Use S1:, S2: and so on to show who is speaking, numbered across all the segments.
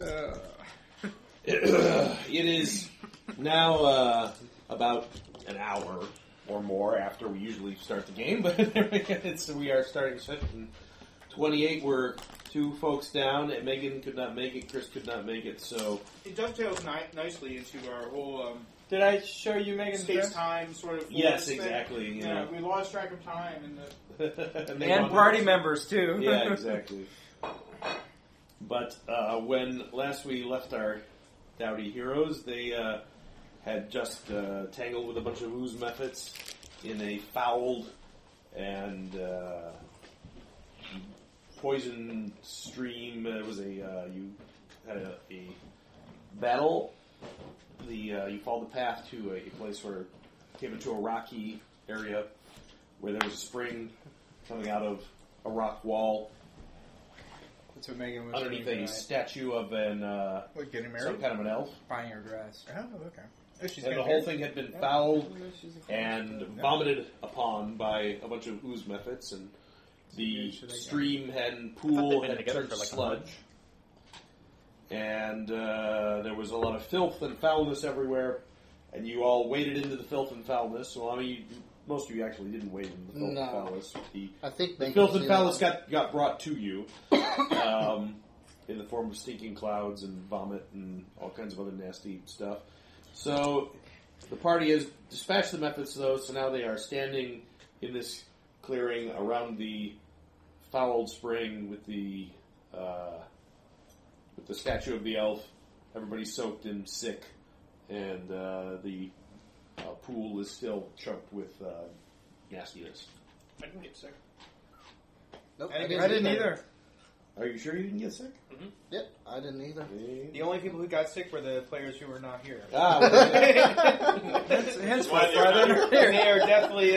S1: Uh,
S2: now uh, about an hour or more after we usually start the game, but it's, we are starting session 28. We're two folks down, and Megan could not make it, Chris could not make it, so
S1: It dovetails ni- nicely into our whole um,
S3: Did I show you Megan's
S1: space
S3: dress?
S1: time sort of.
S2: yes,
S1: thing.
S2: exactly. You
S1: Yeah,
S2: know.
S1: we lost track of time and the
S2: and they
S3: And
S2: want-
S3: party members too.
S2: yeah, exactly. But uh, when last we left our dowdy heroes, they uh, had just uh, tangled with a bunch of ooze methods in a fouled and uh, poison stream. It was a uh, you had a, a battle. The uh, you followed the path to a place where came into a rocky area where there was a spring coming out of a rock wall
S3: That's what Megan was
S2: underneath
S3: doing
S2: a
S3: tonight.
S2: statue of an uh,
S4: What, getting married?
S2: some kind of an elf,
S3: buying her dress.
S4: Oh, okay. Oh, she's
S2: and the
S4: got
S2: whole
S4: hair.
S2: thing had been fouled and vomited upon by a bunch of ooze methods, and the
S3: Should I-
S2: stream and
S5: thought they'd
S2: pool
S5: been
S2: had
S5: together
S2: turned
S5: for like a
S2: sludge, and uh, there was a lot of filth and foulness everywhere, and you all waded into the filth and foulness. Well, I mean, you, most of you actually didn't wade into the filth
S6: No.
S2: and foulness. The
S6: I think
S2: The
S6: they
S2: filth and foulness got, got brought to you um, in the form of stinking clouds and vomit and all kinds of other nasty stuff. So the party has dispatched the methods, though, so now they are standing in this clearing around the fouled spring with the uh, with the statue of the elf. Everybody's soaked and sick, and uh, the uh, pool is still choked with uh, nastiness.
S1: I didn't get sick.
S6: Nope,
S1: I
S6: I
S1: didn't
S6: didn't,
S3: I didn't either.
S2: Are you sure you didn't get sick?
S6: Yep, I didn't either.
S3: The only people who got sick were the players who were not here.
S2: Ah, well,
S3: Henceforth,
S1: Why
S3: why
S1: they're
S3: they're
S1: And
S3: not here.
S1: they are deathly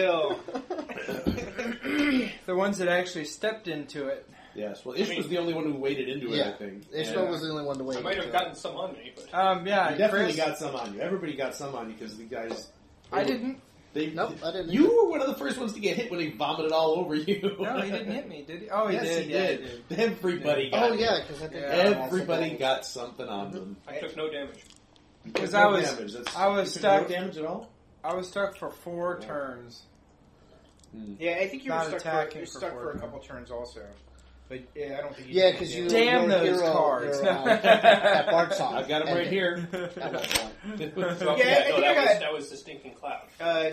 S1: ill.
S3: The ones that actually stepped into it.
S2: yes. Well, Ish was the only one who waded into it.
S6: Yeah.
S2: I think
S6: Ishmael was the only one to wait.
S5: I might have
S6: until-
S5: gotten some on me, but
S3: Um, yeah,
S2: You definitely
S3: Chris,
S2: got some on you. Everybody got some on you because the guys.
S3: I didn't.
S2: They,
S6: Nope, I didn't
S2: You were one of the first ones to get hit when he vomited all over you.
S3: No, he didn't hit me, did he? Oh, he
S2: yes,
S3: did.
S2: he
S3: yeah,
S2: did. Everybody got.
S6: Oh yeah, because I think
S3: Yeah.
S2: Everybody got something on them.
S5: I took no damage.
S2: You
S3: Because
S2: took
S3: I
S2: Mm-hmm. no
S3: was-
S2: damage. That's-
S3: I was
S2: you took no
S3: stuck.
S2: damage at all.
S3: I was stuck for four
S2: Yeah.
S3: turns.
S1: Yeah, I think you were
S3: Not
S1: stuck, for,
S3: attacking
S1: you were
S3: for
S1: stuck for a
S3: four.
S1: couple turns also. But yeah, I don't think
S6: Yeah,
S1: did
S6: 'cause
S1: any
S6: you-
S1: damage.
S3: Damn
S6: your
S3: those
S6: hero-
S3: cards.
S6: your,
S3: No.
S6: uh, that Bart song.
S2: I've got him right
S6: Ended.
S2: here.
S6: That was one.
S5: So,
S1: Yeah, I think
S5: no,
S1: I got-
S5: that, was, that was the stinking cloud.
S1: Uh,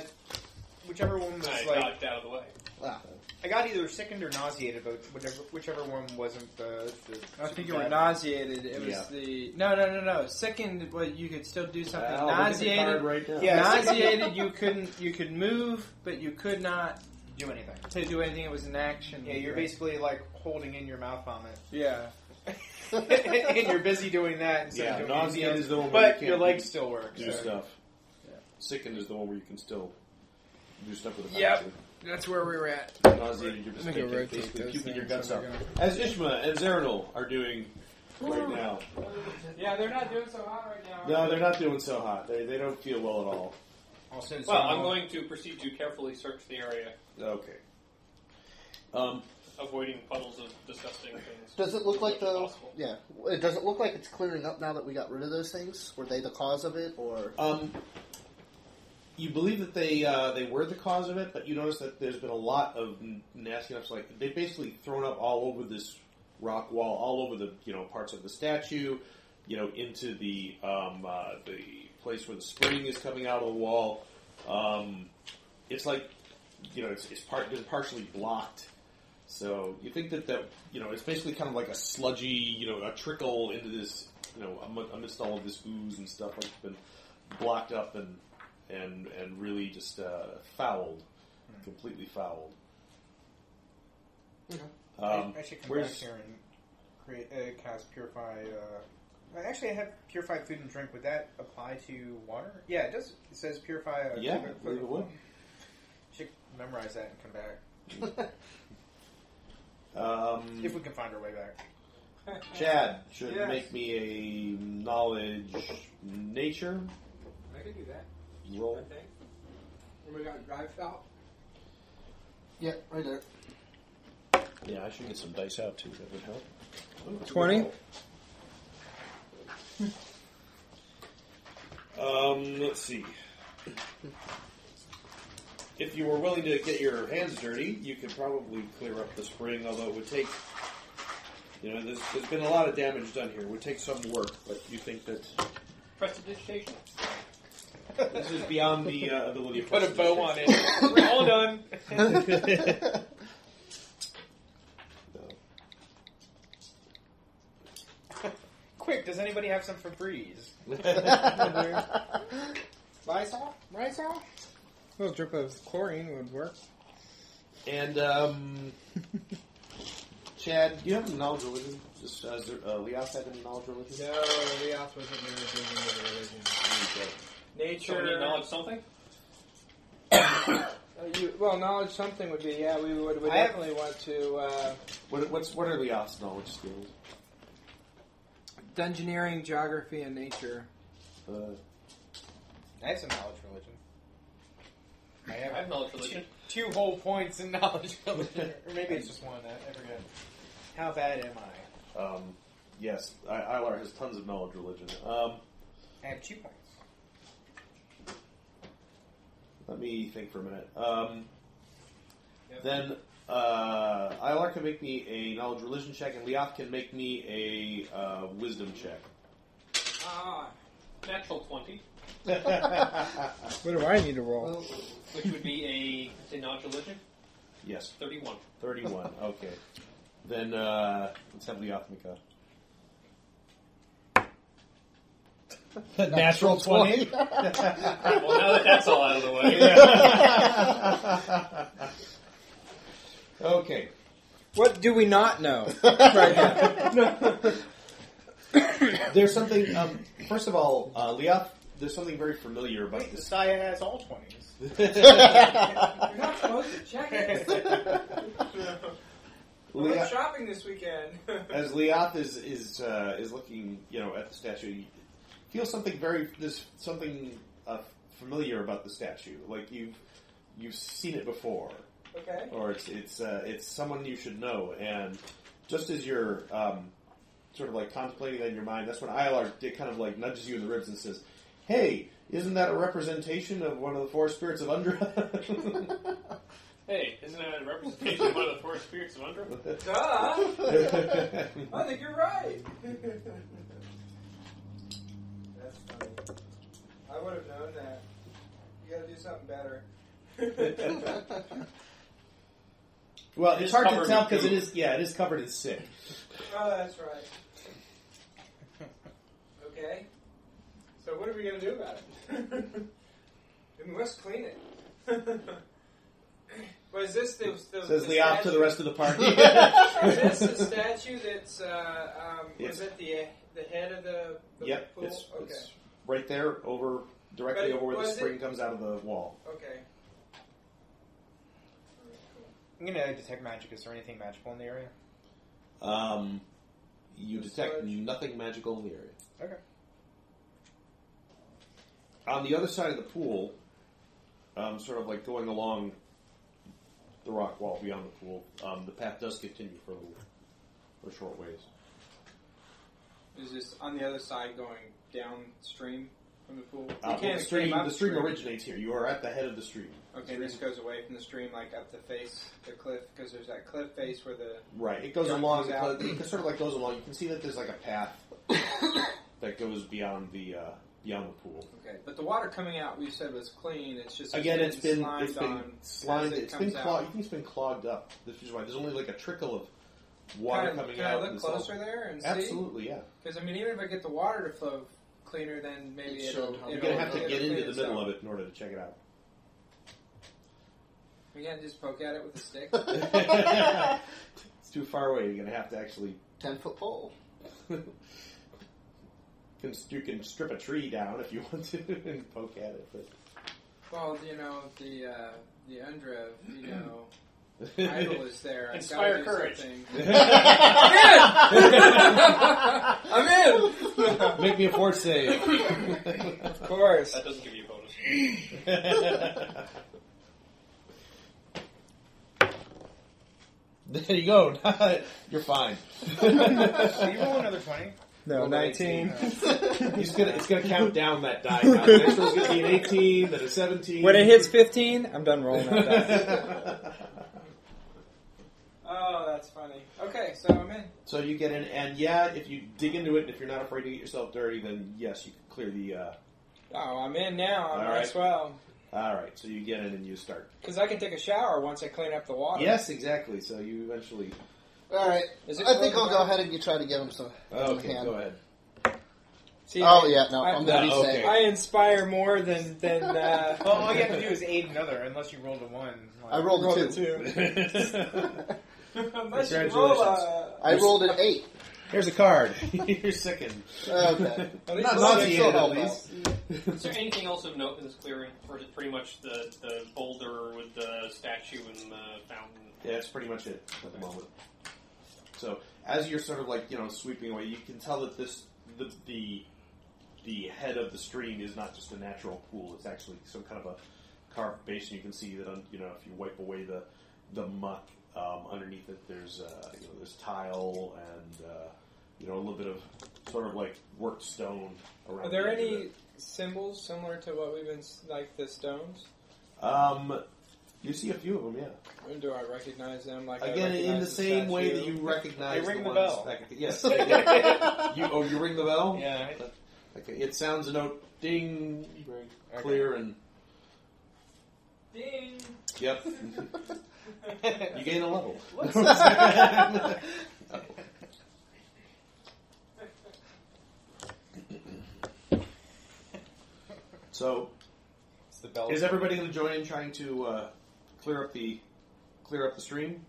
S1: whichever one was
S5: I
S1: like.
S5: dodged out of the way.
S6: Wow.
S1: I got either sickened or nauseated about whichever, whichever one wasn't the. the
S3: I think you were nauseated. It was
S2: Yeah.
S3: the no, no, no, no. Sickened, but you could still do something.
S2: I'll look at the card
S3: nauseated,
S2: right now.
S1: Yeah.
S3: nauseated. You couldn't. You could move, but you could not
S1: Do anything.
S3: to do anything. It was an action.
S1: Yeah, you're basically like holding in your mouth vomit,
S3: Yeah.
S1: and you're busy doing that. Instead
S2: Yeah,
S1: of doing
S2: nauseated
S1: anything
S2: is the one
S1: else.
S2: where you
S1: But
S2: can't uh,
S1: your legs
S2: do-
S1: still work.
S2: do
S1: so-
S2: stuff.
S3: Yeah.
S2: Sickened is the one where you can still do stuff with a
S3: Yep. That's where we were at.
S2: Nauseated, you're just
S6: I'm gonna go
S2: taking-
S6: rotate
S2: basically
S6: those
S2: puking your
S6: things
S2: guts
S6: over
S2: out. As Ishma and Zernal are doing right now.
S3: Yeah, they're not doing so hot right
S2: No, they're not doing so hot. They, they don't feel well at all.
S1: Also,
S5: Well,
S1: some-
S5: I'm going to proceed to carefully search the area,
S2: Okay. Um,
S5: avoiding puddles of disgusting things.
S6: Does it look like
S5: As much as
S6: the?
S5: possible.
S6: Yeah. It does it look like it's clearing up now that we got rid of those things? Were they the cause of it, or
S2: um, you believe that they uh, they were the cause of it, but you notice that there's been a lot of n- nasty enough. Like they've basically thrown up all over this rock wall, all over the you know parts of the statue, you know into the um, uh, the place where the spring is coming out of the wall. Um, it's like you know it's, it's part been partially blocked. So you think that that you know it's basically kind of like a sludgy you know a trickle into this you know amo- amidst all of this ooze and stuff like it's been blocked up and and and really just uh, fouled,
S1: Hmm.
S2: completely fouled. Um,
S1: I, I should come
S2: where's-
S1: back here and create uh, cast purify. Uh, well, actually, I have purified food and drink. Would that apply to water? Yeah, it does. It says purify. uh, A
S2: Yeah,
S1: fluid-
S2: I believe it would.
S1: Should memorize that and come back
S2: Um,
S1: if we can find our way back.
S2: Chad should
S3: Yes.
S2: make me a knowledge nature
S7: I can do that.
S2: roll.
S7: I think. When we got drive shop,
S6: yeah, right there.
S2: Yeah, I should get some dice out too. That would help.
S3: 20?
S2: Um, let's see. If you were willing to get your hands dirty, you could probably clear up the spring, although it would take. You know, there's, there's been a lot of damage done here. It would take some work, but you think that
S5: Prestidigitation.
S2: this is beyond the uh, ability of
S5: Put a bow on it. We're all done.
S2: it.
S4: Quick, does anybody have some Febreze? Lysol? Lysol?
S6: A little drip of chlorine would work.
S2: and um, Chad, do you have any knowledge of religion? Just uh, is there- uh, Leos have any knowledge of religion?
S4: No, Leos wasn't really big into religion.
S2: Okay.
S5: Sure.
S6: Nature.
S5: Need knowledge something?
S6: Uh, you, well, knowledge something would be, yeah, we would, would
S4: I have-
S6: definitely want to. Uh,
S2: What, what's what are Leos' knowledge skills?
S6: dungeoneering, geography, and nature.
S2: Uh,
S4: I have some knowledge religion. I
S5: I
S4: have
S5: have knowledge religion.
S4: two whole points in knowledge religion. or maybe it's just one, I I forget. How bad am I?
S2: um, yes, I, Ilar has tons of knowledge of religion. Um,
S4: I have two points.
S2: let me think for a minute. Um,
S5: Yep.
S2: Then uh, Ilar can make me a knowledge religion check, and Leoth can make me a uh, wisdom check.
S3: Ah,
S5: Natural 20,
S6: What do I need to roll?
S8: Well,
S5: which would be a, say, knowledge religion,
S2: yes,
S5: 31.
S2: thirty-one. Okay. Then uh, let's have Leoth make a.
S8: natural 20.
S5: well, now that that's all out of the way.
S2: okay.
S6: What do we not know? right now?
S2: There's something. Um, first of all, uh, Leoth, there's something very familiar about
S4: Wait, the
S2: this.
S4: Saya has all 20s.
S3: you're not supposed to check it. We're
S2: Leoth,
S3: shopping this weekend.
S2: as Leoth is is uh, is looking, you know, at the statue, you feel something very there's something uh, familiar about the statue. Like you've you've seen it before,
S3: okay.
S2: or it's it's uh, it's someone you should know. And just as you're um, sort of like contemplating that in your mind, that's when Ilar di- kind of like nudges you in the ribs and says, "Hey." Isn't that a representation of one of the four spirits of Undra?
S5: Hey, isn't that a representation of one of the four spirits of Undra?
S3: Duh. I think you're right. That's funny. I would have known that. You gotta do something better.
S2: well,
S5: It
S2: it's
S5: is
S2: hard to
S5: covered
S2: tell
S5: in
S2: because it
S5: goo.
S2: is yeah, it is covered in sick.
S3: oh, that's right. Okay. So what are we gonna do about it? we must clean it. but is this the, the
S2: Says
S3: the
S2: Leop to the
S3: statue-
S2: rest of the party.
S3: Is this the statue that's uh, um,
S2: Yes.
S3: was it the the head of the, the
S2: yep,
S3: pool?
S2: it's,
S3: okay.
S2: it's right there, over
S3: But
S2: directly
S3: it-
S2: over where the
S3: was it-
S2: spring comes out of the wall.
S3: Okay.
S4: I'm gonna detect magic. Is there anything magical in the area?
S2: Um, you
S3: Just
S2: detect
S3: touch.
S2: nothing magical in the area.
S4: Okay.
S2: On the other side of the pool, um, sort of like going along the rock wall beyond the pool, um, the path does continue for a little, for a short ways.
S3: Is this on the other side going downstream from the pool?
S2: Uh, well, the stream, the stream
S3: originally.
S2: originates here. You are at the head of the stream,
S3: Okay, and this goes away from the stream, like up the face, the cliff, because there's that cliff face where the.
S2: right? It goes
S3: Yeah, it
S2: along.
S3: goes out.
S2: It sort of like goes along. You can see that there's like a path that goes beyond the uh, beyond the pool.
S3: Okay, but the water coming out, we said was clean. It's just
S2: Again, it's been
S3: slimed
S2: it's
S3: on
S2: been slimed.
S3: as it
S2: It's been
S3: comes
S2: clogged. You
S3: out.
S2: think it's been clogged up. This is why there's only like a trickle of water
S3: Water can I,
S2: coming
S3: can
S2: out.
S3: I
S2: in
S3: look
S2: this little-
S3: closer there and see?
S2: Absolutely, yeah.
S3: Because I mean, even if I get the water to flow cleaner, then maybe
S8: It
S3: it'll,
S8: showed how
S3: it'll,
S2: You're gonna have to
S3: it'll
S2: get into
S3: clean
S2: the
S3: itself.
S2: middle of it in order to check it out.
S3: We can't just poke at it with a stick.
S2: It's too far away. You're gonna have to actually.
S8: 10 foot pole.
S2: can- You can strip a tree down if you want to and poke at it,
S3: well, you know the uh, the Undra, you know, idol
S2: but
S3: is there. I've got
S5: Inspire
S3: to do
S5: courage.
S3: something.
S4: I'm in.
S2: make me a force save.
S4: Of course.
S5: That doesn't give you a bonus.
S2: there you go. You're fine.
S4: Can you roll another twenty?
S3: No,
S2: Roll the
S3: 19.
S2: He's gonna, it's gonna count down that die. Now. The next one's gonna be an 18, then a 17.
S3: When it hits 15, I'm done rolling that dice.
S7: Oh, that's funny. Okay, so I'm in.
S2: so you get in, and yeah, if you dig into it, and if you're not afraid to get yourself dirty, then yes, you can clear the. Uh,
S7: Oh, I'm in now. I
S2: All
S7: might
S2: right.
S7: as well.
S2: all right, so you get in and you start.
S7: Because I can take a shower once I clean up the water.
S2: Yes, exactly. So you eventually.
S6: All right.
S7: Is it
S6: I think I'll
S7: closed?
S6: go ahead and you try to give him some.
S2: Okay,
S6: hand.
S2: go ahead.
S7: See,
S6: oh
S7: I-
S6: yeah, no,
S7: I,
S6: I, am gonna
S2: no,
S6: reset.
S2: okay.
S7: I inspire more than than. Uh,
S1: Well, all you have to do is aid another, unless you rolled a one. Like,
S6: I rolled
S7: roll
S6: a
S7: a
S6: two.
S7: two. Unless you roll uh,
S2: Congratulations.
S7: a.
S6: I rolled an eight.
S2: Here's a card. you're sickened.
S6: Okay.
S7: At least it's
S2: Not
S6: Well,
S2: naughty.
S7: six.
S6: still
S2: nauseated, at
S6: help
S2: least.
S6: out.
S5: Is there anything else of note in this clearing? Or is it pretty much the, the boulder with the statue and the fountain?
S2: Yeah, that's pretty much it at the moment. So as you're sort of like you know sweeping away, you can tell that this the the, the head of the stream is not just a natural pool; it's actually some kind of a carved basin. You can see that um, you know if you wipe away the the muck um, underneath it, there's uh, you know there's tile and uh, you know a little bit of sort of like worked stone around.
S7: Are there
S2: the edge of
S7: any
S2: it.
S7: symbols similar to what we've been s- like the stones?
S2: Um, you see a few of them, yeah.
S7: Or do I recognize them? Like I
S2: Again, in
S7: recognize
S2: the same way that
S7: statue?
S2: you recognize
S1: They ring the
S2: the, ones
S1: bell.
S2: That, yes. they did. you, oh, you ring the bell?
S1: Yeah.
S2: Okay, it sounds a note ding, very
S1: Okay.
S2: clear, and
S7: Ding.
S2: yep. you gain a level.
S7: What's
S2: so,
S1: It's the bell.
S2: is everybody going to join in trying to uh, clear up the clear up the stream?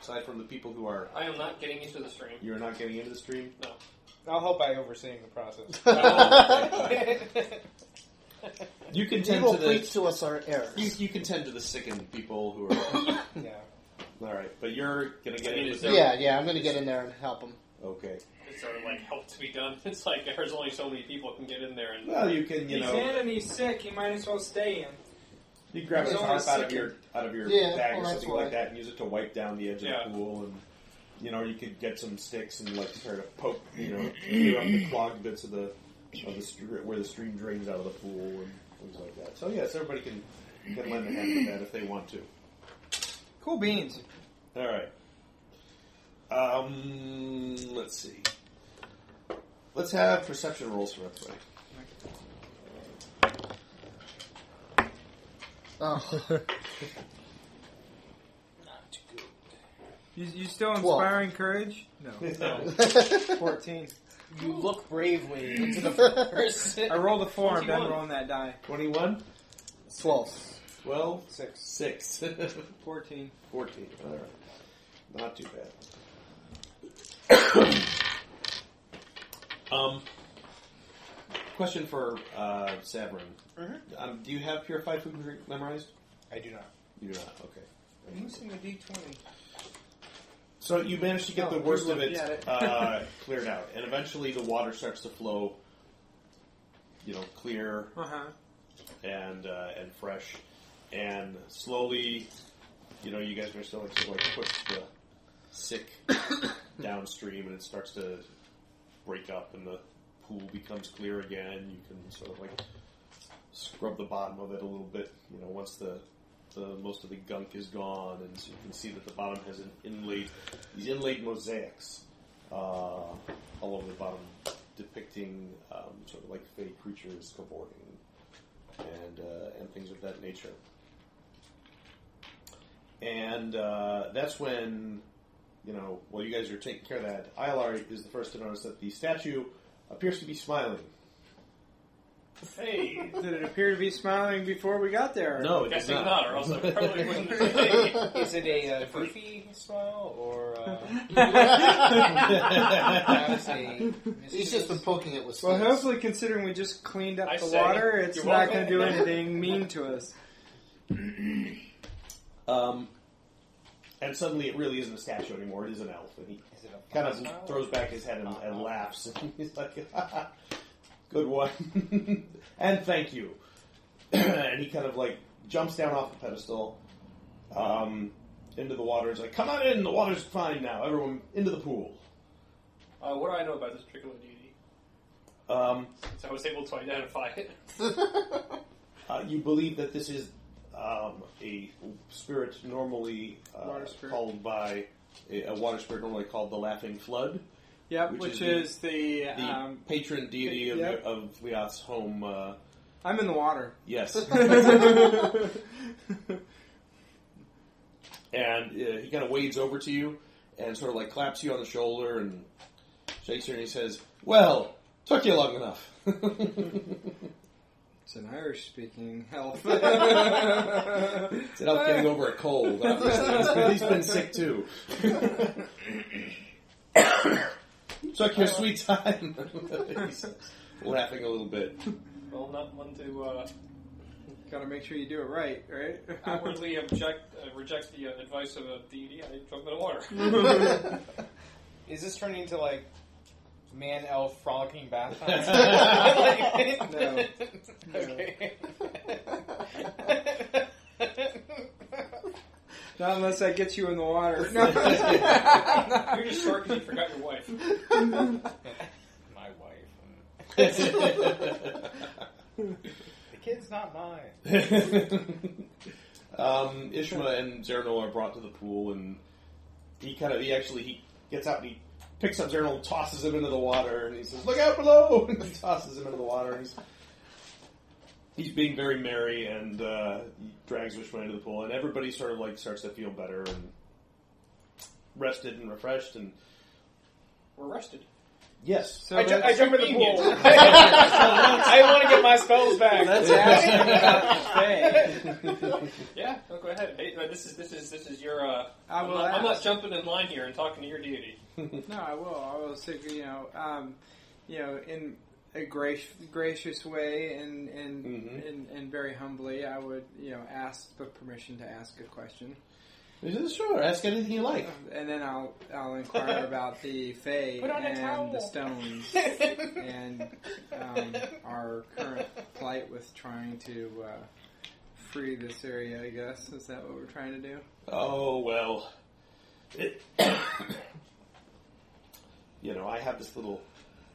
S2: Aside from the people who are
S5: I am not getting into the stream.
S2: you're not getting into the stream.
S1: I'll help by overseeing the process.
S2: You can tend
S6: Evil
S2: to
S6: freaks
S2: the
S6: to us are
S2: you,
S6: errors.
S2: you can tend to the sickened people who are
S1: yeah.
S2: all right, but you're going to get
S5: I mean,
S2: into
S5: is
S2: the
S5: there-
S6: Yeah, yeah. I'm gonna get in there and help him.
S2: okay.
S5: It's sort of like help to be done. It's like there's only so many people can get in there and
S2: Well, you can you
S7: He's
S2: know
S7: in and he's sick. He might as well stay in.
S2: You grab a
S7: There's
S2: tarp
S7: always
S2: out of
S7: second.
S2: your out of your
S6: Yeah,
S2: bag
S6: well,
S2: or
S6: that's
S2: something
S6: why.
S2: like that, and use it to wipe down the edge
S5: Yeah.
S2: of the pool, and you know you could get some sticks and like sort of poke, you know, clear up the clogged bits of the of the str- where the stream drains out of the pool and things like that. So yes, everybody can can lend a hand with that if they want to.
S7: Cool beans.
S2: All right. Um, let's see. Let's have perception rolls for everybody.
S6: Oh,
S3: You, you still
S6: Twelve.
S3: inspiring courage? No.
S5: No.
S3: 14.
S1: You look bravely into the first
S7: Sit.
S3: I rolled a 4. I'm done
S5: 21.
S3: rolling that die.
S2: 21,
S6: twelve.
S2: 12,
S1: six.
S2: 6,
S3: 14.
S2: 14. All right. Not too bad. um, question for uh, Severin.
S4: Mm-hmm.
S2: Um, do you have purified food and drink memorized?
S1: I do not.
S2: You do not. Okay.
S7: I'm using the D20.
S2: So you manage to get
S3: No,
S2: the worst
S3: you
S2: of it,
S3: looked at it.
S2: uh, cleared out, and eventually the water starts to flow. You know, clear
S3: Uh huh.
S2: and uh, and fresh, and slowly, you know, you guys are still like, sort of like push the sick downstream, and it starts to break up, and the pool becomes clear again. You can sort of like scrub the bottom of it a little bit, you know, once the the most of the gunk is gone, and so you can see that the bottom has an inlaid these inlaid mosaics uh, all over the bottom, depicting um, sort of like fey creatures cavorting and uh, and things of that nature. And uh, that's when, you know, while you guys are taking care of that, Ilar is the first to notice that the statue appears to be smiling.
S5: Hey,
S3: Did it appear to be smiling before we got there?
S2: No, it is
S5: guessing
S2: not.
S5: not, or else I probably wouldn't. Hey.
S1: Is it a uh, goofy smile or uh, honestly?
S6: He's just been poking it with
S3: Well,
S6: sticks.
S3: hopefully, considering we just cleaned up
S5: I
S3: the
S5: say,
S3: water, it's
S5: you're
S3: not going to
S5: welcome.
S3: do anything mean to us.
S2: Um, and suddenly, it really isn't a statue anymore. It is an elf, and he
S1: Is it a
S2: kind
S1: smile?
S2: of throws back his head and, and laughs. He's like, "Good one," and thank you. and he kind of like jumps down off the pedestal um, into the water. He's like, "Come on in. The water's fine now. Everyone into the pool."
S5: Uh, what do I know about this particular deity?
S2: Um,
S5: So I was able to identify it.
S2: uh, you believe that this is um, a spirit normally uh,
S1: Water spirit.
S2: called by a, a water spirit normally called the Laughing Flood,
S3: Yep,
S2: Which
S3: which,
S2: is the-
S3: is the,
S2: the
S3: um,
S2: patron deity of,
S3: yep.
S2: of Liath's home. Uh,
S3: I'm in the water.
S2: yes, and uh, he kind of wades over to you and sort of like claps you on the shoulder and shakes you and he says, "Well, took you long enough."
S3: it's an Irish speaking health.
S2: Said I'm getting over a cold. Obviously, he's been, he's been sick too. Took your sweet time. He says, laughing a little bit.
S5: Well, not one to uh,
S3: Gotta make sure you do it right, right?
S5: outwardly object, uh, reject the uh, advice of a deity. I drunk the water.
S1: Is this turning into like man elf frolicking bath times?
S3: No.
S1: Okay.
S3: Not unless I get you in the water. No.
S5: You're just short because you forgot your wife.
S1: My wife.
S2: um,
S1: The kid's not mine.
S2: Ishma Um, and Zerno are brought to the pool, and he kind of he actually he gets out and he picks up Zerno, and tosses him into the water, and he says, "Look out below!" and he tosses him into the water. And he's he's being very merry and uh, he drags Ishma into the pool, and everybody sort of like starts to feel better and rested and refreshed, and
S5: We're rested.
S2: yes,
S3: So
S1: I, ju- I
S3: that's,
S1: jump in the
S5: convenient.
S1: pool. I want to get my spells back.
S3: that's asking about the thing.
S5: Yeah, no, go ahead. Hey, uh, this is this is this is your. Uh,
S3: I
S5: I'm,
S3: will
S5: not, I'm not
S3: ask.
S5: jumping in line here and talking to your deity.
S3: No, I will. I will say, you know, um, you know, in a gracious, gracious way and and,
S2: Mhm.
S3: and and very humbly, I would, you know, ask the permission to ask a question,
S2: he says, "Sure, ask anything you like."
S3: and then I'll I'll inquire about the Fae
S1: Put on a
S3: and
S1: towel.
S3: the stones and um, our current plight with trying to uh, free this area. I guess is that what we're trying to do?
S2: Oh well. It- you know, I have this little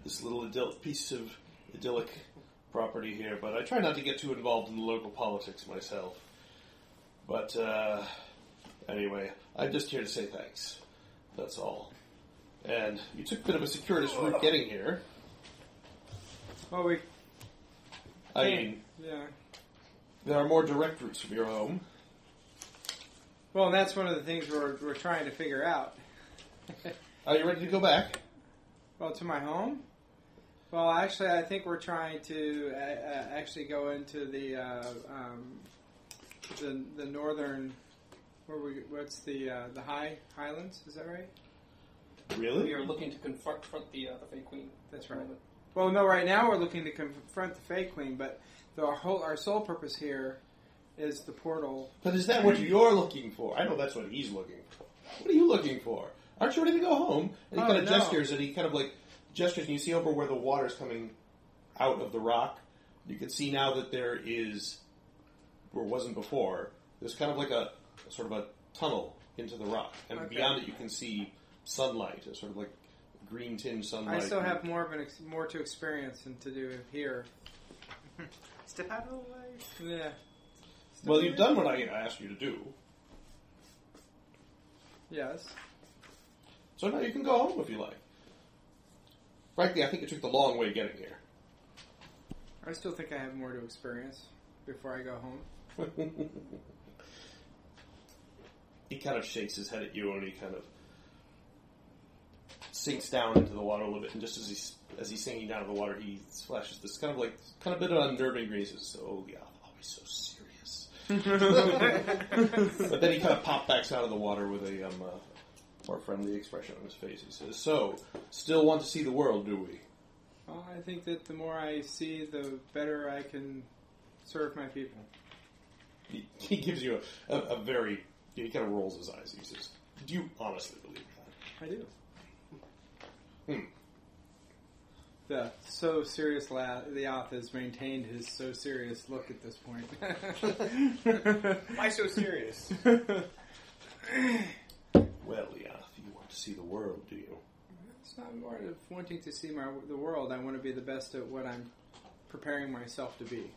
S2: this little idyll- piece of idyllic property here, but I try not to get too involved in the local politics myself. But uh, anyway, I'm just here to say thanks. That's all. And you took a bit of a circuitous route getting here.
S3: Well, we
S2: I mean,
S3: yeah.
S2: there are more direct routes from your home.
S3: Well, and that's one of the things we're we're trying to figure out.
S2: Are you ready to go back?
S3: Well, to my home. Well, actually, I think we're trying to uh, uh, actually go into the uh, um, the the northern. Where we? What's the uh, the high highlands? Is that right?
S5: We
S2: Really?
S5: are looking to confront front the uh, the fake queen.
S3: That's right. Well, no. Right now, we're looking to confront the Fae Queen, but the, our whole our sole purpose here is the portal.
S2: But is that what you're looking for? I know that's what he's looking for. What are you looking for? Aren't you ready to go home? And he
S3: Oh,
S2: kind of
S3: no.
S2: gestures, and he kind of like gestures, and you see over where the water's coming out of the rock. You can see now that there is, or wasn't before, there's kind of like a sort of a tunnel into the rock, and
S3: Okay.
S2: beyond it you can see sunlight, a sort of like green tinged sunlight.
S3: I still have more of an ex- more to experience and to do here.
S1: Step out of the way.
S3: Yeah.
S2: Well, you've done what I asked you to do,
S3: Yes.
S2: so now you can go home if you like. Frankly, I think it took the long way getting here.
S3: I still think I have more to experience before I go home.
S2: he kind of shakes his head at you and he kind of sinks down into the water a little bit and just as he's as he's sinking down in the water he splashes this kind of like kind of bit of unnerving reason so oh yeah always so serious but then he kind of pop backs out of the water with a um, uh, more friendly expression on his face he says so still want to see the world do we
S3: Well, I think that the more I see, the better I can serve my people.
S2: he, he gives you a, a, a very he kind of rolls his eyes he says do you honestly believe that
S3: I do.
S2: Hmm.
S3: The so serious la- the auth has maintained his so serious look at this point.
S1: Why so serious?
S2: Well, Leoth, you want to see the world, do you?
S3: It's not more of wanting to see my the world. I want to be the best at what I'm preparing myself to be.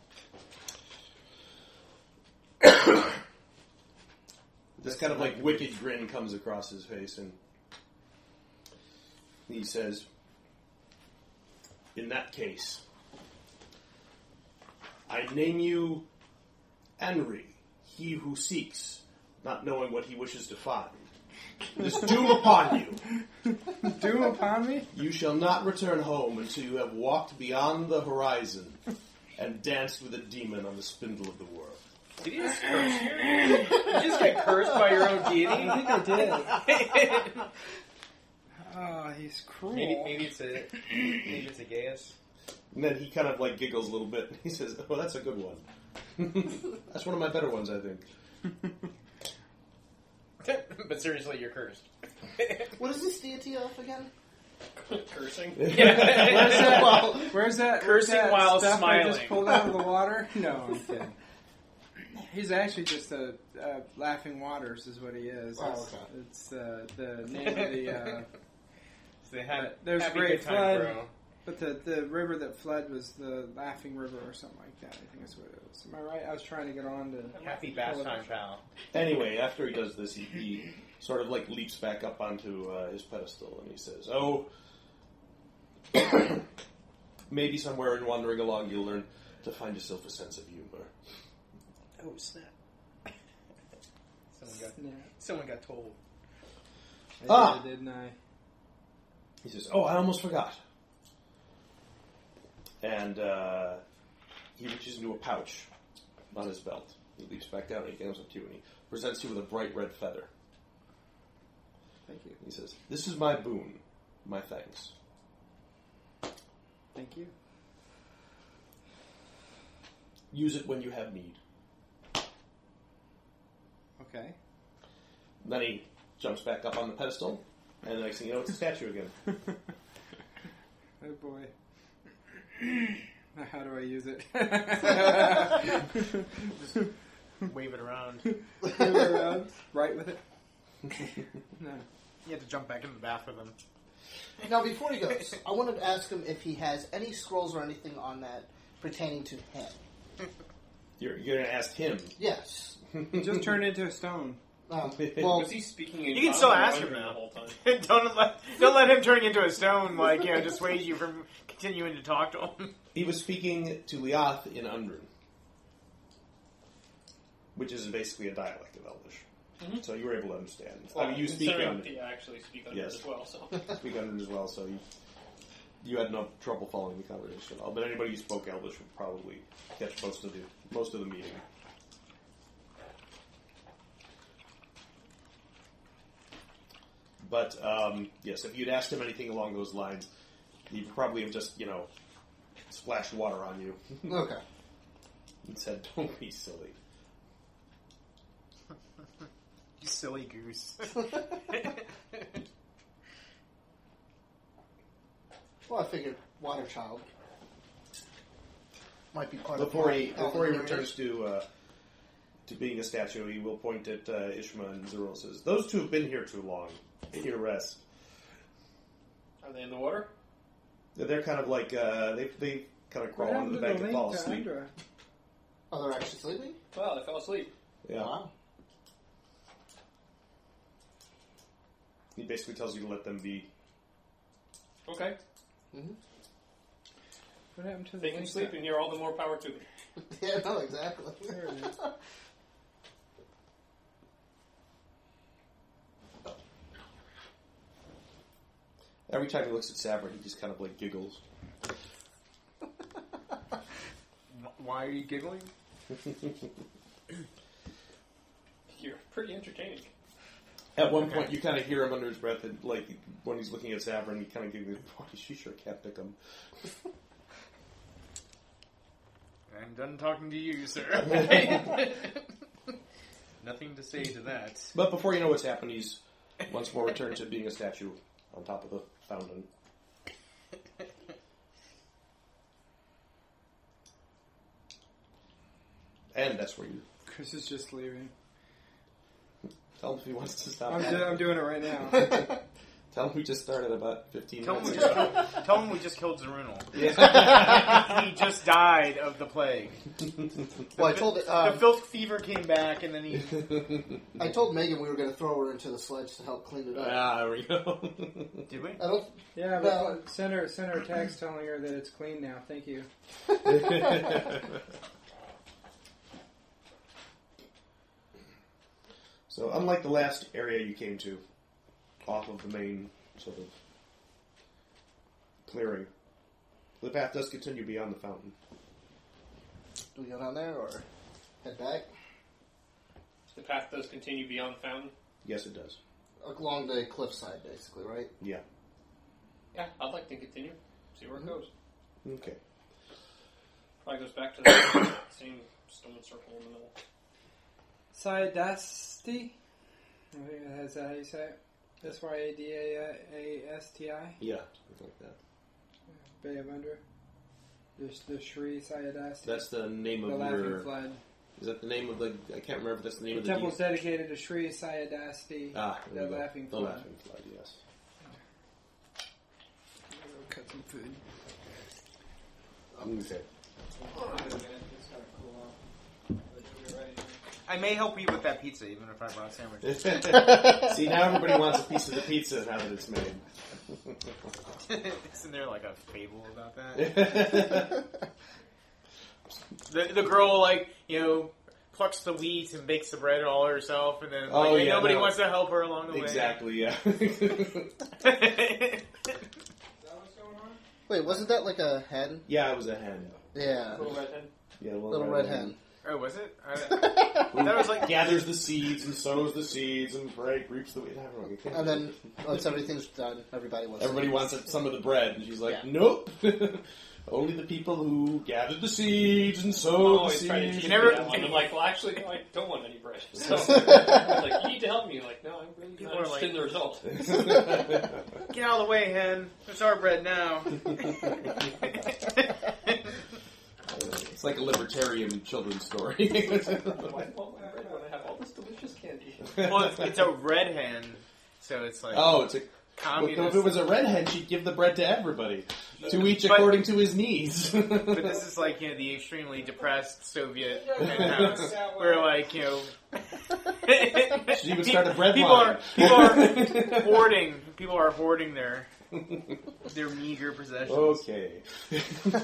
S2: This kind of like wicked grin comes across his face, and he says, In that case, I name you Anri, he who seeks, not knowing what he wishes to find. This doom upon you.
S3: Doom upon me?
S2: You shall not return home until you have walked beyond the horizon and danced with a demon on the spindle of the world.
S5: Did you just curse? Did you just get cursed by your own deity?
S3: I think I did. Ah, he's cruel.
S1: Maybe, maybe it's a maybe it's a Gaius.
S2: And then he kind of like giggles a little bit. and He says, "Oh, that's a good one. that's one of my better ones, I think."
S1: but seriously, you're cursed.
S6: What is this deity of again?
S5: Cursing.
S3: Where's that? where's that? where's
S5: Cursing
S3: that
S5: while
S3: stuff I just
S5: smiling.
S3: pulled out of the water? No, I'm kidding. He's actually just a, uh laughing waters is what he is.
S6: Oh,
S3: It's-
S6: okay.
S3: It's uh, the name of the. Uh,
S1: So they have,
S3: Uh, there's
S1: happy
S3: great
S1: good time,
S3: fun.
S1: bro.
S3: But the, the river that fled was the Laughing River or something like that. I think that's what it was. Am I right? I was trying to get on to.
S1: Happy bath time, pal.
S2: Anyway, after he does this, he, he sort of like leaps back up onto uh, his pedestal and he says, "Oh, maybe somewhere in wandering along you'll learn to find yourself a sense of humor."
S1: Oh snap! someone got
S3: Yeah.
S1: someone got told.
S3: I
S2: Ah!
S3: did, didn't I?
S2: He says, "Oh, I almost forgot." And uh, he reaches into a pouch on his belt. He leaps back down and he comes up to you and he presents you with a bright red feather.
S3: Thank you.
S2: He says, "This is my boon. My thanks."
S3: Thank you.
S2: Use it when you have need.
S3: Okay.
S2: And then he jumps back up on the pedestal, and the next thing you know, it's a statue again.
S3: Oh boy. Now How do I use it? Move
S1: Wave it around.
S3: it around, right with it. No.
S1: You have to jump back in the bath with him.
S6: Now, before he goes, I wanted to ask him if he has any scrolls or anything on that pertaining to him.
S2: You're, you're going to ask him.
S6: Yes.
S3: Just turn into a stone.
S6: Um, well,
S5: Was he speaking? In
S1: You can still
S5: tongues or
S1: ask him
S5: wondering
S1: now.
S5: the whole time.
S1: don't let don't let him turn you into a stone. Like you know, dissuade you from continuing to talk to him.
S2: He was speaking to Leoth in Undrin, which is basically a dialect of Elvish.
S5: Mhm.
S2: So you were able to understand. I
S5: Well,
S2: mean, you speak
S5: considering
S2: Undrin,
S5: they actually speak on
S2: Yes.
S5: it as well. So
S2: speak Undrin as well, so you, you had no trouble following the conversation at all. But anybody who spoke Elvish would probably catch most of the most of the meeting. But um, yes, if you'd asked him anything along those lines, he'd probably have just you know splashed water on you
S6: okay.
S2: and said, "Don't be silly."
S1: You silly goose.
S6: Well, I figured Water Child might be part
S2: Before
S6: of
S2: he
S6: my-
S2: before he returns to uh, to being a statue, he will point at uh, Ishma and Zero and says, "Those two have been here too long. Get your rest."
S5: are they in the water?
S2: They're kind of like uh, they they kind of crawl onto the bank and fall asleep.
S6: Oh, they're actually sleeping?
S5: Well, they fell asleep.
S2: Yeah,
S6: Wow.
S2: he basically tells you to let them be.
S5: Okay,
S3: What happened to the
S5: they can
S3: link
S5: sleep in here. All the more power to them.
S6: Yeah, no, exactly.
S3: There it is.
S2: Every time he looks at Sabra, he just kind of like giggles.
S1: Why are you giggling?
S5: You're pretty entertaining.
S2: At one point, you kind of hear him under his breath, and like when he's looking at Sabra, and he kind of giggles. Boy, she sure can't pick him.
S1: I'm done talking to you, sir. Nothing to say to that.
S2: But before you know what's happened, he's once more returned to being a statue on top of the fountain. And that's where you
S3: Chris is just leaving.
S2: tell him if he wants to stop.
S3: I'm, do- I'm doing it right now.
S2: Tell him we just started about 15
S1: Tell him, we
S2: minutes
S1: just
S2: ago.
S1: killed, tell him we just killed Zerunal.
S2: Yeah.
S1: he just died of the plague.
S6: Well, I told
S1: the
S6: um,
S1: filth fever came back, and then he.
S6: I told Megan we were going to throw her into the sledge to help clean it up.
S2: ah, there we go.
S1: Did we?
S6: I don't.
S3: Yeah, but
S6: Well-
S3: well, send her send her a text telling her that it's clean now. Thank you.
S2: so, unlike the last area you came to, off of the main sort of clearing, the path does continue beyond the fountain.
S6: Do we go down there or head back
S5: The path does continue beyond the fountain.
S2: Yes, it does.
S6: along the cliffside, basically, right?
S2: Yeah.
S5: Yeah, I'd like to continue. See where it goes.
S2: Okay.
S5: Probably goes back to the same stone circle in the middle.
S3: Sydasti. I think that's how you say it. S y a d a a s t i.
S2: Yeah. Something like that.
S3: Bay of Under. There's the Shri Sayadasti.
S2: That's the name
S3: the
S2: of
S3: Laughing
S2: your.
S3: Flood.
S2: Is that the name of the? I can't remember. If that's the name
S3: The
S2: of the.
S3: temple's
S2: deity.
S3: dedicated to Shri Sayadasti.
S2: Ah, there
S3: the
S2: we go.
S3: Laughing
S2: The
S3: Flood.
S2: laughing flood. Yes.
S3: Cut some food.
S2: Okay.
S1: I may help you with that pizza, even if I brought a sandwich.
S2: See, now everybody wants a piece of the pizza and how that it's made.
S1: Isn't there like a fable about that? The, the girl like you know plucks the wheat and bakes the bread all herself, and then like,
S2: Oh, yeah,
S1: nobody
S2: no.
S1: wants to help her along the
S2: exactly, yeah.
S1: way.
S7: that what's going on?
S6: Wait, wasn't that like a hen?
S2: yeah, it was a hen.
S6: Yeah,
S5: Little redhead.
S2: Yeah, a little,
S6: little red hen.
S1: oh, was it? I, that was like
S2: Gathers the seeds and sows the seeds and break, reaps the wheat. I don't know, I can't-
S6: And then once everything's done, everybody wants.
S2: everybody wants some of the bread, and she's like,
S6: Yeah.
S2: "Nope, only the people who gathered the seeds and
S5: Oh,
S2: sowed the
S5: always trying to
S2: seeds."
S5: teach
S1: You
S5: you
S1: never-
S5: never. That one. I'm like, well, actually, no, I don't want any bread. So, like, you need to help me. Like, no, I'm really
S1: People
S5: not
S1: are
S5: interested
S1: like-
S5: in the result.
S1: get out of the way, hen. It's our bread now.
S2: it's like a libertarian children's story.
S5: Why do I want my bread when I have all this delicious candy?
S1: well, it's, it's a red hen, so it's like
S2: oh, it's a Well,
S1: communist.
S2: if it was a redhead, she'd give the bread to everybody, to each
S1: But-
S2: according to his needs.
S1: But this is like you know the extremely depressed Soviet
S7: Yeah,
S1: penthouse
S7: that
S1: where
S7: way.
S1: like you know
S2: She even start a bread
S1: people
S2: line.
S1: are people are hoarding people are hoarding their their meager possessions.
S2: Oh. okay.
S7: I'm of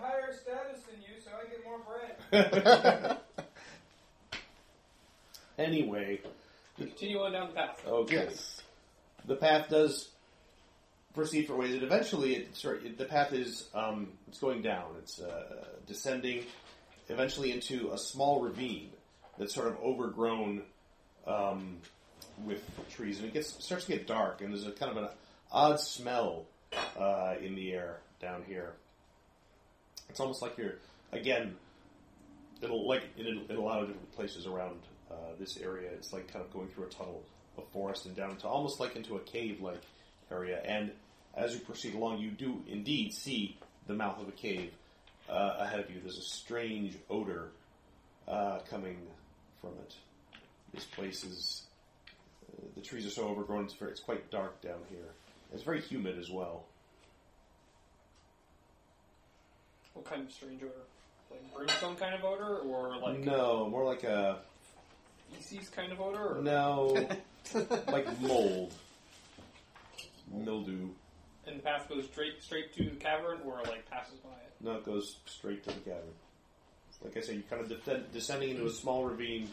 S7: higher status than you, so I get more bread.
S2: anyway,
S5: Continue on down the path.
S2: okay.
S6: Yes.
S2: The path does proceed for ways, and eventually, it, sorry, it- the path is um, it's going down. It's uh, descending, eventually into a small ravine that's sort of overgrown um, with trees, and it gets starts to get dark, and there's a kind of an odd smell uh, in the air down here. It's almost like you're again, it'll like in, in a lot of different places around uh, this area. It's like kind of going through a tunnel of forest and down to almost like into a cave-like area. And as you proceed along, you do indeed see the mouth of a cave uh, ahead of you. There's a strange odor uh, coming from it. This place is uh, the trees are so overgrown. It's, very, it's quite dark down here. It's very humid as well.
S5: What kind of strange odor? Like brimstone kind of odor, or like
S2: no, more like a
S5: feces kind of odor? Or,
S2: no, like mold, mildew.
S5: And the path goes straight straight to the cavern, or like passes by it.
S2: No, it goes straight to the cavern. Like I said, you're kind of defend, descending into a small ravine,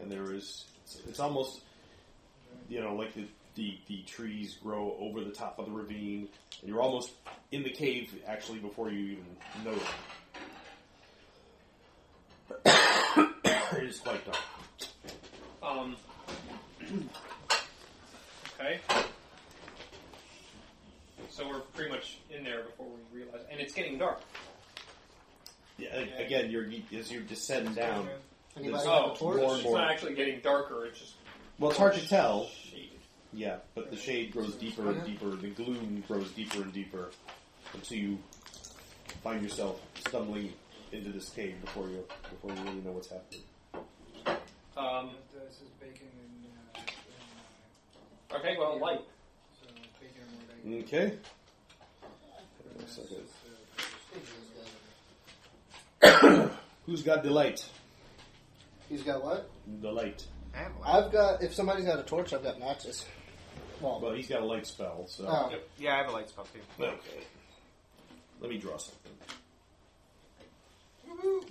S2: and there is it's, it's almost you know like the, the the trees grow over the top of the ravine, and you're almost in the cave actually before you even know it. it is quite dark.
S5: Um. okay. So we're pretty much in there before we realize, and it's getting dark.
S2: Yeah, a- again, you're as you descend down.
S6: Anybody
S2: Oh,
S6: have a
S2: More and
S6: torch?
S5: it's
S2: more.
S5: not actually getting darker; it's just
S2: Well, it's hard to tell.
S5: shaded.
S2: Yeah, but the shade grows deeper and deeper, the gloom grows deeper and deeper, until you find yourself stumbling into this cave before you before you really know what's happening.
S5: Um,
S7: This is bacon and, uh, and, uh,
S5: Okay, well, light.
S7: So take your more dice.
S2: Okay.
S7: And
S2: Looks
S7: that's
S2: like it.
S7: just, uh,
S2: Who's got delight?
S6: He's got what?
S2: Delight.
S6: I've got. If somebody's got a torch, I've got matches. Well,
S2: Well, he's got a light spell, so.
S6: oh,
S1: Yeah, I have a light spell too.
S2: Okay. Let me draw something.
S7: there's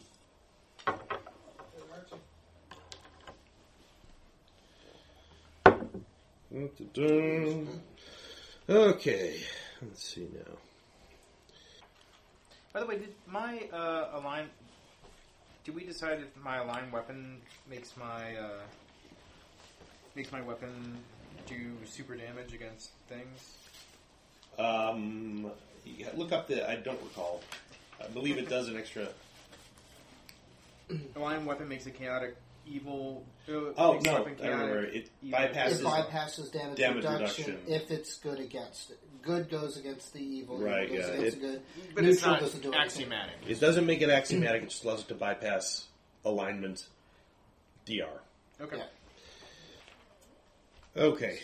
S7: Archie.
S2: Okay. Let's see now.
S1: By the way, did my uh, align? Did we decide if my align weapon makes my uh, makes my weapon do super damage against things?
S2: Um, yeah, look up the. I don't recall. I believe it does an extra.
S1: Align weapon makes a chaotic evil. Uh,
S2: Oh
S1: makes
S2: no!
S1: weapon
S2: I remember. It
S1: Yeah.
S6: it
S2: bypasses.
S6: bypasses damage,
S2: Damage
S6: reduction,
S2: reduction.
S6: if it's good against it. Good goes against the evil.
S2: Right,
S6: Evil goes
S2: yeah,
S6: Against
S2: it-
S6: the good.
S1: but it's
S6: Neutral
S1: not
S6: doesn't do anything.
S1: axiomatic.
S2: It doesn't make it axiomatic. it just allows it to bypass alignment. Dr.
S1: Okay.
S6: Yeah.
S2: Okay.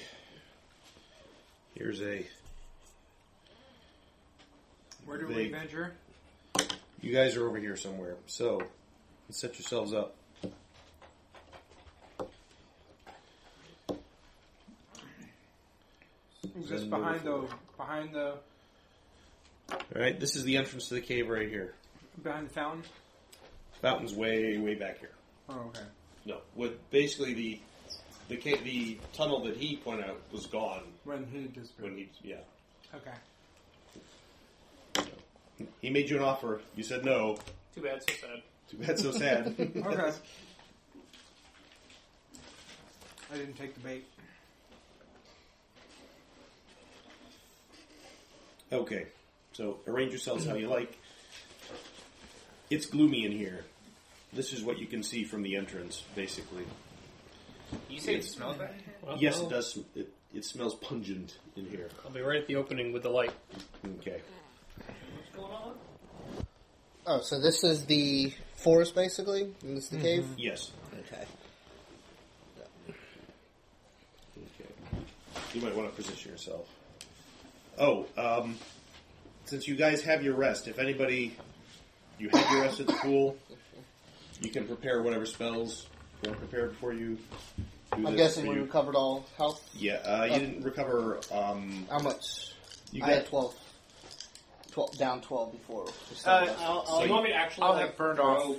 S2: Here's a.
S3: Where do we
S2: They-
S3: venture?
S2: You guys are over here somewhere, so set yourselves up.
S3: Just behind the behind the
S2: All right, this is the entrance to the cave right here.
S3: behind the fountain.
S2: Fountain's way, way back here.
S3: Oh, okay.
S2: No, what basically the the ca- the tunnel that he pointed out was gone
S3: When he disappeared.
S2: when he yeah
S3: Okay.
S2: he made you an offer. You said no.
S5: Too bad, so sad.
S2: Too bad, so sad.
S3: Okay. I didn't take the bait.
S2: okay, so arrange yourselves how you like. It's gloomy in here. This is what you can see from the entrance, basically.
S1: You say it smells bad.
S2: Yes, it does. sm- It, it smells pungent in here.
S5: I'll be right at the opening with the light.
S2: Okay.
S5: What's going on?
S6: Oh, so this is the forest basically. And this is the cave.
S2: Yes.
S6: Mm-hmm. Okay.
S2: Okay. You might want to position yourself. Oh, um, since you guys have your rest, if anybody, you have your rest at the pool, you can prepare whatever spells you want to prepare before you. Do
S6: I'm
S2: this
S6: guessing
S2: for
S6: we
S2: you.
S6: recovered all health.
S2: Yeah, uh, you
S6: Uh,
S2: didn't recover. Um,
S6: How much?
S2: you
S6: I had 12. 12 down 12 before. we started.
S1: Uh, I'll,
S2: So
S5: Do
S1: I'll,
S5: Oh, you want me to actually
S1: I'll
S5: like,
S1: have burned
S5: throw
S1: off.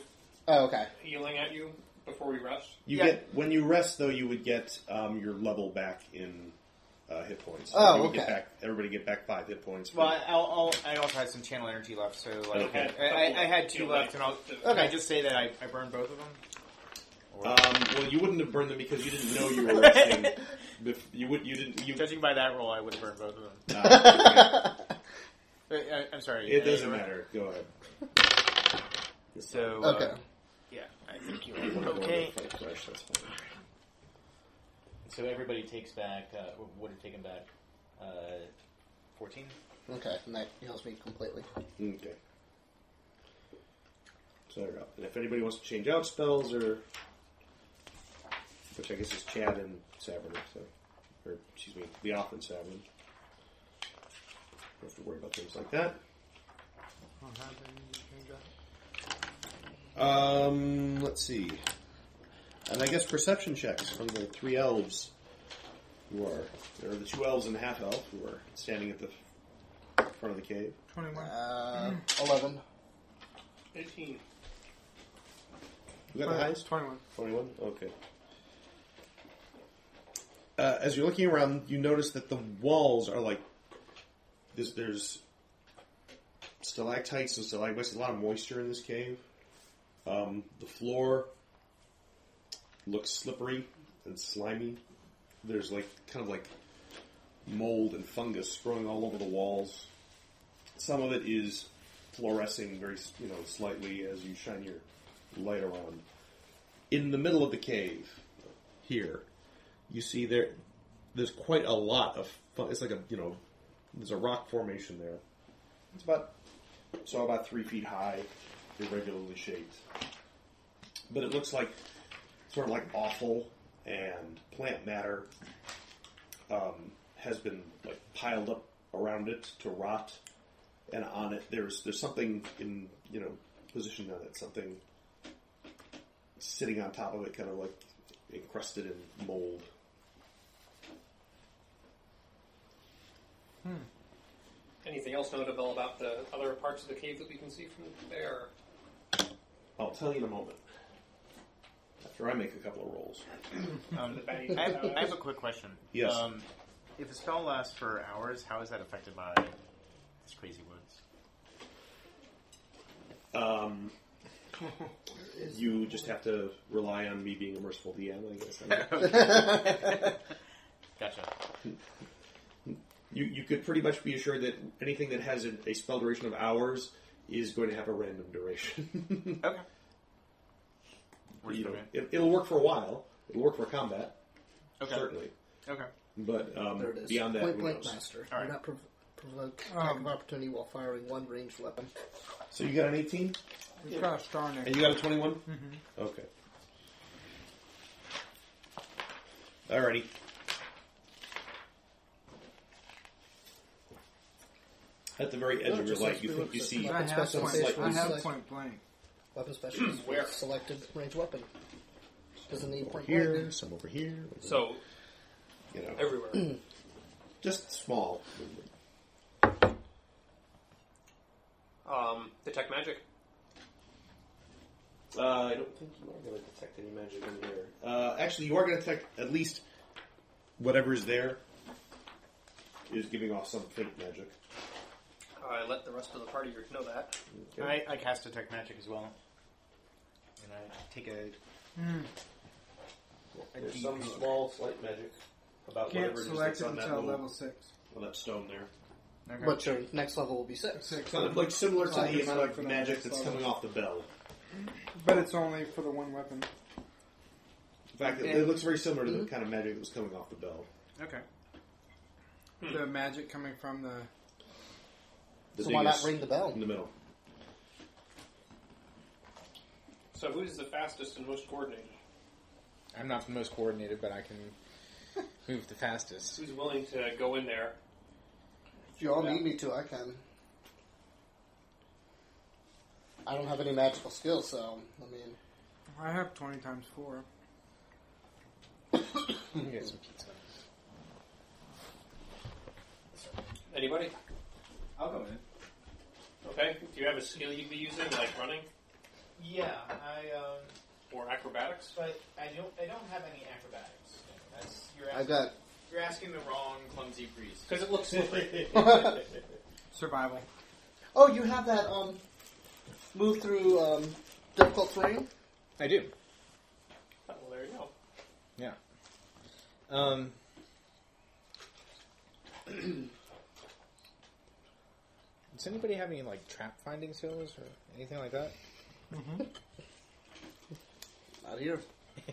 S6: oh, okay.
S5: healing at you before we rest?
S2: you
S1: yeah.
S2: get when you rest though, you would get um, your level back in uh, hit points.
S6: Oh,
S2: You would Get
S6: okay.
S2: back, everybody get back five hit points.
S1: Well, I- I'll, I'll, I also had some channel energy left, so like,
S2: Okay.
S1: I, I, I had two
S5: Yeah,
S1: left, and I'll. Can I
S6: Okay.
S1: just say that I, I burned both of them? Or,
S2: Um, well, you wouldn't have burned them because you didn't know you were resting. Bef- you would. You didn't. You.
S1: judging by that roll, I would have burned both of them.
S2: Uh,
S1: Uh, I, I'm sorry.
S2: it doesn't
S1: Uh,
S2: matter. Go ahead.
S1: So uh,
S6: Okay.
S1: yeah, I think you
S2: You wanna
S1: are
S2: go over
S1: okay.
S2: fight first, that's fine.
S4: So everybody takes back, uh, or would have taken back, uh,
S1: Fourteen.
S6: Okay, and that heals me completely.
S2: Okay. So they're up. And if anybody wants to change out spells or, which I guess is Chad and Savin, so, or excuse me, Leoff and Savin. Don't have to worry about things like that.
S3: Oh,
S2: Um, let's see. And I guess perception checks from the three elves who are, there are the two elves and the half elf who are standing at the front of the cave.
S3: Twenty-one.
S6: Uh,
S2: Mm-hmm.
S6: 11.
S5: 18.
S2: You got the highest?
S3: Uh, Twenty-one.
S2: 21? Okay. Uh, as you're looking around, you notice that the walls are like. There's, there's stalactites and stalagmites, a lot of moisture in this cave. Um, the floor looks slippery and slimy. There's like kind of like mold and fungus growing all over the walls. Some of it is fluorescing very, s- you know, slightly as you shine your light around in the middle of the cave here you see there there's quite a lot of fun, it's like a you know there's a rock formation there it's about so about three feet high irregularly shaped but it looks like sort of like offal and plant matter um, has been like piled up around it to rot, and on it there's there's something in you know positioned on it, something sitting on top of it, kind of like encrusted in mold.
S5: Anything else notable about the other parts of the cave that we can see from there?
S2: I'll tell you in a moment. After I make a couple of rolls.
S4: Um,
S5: That you-
S4: I, have, I have a quick question.
S2: Yes.
S4: Um, if a spell lasts for hours, how is that affected by these crazy words?
S2: Um, you just have to rely on me being a merciful DM, I guess. I mean,
S9: Gotcha.
S2: you, you could pretty much be assured that anything that has a, a spell duration of hours is going to have a random duration.
S4: Okay.
S2: you know,
S4: Okay.
S2: it, it'll work for a while. It'll work for combat,
S4: Okay.
S2: certainly.
S4: Okay.
S2: But um,
S6: There it is.
S2: beyond that,
S6: point
S2: who
S6: blank
S2: knows?
S6: master.
S4: All right.
S6: Do not prov- provoke attack of
S3: Um,
S6: opportunity while firing one ranged weapon.
S2: So you got an 18?
S3: Gosh darn it.
S2: And you got a 21? Okay. Alrighty. At the very edge
S6: No,
S2: of your
S6: just
S2: light,
S6: lets
S2: you
S6: me
S2: think
S6: look
S2: you
S6: at
S2: see
S6: it.
S3: I
S6: It's
S3: have,
S6: special
S3: point,
S2: slightly-
S3: I have
S6: Select-
S3: point blank.
S6: Weapon specialist with
S5: Where?
S6: selected range weapon. Doesn't need
S2: over
S6: point
S2: here,
S6: blank.
S2: some over here.
S5: So
S2: you know,
S5: everywhere.
S2: just small.
S5: Um, detect magic.
S2: Uh, I don't think you are going to detect any magic in there. Uh, actually, you are going to detect at least whatever is there is giving off some faint magic.
S5: I let the rest of the party know that.
S4: I, I cast detect magic as well, and I take a
S2: There's some small, slight magic about
S3: Can't
S2: whatever it is
S3: select
S2: that's
S3: it
S2: on that
S3: until
S2: little-
S3: level six.
S2: on that stone there.
S4: okay.
S6: But your next level will be six.
S3: Six.
S2: Kind of like similar to
S3: Like
S2: the
S3: it's
S2: amount
S3: like
S2: of
S3: for the
S2: magic
S3: next
S2: that's
S3: level.
S2: coming off the bell.
S3: But it's only for the one weapon.
S2: In fact, it, it looks very similar to the kind of magic that was coming off the bell.
S3: Okay.
S2: Hmm.
S3: The magic coming from the.
S2: The
S6: So why not
S2: biggest
S6: ring the bell?
S2: in the middle?
S5: So who's the fastest and most coordinated?
S4: I'm not the most coordinated, but I can move the fastest.
S5: Who's willing to go in there?
S6: If you all need me to, I can. I don't have any magical skills, so I mean,
S3: I have 20 times 4.
S4: Get some pizza.
S5: Anybody?
S4: I'll go in.
S5: Okay. Do you have a skill you'd be using, like running
S10: Yeah, I um,
S5: or acrobatics?
S10: but I don't I don't have any acrobatics. That's you're
S6: I
S10: asking,
S6: got
S10: you're asking the wrong clumsy priest.
S5: Because it looks slippery.
S3: Survival.
S6: Oh, you have that um move through um difficult terrain?
S4: I do.
S5: well, there you go.
S4: Yeah. Um. Does anybody have any like trap finding skills or anything like that?
S6: Out here.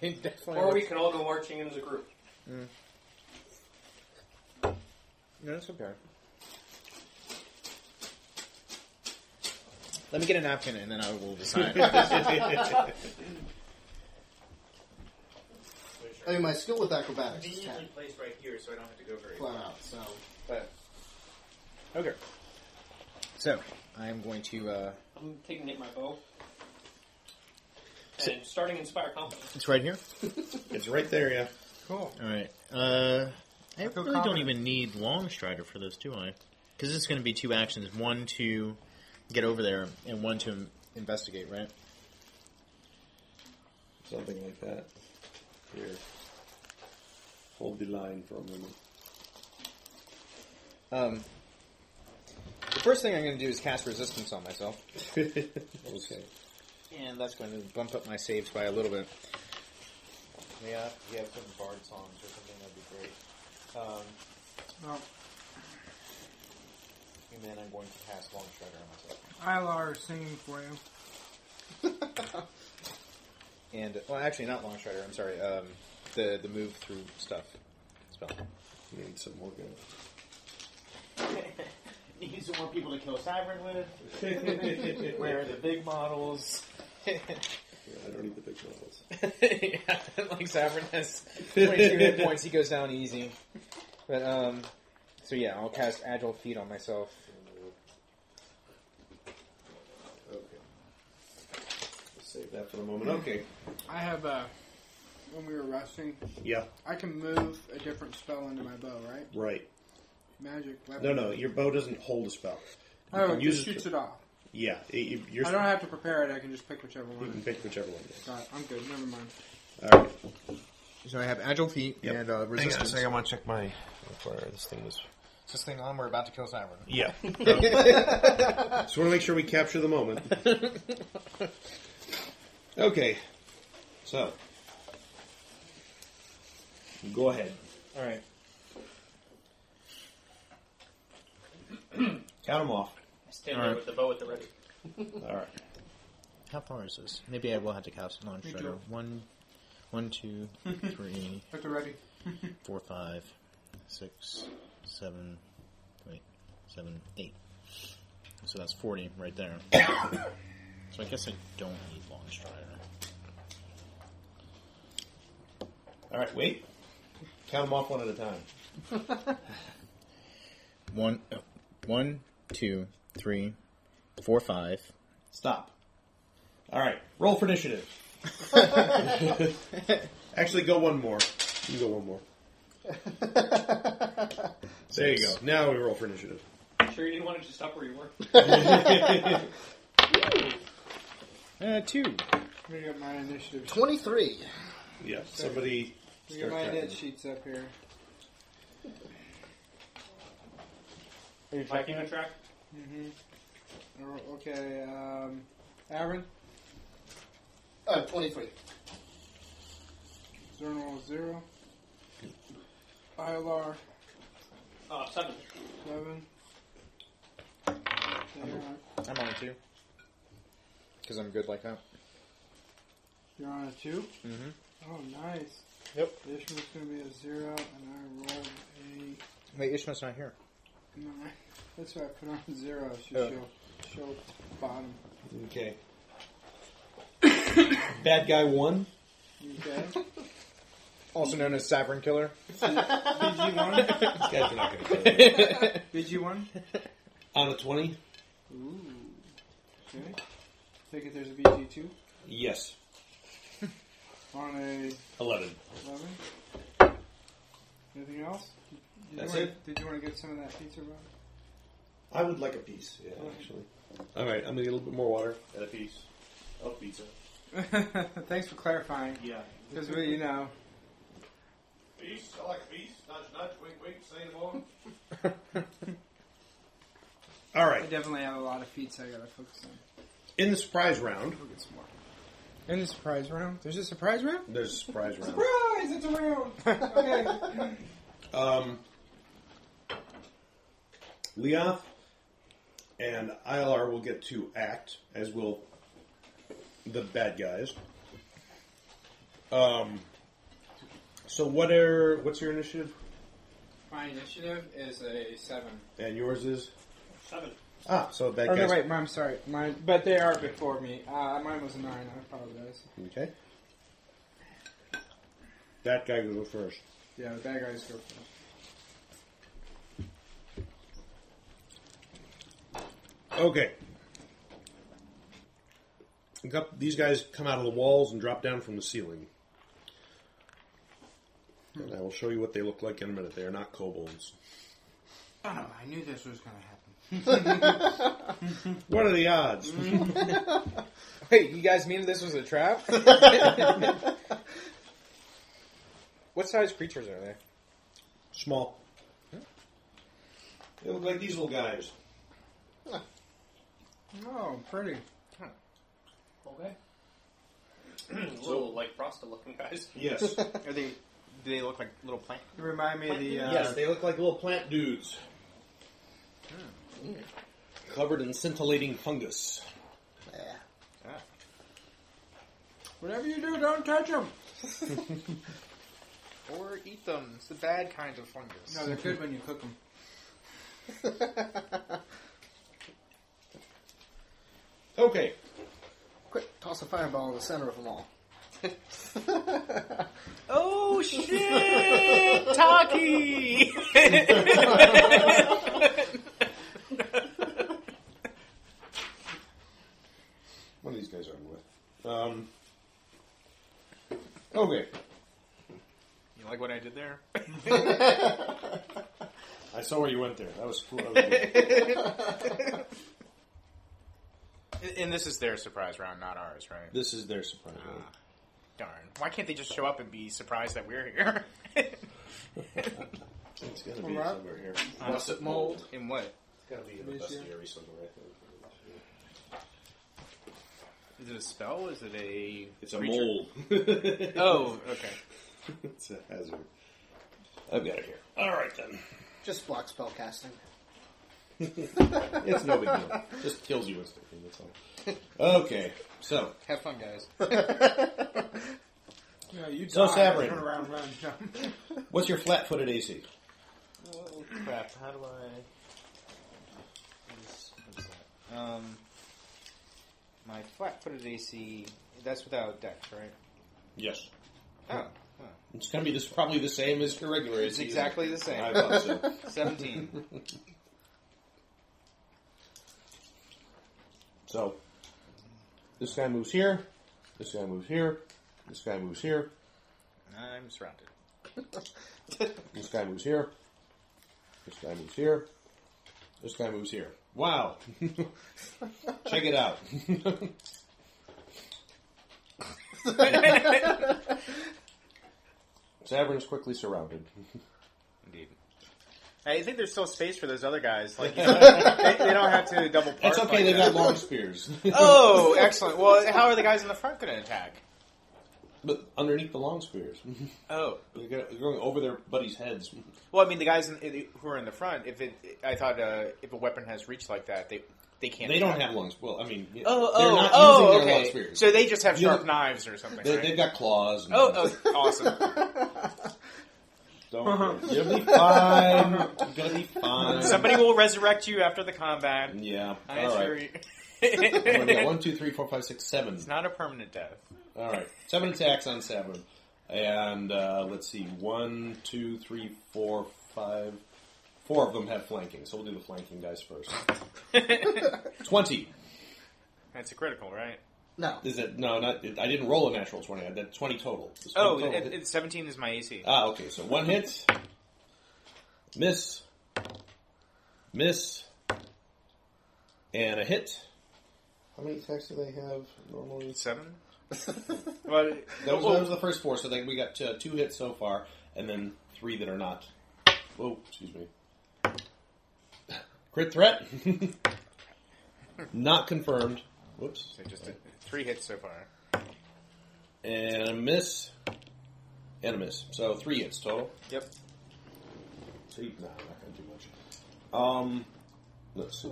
S4: It definitely
S5: Or we
S4: looks-
S5: can all go marching in as a group.
S4: No, it's okay. Let me get a napkin and then I will decide.
S6: I mean my skill with
S10: It's
S6: acrobatics is
S10: usually
S6: ten
S10: placed right here, so I don't have to go very far.
S6: flat out, so
S4: okay. So I am going to. Uh,
S5: I'm taking it my bow. And starting inspire confidence.
S4: it's right here.
S2: It's right there, yeah.
S3: Cool.
S11: All right. Uh, I
S3: feel
S11: really don't
S3: confident.
S11: even need long strider for this, do I? Because it's going to be two actions: one to get over there, and one to im- investigate. Right?
S2: Something like that. Here. Hold the line for a moment.
S4: Um, the first thing I'm going to do is cast resistance on myself,
S2: okay.
S4: and that's going to bump up my saves by a little bit. Yeah, you have some bard songs or something that'd be great. Um,
S3: Well,
S4: and then I'm going to cast long strider on myself.
S3: Ilar is singing for you.
S4: and well, actually, not Long Strider. I'm sorry. Um, the the move through stuff spell.
S2: We need some more guys.
S9: Needs more people to kill Cyber with. Where are the big models?
S2: Yeah, I don't need the big models.
S4: yeah, like Savern has 22 hit points. He goes down easy.
S12: But um, so yeah, I'll cast Agile Feet on myself.
S2: Okay. Save that for the moment. Okay.
S3: I have uh, when we were resting,
S2: Yeah.
S3: I can move a different spell into my bow, right?
S2: Right.
S3: Magic weapon.
S2: No, no. Your bow doesn't hold a spell. You
S3: Oh,
S2: can
S3: it
S2: use
S3: just
S2: it
S3: shoots
S2: to-
S3: it off.
S2: Yeah. it- you- you're-
S3: I don't have to prepare it. I can just pick whichever
S2: You
S3: one.
S2: can pick whichever one. you
S3: Got it. I'm good. Never mind.
S2: want. All right.
S13: So I have agile feet
S2: Yep.
S13: and uh,
S2: Hang on a
S13: resistance.
S2: second, I want to check my. how far this thing was.
S13: Is this thing on? We're about to kill Cybern.
S2: Yeah. Just want to make sure we capture the moment. Okay. So. Go ahead.
S12: All right.
S2: Count them off.
S5: I stand there
S13: Alright.
S5: with the bow at the ready.
S2: All right.
S13: How far is this? Maybe I will have to cast launch
S3: Me
S13: strider.
S3: too.
S13: One, one, two, three,
S3: At the ready.
S13: four, five, six, seven, wait, seven, eight. So that's forty right there. so I guess I don't need launch strider.
S2: All right. Wait. Count them off one at a time.
S13: One, oh, one, two, three, four, five.
S2: Stop. All right. Roll for initiative. Actually, go one more. You go one more. There you go. Now we roll for initiative.
S5: Sure, you didn't want to just stop where you were.
S13: Uh, two.
S3: We got my initiative.
S6: Twenty-three.
S2: Yeah. Somebody.
S3: We got
S2: start
S3: my
S2: counting.
S3: init sheets up here.
S12: Are you
S5: Am I keeping
S12: tracking?
S5: track?
S3: Mm-hmm. Okay. Um, Aaron,
S6: Uh, twenty-three.
S3: Zernal is zero. Ilar
S5: Uh, seven.
S3: eleven. You're on,
S12: I'm on a two. Because I'm good like that.
S3: you're on a two.
S12: Mm-hmm.
S3: Oh, nice.
S12: Yep.
S3: Ishmael's gonna be a zero, and I rolled a
S12: Wait, Ishmael's not here.
S3: No, that's why I put on zero. She
S12: Oh.
S3: show, show bottom.
S2: Okay. Bad guy one.
S3: Okay.
S12: Also known as Cybern Killer.
S3: BG one.
S2: These guys are not going to
S3: BG one.
S2: On a twenty.
S3: Ooh. Okay. Take it. There's a BG two
S2: Yes.
S3: on a
S2: Eleven.
S3: eleven. Anything else? Did
S2: That's
S3: you wanna,
S2: it.
S3: Did you want to get some of that pizza? Rob?
S2: I would like a piece. Yeah, actually. All right. I'm gonna get a little bit more water. And a piece.
S5: Oh,
S2: Of pizza.
S3: Thanks for clarifying,
S2: Yeah.
S3: because we, you know,
S2: Feast, I like feast. Nudge, nudge, wink, wink, say no more. All
S3: I
S2: right.
S3: definitely have a lot of feats I gotta focus on.
S2: In the surprise round,
S3: We'll get some more. And the surprise round. There's a surprise round.
S2: there's a surprise round.
S3: Surprise! It's a round. Okay.
S2: Um, Leoth and ILR will get to act, as will the bad guys. Um, so what are what's your initiative?
S3: My initiative is a seven.
S2: And yours is
S5: Seven.
S2: ah, so bad
S3: Oh, no,
S2: guys.
S3: wait, mine- I'm sorry. Mine, but they are before me. Uh, mine was a nine. I apologize.
S2: Okay, that guy goes first.
S3: Yeah, the bad guys go first.
S2: Okay. A coup- These guys come out of the walls and drop down from the ceiling. And I will show you what they look like in a minute. They are not kobolds.
S3: Oh, no, I knew this was going to happen.
S2: What are the odds?
S12: Wait, you guys mean this was a trap? what size creatures are they?
S2: Small. They look like these little guys.
S3: Oh, pretty.
S5: Okay. Little like Frosta looking guys.
S2: Yes.
S4: Are they? Do they look like little plant?
S3: You remind me of the. Uh,
S2: yes, they look like little plant dudes. Covered in scintillating fungus.
S6: Yeah.
S3: Whatever you do, don't touch them.
S1: Or eat them. It's the bad kind of fungus.
S3: No, they're good when you cook them.
S2: Okay.
S6: Quick, toss a fireball in the center of them all.
S4: oh shit, Taki!
S2: One of these guys I'm with. Um, okay.
S1: You like what I did there?
S2: I saw where you went there. That was cool. That was good.
S1: And- And this is their surprise round, not ours, right?
S2: this is their surprise. round.
S1: Darn. Why can't they just show up and be surprised that we're here?
S2: It's got to be
S3: Alright.
S2: somewhere here.
S1: Russet mold. In what?
S2: It's got to be in the
S3: This year.
S2: bestiary somewhere. I think.
S1: Is it a spell? Is it a.
S2: It's a
S1: creature?
S2: mold.
S1: Oh, okay.
S2: it's a hazard. I've got it here. All right then.
S6: Just block spell casting.
S2: It's no big deal. Just kills you instantly. That's all. Okay. So
S1: Have fun, guys.
S3: Yeah, you
S2: So
S3: die.
S2: Sabrin.
S3: Turn around, run.
S2: what's your flat-footed AC?
S4: Oh crap! How do I? What's- what's that? Um, my flat-footed AC. That's without dex, right?
S2: Yes.
S4: Oh,
S2: It's gonna be this probably the same as your regular
S4: it's
S2: AC.
S4: exactly the
S2: I
S4: same.
S2: thought so.
S4: Seventeen.
S2: So this guy moves here. This guy moves here. This guy moves here.
S4: I'm surrounded.
S2: This guy moves here. This guy moves here. This guy moves here. Wow. Check it out. Sabrin is quickly surrounded.
S1: Indeed. I think there's still space for those other guys. Like, you know, they, they don't have to double park.
S2: It's okay,
S1: like
S2: they've got
S1: that.
S2: long spears.
S1: Oh, excellent. Well, how are the guys in the front going to attack?
S2: but underneath the long spears.
S1: Oh,
S2: They're go- they're going over their buddies' heads.
S1: well, I mean, the guys in, who are in the front. If it, I thought uh, if a weapon has reach like that, they they can't.
S2: They don't
S1: attack.
S2: have long spears. Well, I mean, yeah,
S1: Oh,
S2: they're
S1: oh,
S2: not
S1: oh,
S2: using their
S1: okay.
S2: long spears.
S1: So they just have
S2: You
S1: sharp
S2: know-
S1: knives or something.
S2: they,
S1: right?
S2: they've got claws. And
S1: oh, oh, awesome.
S2: Don't worry. You'll be fine. You're going to be fine.
S1: Somebody will resurrect you after the combat.
S2: Yeah.
S1: I
S2: All
S1: assure
S2: right.
S1: you.
S2: What do we got? One, two, three, four, five, six, seven.
S1: It's not a permanent death.
S2: All right, seven attacks on Sabrin, and uh, let's see, one, two, three, four, five. Four of them have flanking, so we'll do the flanking guys first. twenty
S1: That's a critical, right?
S6: No.
S2: is it? No, not. I didn't roll a natural twenty. I did twenty total. Just
S1: Oh,
S2: 20 total.
S1: it, it, 17 is my AC.
S2: ah, okay. So one hit, miss, miss, and a hit. How many attacks do they have normally?
S1: Seven? well,
S2: That was,
S1: oh,
S2: that was the first four, so they, we got uh, two hits so far, and then three that are not. Oh, excuse me. Crit threat. not confirmed. Whoops.
S1: so just uh, three hits so far.
S2: And a miss. And a miss. So three hits total.
S1: Yep.
S2: See, no, I'm not going to do much. Um, let's see.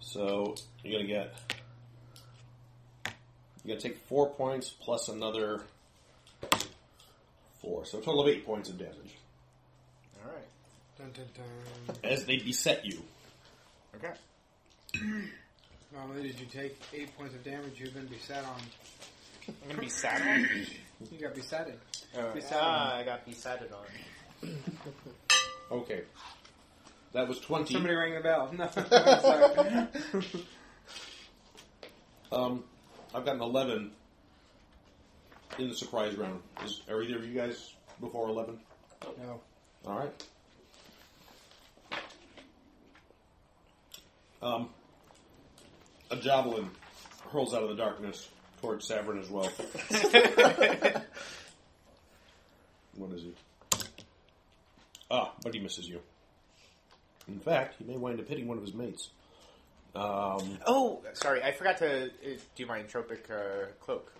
S2: so you're going to get. You're going to take four points plus another four. So a total of eight points of damage.
S1: All right.
S3: Dun, dun, dun.
S2: as they beset you.
S1: Okay.
S3: Not only did you take eight points of damage, you've been besat on.
S1: I'm going to be saddled. Uh,
S3: You got besatted.
S4: Ah, I got decided on.
S2: Okay. That was 20.
S3: Somebody rang the bell. No, I'm sorry.
S2: Um, I've gotten 11 in the surprise round. Is, are either of you guys before 11?
S3: no.
S2: All right. Um, a javelin hurls out of the darkness towards Savern as well. what is he? Ah, but he misses you. In fact, he may wind up hitting one of his mates. Um,
S1: Oh, sorry. I forgot to uh, do my entropic uh, cloak.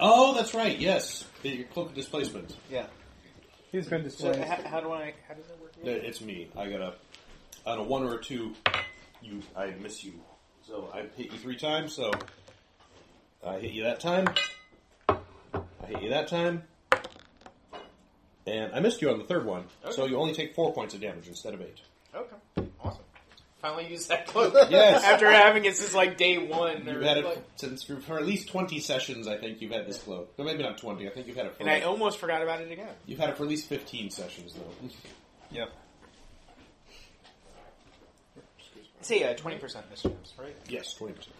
S2: oh, that's right. Yes, your cloak of displacement.
S1: Yeah.
S3: He's been
S1: So
S3: displayed.
S1: how, how do I. How does that work?
S2: No, It's me. I got a on a one or a two. You, I miss you. So I hit you three times. So I hit you that time. I hit you that time,
S1: Oh,
S2: and I missed you on the third one. So you only take four points of damage instead of eight.
S1: Okay. Awesome.
S4: Finally used that cloak.
S2: Yes.
S4: After having it since like day one.
S2: You've had it since for, for at least twenty sessions. I think you've had this cloak. No, maybe not twenty. I think you've had it. For
S4: and I almost forgot about it again.
S2: You've had it for at least fifteen sessions though.
S4: Yep. See, uh, 20% mischance, right?
S2: Yes, twenty percent.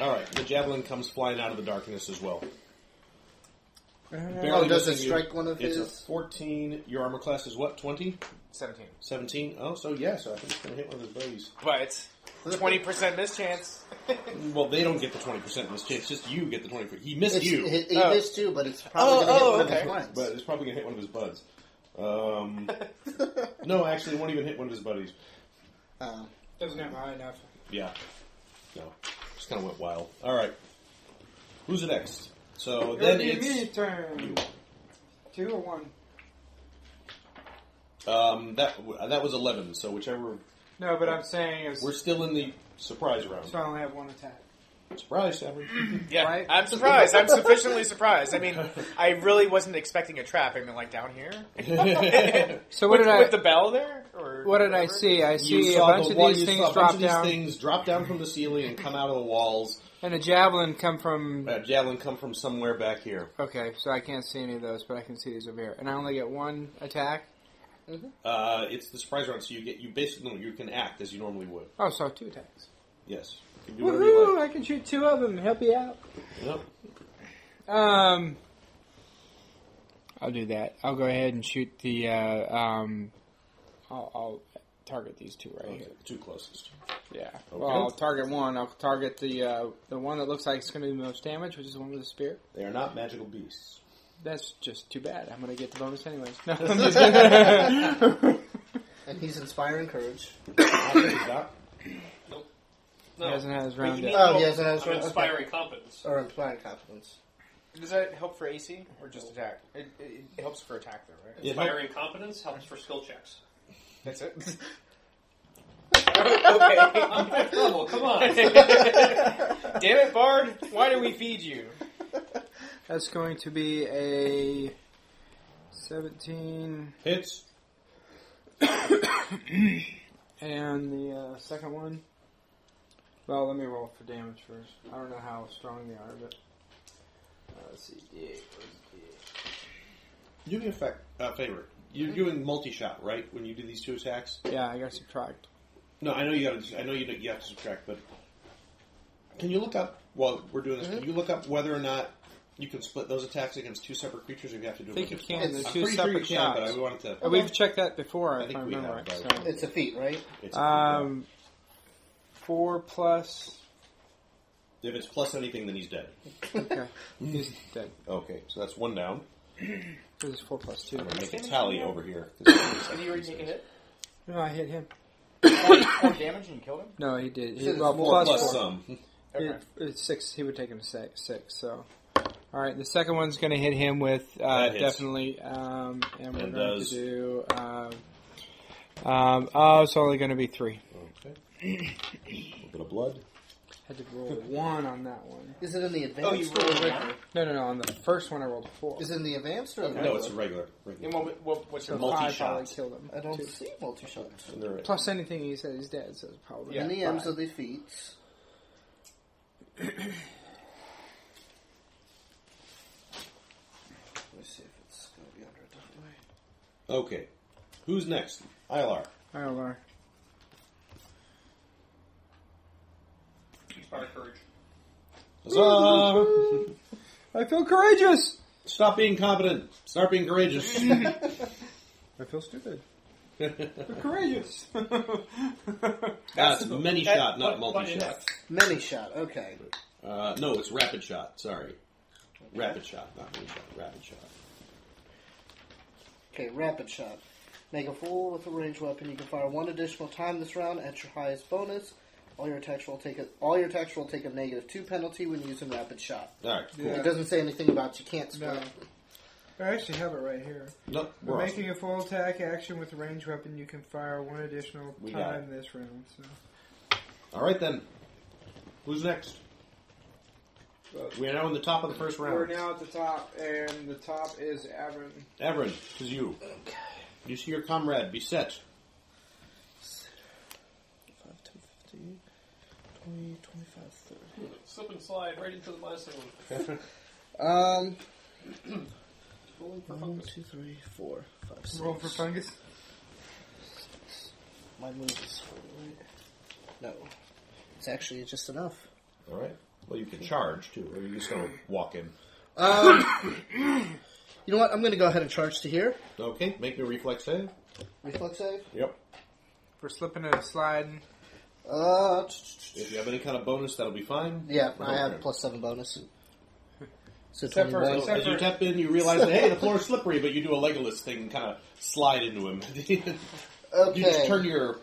S2: All right, the javelin comes flying out of the darkness as well.
S6: Oh, does it
S2: missing you.
S6: strike one of
S2: it's
S6: his?
S2: a fourteen. Your armor class is what? Twenty.
S4: 17.
S2: 17? Oh, so yeah, so I think it's going to hit one of his buddies.
S4: But 20% mischance.
S2: Well, they don't get the 20% in this chance, just you get the 20%. He missed
S6: It's-
S2: you,
S6: He, he
S4: Oh.
S6: missed you, but it's probably
S4: Oh,
S6: going to hit
S4: oh,
S6: one of
S4: okay.
S6: his ones.
S2: but it's probably going to hit one of his buds. Um, no, actually, it won't even hit one of his buddies.
S6: Um,
S7: Doesn't have high enough.
S2: Yeah. No. Just kind of went wild. Alright. Who's next? So
S3: It would
S2: then
S3: be me
S2: it's.
S3: turn. Two or one?
S2: Um, that, that was 11, so whichever.
S3: No, but I'm saying it's,
S2: We're still in the surprise round.
S3: so I only have one attack.
S2: Surprise, Severin.
S4: Yeah,
S3: Right?
S4: I'm surprised. I'm sufficiently surprised. I mean, I really wasn't expecting a trap. I mean, like down here.
S3: So
S4: with, with the bell there? Or
S3: What did I
S4: whatever?
S3: see? I
S2: You
S3: see a
S2: saw
S3: bunch
S2: the
S3: of
S2: wall-
S3: these
S2: you saw a
S3: things
S2: bunch
S3: drop
S2: of these
S3: down,
S2: things drop down from the ceiling and come out of the walls.
S3: and a javelin come from.
S2: Uh, javelin come from somewhere back here.
S3: Okay, so I can't see any of those, but I can see these over here, and I only get one attack.
S2: Uh, it's the surprise round, so you get you basically no, you can act as you normally would.
S3: Oh, so two attacks.
S2: Yes. You can do whatever you
S3: Woohoo! I can shoot two of them. Help you out.
S2: like.
S3: Um, I'll do that. I'll go ahead and shoot the. Uh, um, I'll, I'll target these two right
S2: Yep.
S3: here.
S2: Okay, Two closest.
S3: Yeah.
S2: Okay.
S3: Well, I'll target one. I'll target the uh, the one that looks like it's going to do the most damage, which is the one with the spear.
S2: They are not magical beasts.
S3: That's just too bad. I'm going to get the bonus anyways. No, I'm just kidding.
S6: and he's inspiring courage.
S2: Doc?
S5: No.
S3: He hasn't had his
S5: But
S3: round
S5: you
S3: yet.
S5: need
S6: Oh,
S5: both.
S6: he hasn't had his
S5: I'm
S6: round, okay.
S5: inspiring competence.
S6: Or implying confidence.
S4: Does that help for AC or just attack? It, it, it helps for attack, though, right?
S2: Yeah,
S5: Inspiring competence helps for skill checks.
S4: That's it.
S5: I'm fifth level, come on.
S4: Damn it, Bard! Why do we feed you?
S3: That's going to be a 17,
S2: Hits.
S3: and the uh, second one. Well, let me roll for damage first. I don't know how strong they are, but uh, let's see. D8, where's
S2: You can affect uh, favor. You're doing multi shot, right? When you do these two attacks.
S3: D8? Yeah, I got subtract.
S2: No, I know you got. to I know you you have to subtract, but can you look up while we're doing this?
S3: Mm-hmm.
S2: Can you look up whether or not you can split those attacks against two separate creatures? Or you have to do.
S3: I
S2: it
S3: think you
S2: with
S3: can.
S2: your-
S3: There's
S2: I'm
S3: two
S2: pretty sure you
S3: separate
S2: can,
S3: shots.
S2: but I wanted to.
S3: Uh, We've checked that before,
S2: I
S3: if
S2: think
S3: I
S2: we
S3: remember
S2: have,
S3: right.
S2: but-
S3: so-
S6: It's a feat, right?
S2: It's-
S3: Um, four plus.
S2: if it's plus anything, then he's dead.
S3: Okay, he's dead.
S2: Okay, so that's one down.
S3: This is four plus two.
S2: I'm gonna make a tally over here.
S4: Did you already take a hit?
S3: No, I hit him.
S4: Four damage and you killed him?
S3: No, he did. He,
S6: Says
S3: well,
S6: more
S3: plus,
S2: Plus
S3: plus
S2: some.
S4: Okay.
S3: it's six. He would take him to six. six so, all right. The second one's going to hit him with uh,
S2: That hits.
S3: definitely, um, and we're
S2: And
S3: going
S2: does-
S3: to do. Um, um, oh, it's only going to be three.
S2: Okay. A little bit of blood.
S3: Had to roll one on that one.
S6: Is it in the advanced or the regular?
S3: No, no, no. On the first one, I rolled a four.
S6: Is it in the advanced or the regular?
S2: No, it's a regular. regular.
S4: And what, what, what's your
S3: so
S2: multi-
S3: five
S2: multi-shot.
S3: probably killed him.
S6: I don't
S3: Two.
S6: see multi shot.
S2: And they're-
S3: Plus anything he said he's dead, so it's probably
S6: In the ends
S3: five.
S6: of the feats. Let me see if it's going to be under a different way.
S2: Okay. Who's next? Ilar.
S3: ILR.
S5: Inspire courage.
S2: Huzzah!
S3: I feel courageous.
S2: Stop being competent. Start being courageous.
S3: I feel stupid. courageous.
S2: That's many shot, not
S5: but- but
S2: multi shot.
S5: enough.
S6: Many shot, okay.
S2: Uh, no, it's rapid shot. Sorry. Rapid shot, not many shot. Rapid shot.
S6: Okay, rapid shot. Make a fool with a ranged weapon. You can fire one additional time this round at your highest bonus. All your attacks will take a all your attacks will take a negative two penalty when using rapid shot.
S2: All right. Cool.
S6: It doesn't say anything about you can't split.
S3: No. I actually have it right here.
S2: Nope,
S3: When
S2: we're off.
S3: making a full attack action with a ranged weapon, you can fire one additional
S2: We got
S3: time this round. So.
S2: All right then. Who's next? Uh, We are now in the top of the first
S3: We're
S2: round.
S3: now at the top, and the top is Avern.
S2: Everin, 'tis you. You see your comrade beset
S14: 20, 25, 30.
S5: Slip and slide right into the last one.
S14: Um,
S5: Rolling for
S14: one,
S5: focus.
S14: two, three, four, five, six.
S15: Roll for fungus.
S6: My move is forty, right? No. It's actually just enough.
S2: All right. Well, you can charge too, or you're just going to walk in.
S6: Um, you know what? I'm going to go ahead and charge to here.
S2: Okay, make me a reflex save.
S6: Reflex save.
S2: Yep.
S15: For slipping and sliding.
S6: Uh, t- t- t-
S2: If you have any kind of bonus, that'll be fine.
S6: yeah,
S2: No,
S6: I have
S2: okay.
S6: plus seven bonus. So
S15: Except for-
S2: So
S6: 21.
S2: as you tap in, you realize that hey, the floor is slippery, but you do a Legolas thing and kind of slide into him.
S6: Okay.
S2: You just turn your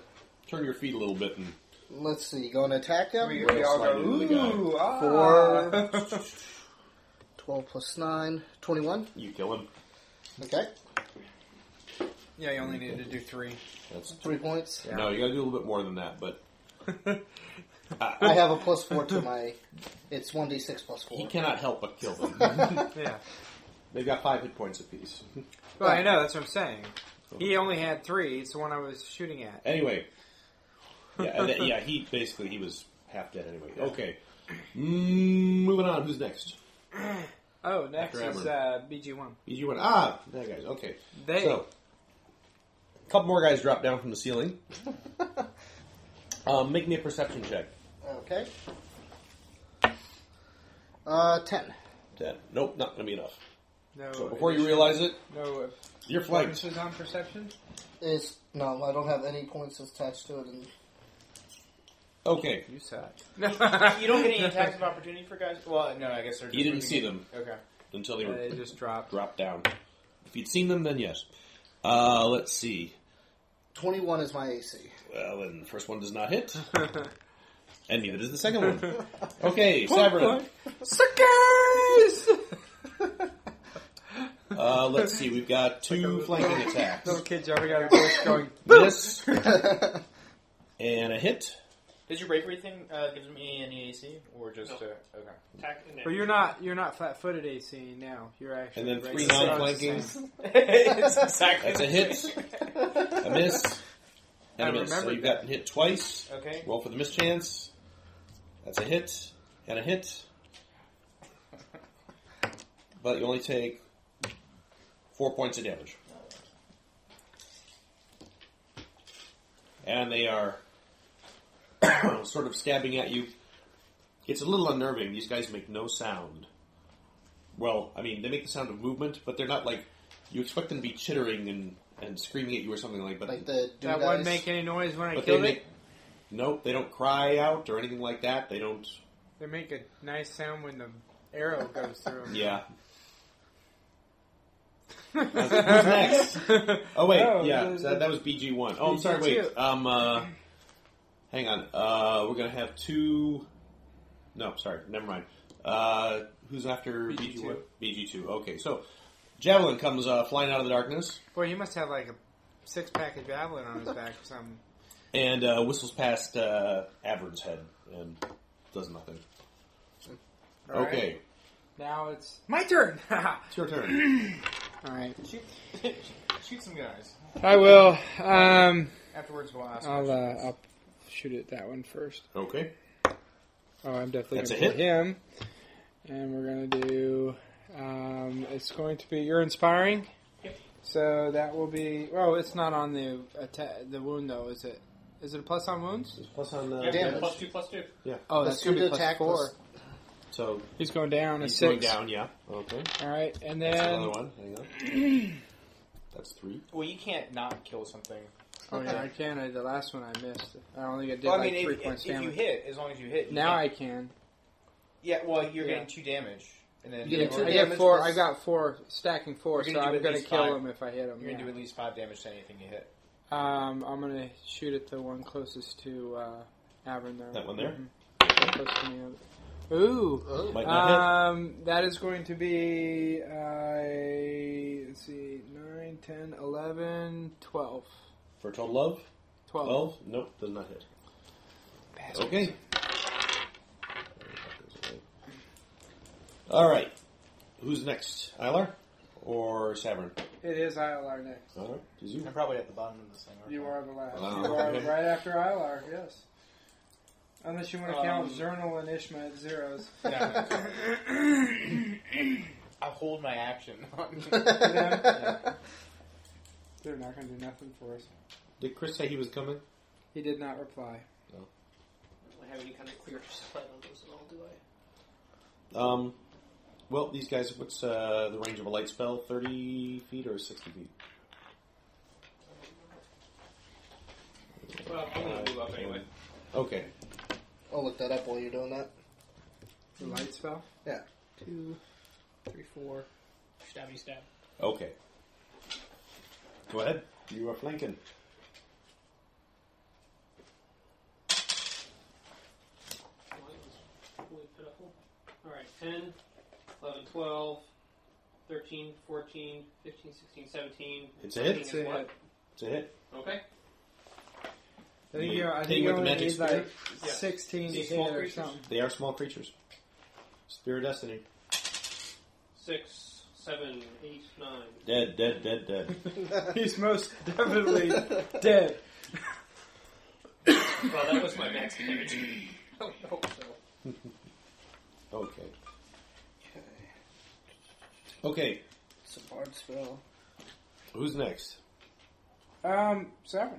S2: turn your feet a little bit and
S6: Let's see. Going to attack him.
S15: We,
S2: Rail
S15: we all
S2: slide
S15: go,
S2: into the guy.
S15: ooh, ah.
S6: Four. 12 plus 9. 21.
S2: you kill him.
S6: Okay.
S15: yeah, you only needed to do three.
S2: That's
S6: Three points.
S2: no, you got to do a little bit more than that. But
S6: I have a plus 4 to my. It's 1d6 plus 4.
S2: he cannot help but kill them.
S15: Yeah.
S2: They've got five hit points apiece.
S15: Well, I know, that's what I'm saying. He only had three. It's the one I was shooting at.
S2: Anyway, yeah, and that- yeah. He basically he was half dead anyway. Okay, mm, moving on. Who's next?
S15: Oh, next
S2: After
S15: is
S2: Amber.
S15: uh, BG1.
S2: You went ah that guy. Okay,
S15: They.
S2: So, a couple more guys drop down from the ceiling. um, make me a perception check.
S6: Okay. Uh, 10.
S2: Ten. Nope, not going to be enough.
S15: No,
S2: So before you realize it,
S15: no
S2: you're flanked.
S15: bonuses on perception.
S6: Is No, I don't have any points attached to it. And
S2: Okay,
S15: You suck.
S4: you don't get any attacks of opportunity for guys. Well, no, I guess they're. Just
S2: you didn't
S4: moving
S2: see
S4: in.
S2: them
S4: Okay.
S2: until they
S15: Yeah,
S2: were
S15: they just dropped.
S2: dropped down. If you'd seen them, then yes. Uh, let's see.
S6: 21 is my AC.
S2: Well, then the first one does not hit, and neither does the second one. Okay, Severin.
S15: Suckers!
S2: Uh, let's see. We've got two flanking attacks.
S15: Little kid Joey got a voice going.
S2: Miss and a hit.
S4: Does your bravery thing uh, give me any AC or just
S5: No.
S4: uh, okay?
S5: Attack and
S15: But you're not you're not flat-footed AC now. You're
S2: And
S15: actually
S2: then three
S15: regular.
S2: non-flankings.
S4: it's exactly
S2: That's a hit, a miss, and
S15: I
S2: a miss. So
S15: remembered
S2: you've gotten hit twice.
S4: Okay.
S2: Roll for the miss chance. That's a hit and a hit. But you only take four points of damage. And they are sort of stabbing at you. It's a little unnerving. These guys make no sound. Well, I mean, they make the sound of movement, but they're not like you expect them to be chittering and, and screaming at you or something like. But
S6: Like the
S15: That
S6: doodads.
S15: wouldn't make any noise when I
S2: but they
S15: killed
S2: make
S15: it.
S2: nope. They don't cry out or anything like that. They don't.
S15: They make a nice sound when the arrow goes through. 'em.
S2: Yeah. Who's next? Oh wait,
S15: Oh,
S2: yeah,
S15: the-
S2: that, that was BG one. Oh, I'm sorry. Wait,
S15: BG2.
S2: um, uh, hang on. Uh, we're gonna have two. No, sorry, never mind. Uh, who's after BG
S15: BG2?
S2: one? BG two. Okay, so javelin comes uh, flying out of the darkness
S15: Boy, he must have like a six-pack of javelin on his back or something.
S2: and uh, whistles past uh, Avern's head and does nothing.
S15: All right.
S2: okay,
S15: Now it's my turn.
S2: it's your turn.
S15: All right.
S4: Shoot some guys.
S3: I will. Um,
S4: Afterwards, we'll ask.
S3: I'll uh, I'll shoot at that one first.
S2: okay,
S3: Oh, I'm definitely
S2: That's
S3: going
S2: a
S3: to hit him. And we're going to do. Um, it's going to be you're inspiring. Yep. So that will be. Oh, it's not on the atta- the wound though, is it? Is it a plus on wounds?
S2: plus on the
S5: Yeah,
S6: Damage.
S5: plus two, plus two.
S3: Oh,
S6: Plus
S3: that's going
S6: two
S3: to
S6: to
S3: be plus
S6: attack,
S3: four.
S6: plus-
S2: so
S3: He's going down. A
S2: He's
S3: six.
S2: going down, yeah. Okay.
S3: All right, and
S2: That's
S3: then
S2: another one. Hang on. That's three.
S4: Well, you can't not kill something.
S3: oh yeah, I can. I, the last one I missed. I only did
S4: Well, I
S3: like
S4: mean,
S3: three
S4: if,
S3: points
S4: if, if you
S3: damage.
S4: hit, as long as you hit, you can't-
S3: now I can.
S4: yeah. Well, you're
S3: Yeah.
S4: getting two damage, and then
S6: You get
S4: or-
S6: two
S3: I
S4: you're
S3: get
S6: damage
S3: four.
S6: plus-
S3: I got four stacking four,
S4: You're
S3: so
S4: gonna do
S3: I'm
S4: at
S3: going to
S4: least
S3: kill
S4: five.
S3: him if I hit him.
S4: gonna
S3: yeah.
S4: do at least five damage to anything you hit.
S3: Um, I'm gonna shoot at the one closest to uh, Avern there.
S2: That one there?
S3: Mhm. Close to me. Ooh.
S6: Oh.
S2: Might not
S3: Um, that is going to be uh, let's see, 9, 10, 11, 12.
S2: hit for a total of
S3: 12.
S2: twelve. Nope, does not hit. Okay. All right. Who's next? Eilar or Savern?
S3: It is Ilar next.
S2: All right. Did you?
S4: I'm probably at the bottom of this thing. aren't
S3: You
S4: I?
S3: are the last.
S2: Wow.
S3: You are right after Ilar. Yes. Unless you want to count Zernal and Ishma at zeros.
S4: I hold my action. on-
S3: Yeah. They're not going to do nothing for us.
S2: Did Chris say he was coming?
S3: He did not reply.
S5: don't have any kind of clear sight on those at all, do I?
S2: Um, well, these guys, what's uh, the range of a light spell? 30 feet or 60 feet?
S5: Well, I'm gonna move up anyway.
S2: Okay.
S6: I'll Oh, look that up while you're doing that.
S3: The light spell?
S6: Yeah. Two, three, four.
S5: Stabby stab.
S2: Okay. Go ahead. You are flanking.
S5: Really pitiful. All right, 10, 11, 12, 13, 14, 15, 16, 17.
S2: It's a hit.
S5: 18 is
S2: It's a
S5: what?
S2: hit. It's a hit.
S5: Okay.
S3: I think you, I
S2: Hitting
S3: think you
S2: with the
S3: only
S2: magic
S3: need like
S2: spear?
S5: Yeah.
S3: 16 to
S5: These
S3: hit
S5: small
S3: or
S5: creatures?
S3: something.
S2: They are small creatures. Spear of Destiny.
S5: 6, 7, 8, 9.
S2: Dead, dead, dead, dead.
S3: He's most definitely dead.
S5: Well, that was my max damage. I would hope so.
S2: okay. Okay,
S6: It's a bard spell.
S2: who's next?
S3: Um, seven.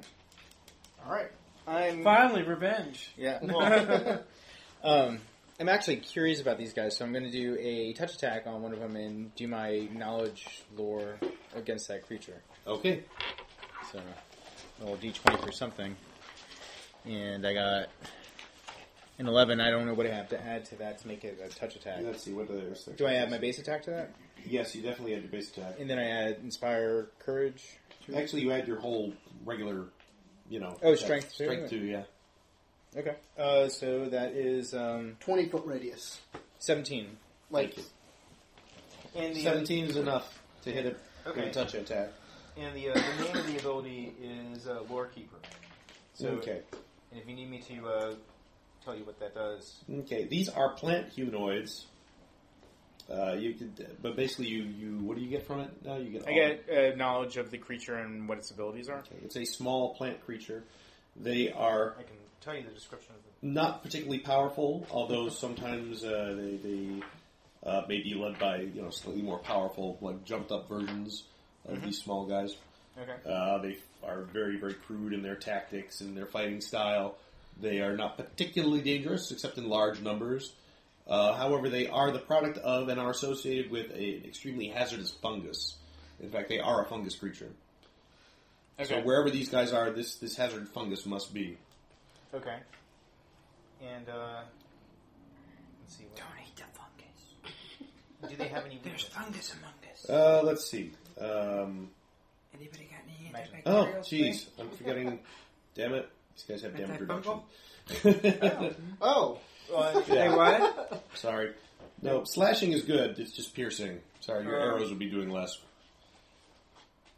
S4: All right.
S2: Mm.
S4: I'm.
S3: Finally, revenge.
S4: Yeah. well, um, I'm actually curious about these guys, so I'm going to do a touch attack on one of them and do my knowledge lore against that creature.
S2: Okay.
S4: So, a little d20 for something. And I got an 11. I don't know what I have to add to that to make it a touch attack.
S2: Let's see, what are their
S4: Do I add my base attack to that?
S2: Yes, you definitely had your base attack.
S4: And then I add inspire courage.
S2: Actually, you had your whole regular, you know.
S4: Oh,
S2: attack.
S4: strength two?
S2: Strength two, yeah.
S4: Okay. Uh, so that is um,
S6: 20 foot radius.
S4: 17.
S6: Like,
S2: Thank
S4: And
S2: 17 is enough to hit it with
S4: Okay.
S2: a touch attack.
S4: And the, uh, the name of the ability is uh, Lore Keeper. So,
S2: okay.
S4: And if you need me to uh, tell you what that does,
S2: Okay, these are plant humanoids. Uh, you could, but basically, you, you what do you get from it? Now you get.
S4: I
S2: all-
S4: get uh, knowledge of the creature and what its abilities are.
S2: Okay, It's a small plant creature. They are
S4: I can tell you the description of the
S2: not particularly powerful, although sometimes uh, they, they uh, may be led by you know slightly more powerful, like jumped up versions of these small guys.
S4: Okay.
S2: Uh, they are very very crude in their tactics and their fighting style. They are not particularly dangerous except in large numbers. Uh, however, they are the product of and are associated with a- an extremely hazardous fungus. In fact, they are a fungus creature. So wherever these guys are, this this hazard fungus must be.
S4: Okay. And uh, let's see. What Don't eat the fungus. Do they have any? There's fungus among us.
S2: Uh, let's see. Um,
S3: Anybody got any
S4: Imagine.
S2: Oh, jeez. I'm forgetting. Damn it. These guys have damage reduction.
S3: Antifungal?
S4: Oh.
S2: Yeah.
S3: Hey, what?
S2: Sorry. No, slashing is good. It's just piercing. Sorry, your
S4: Uh,
S2: arrows will be doing less.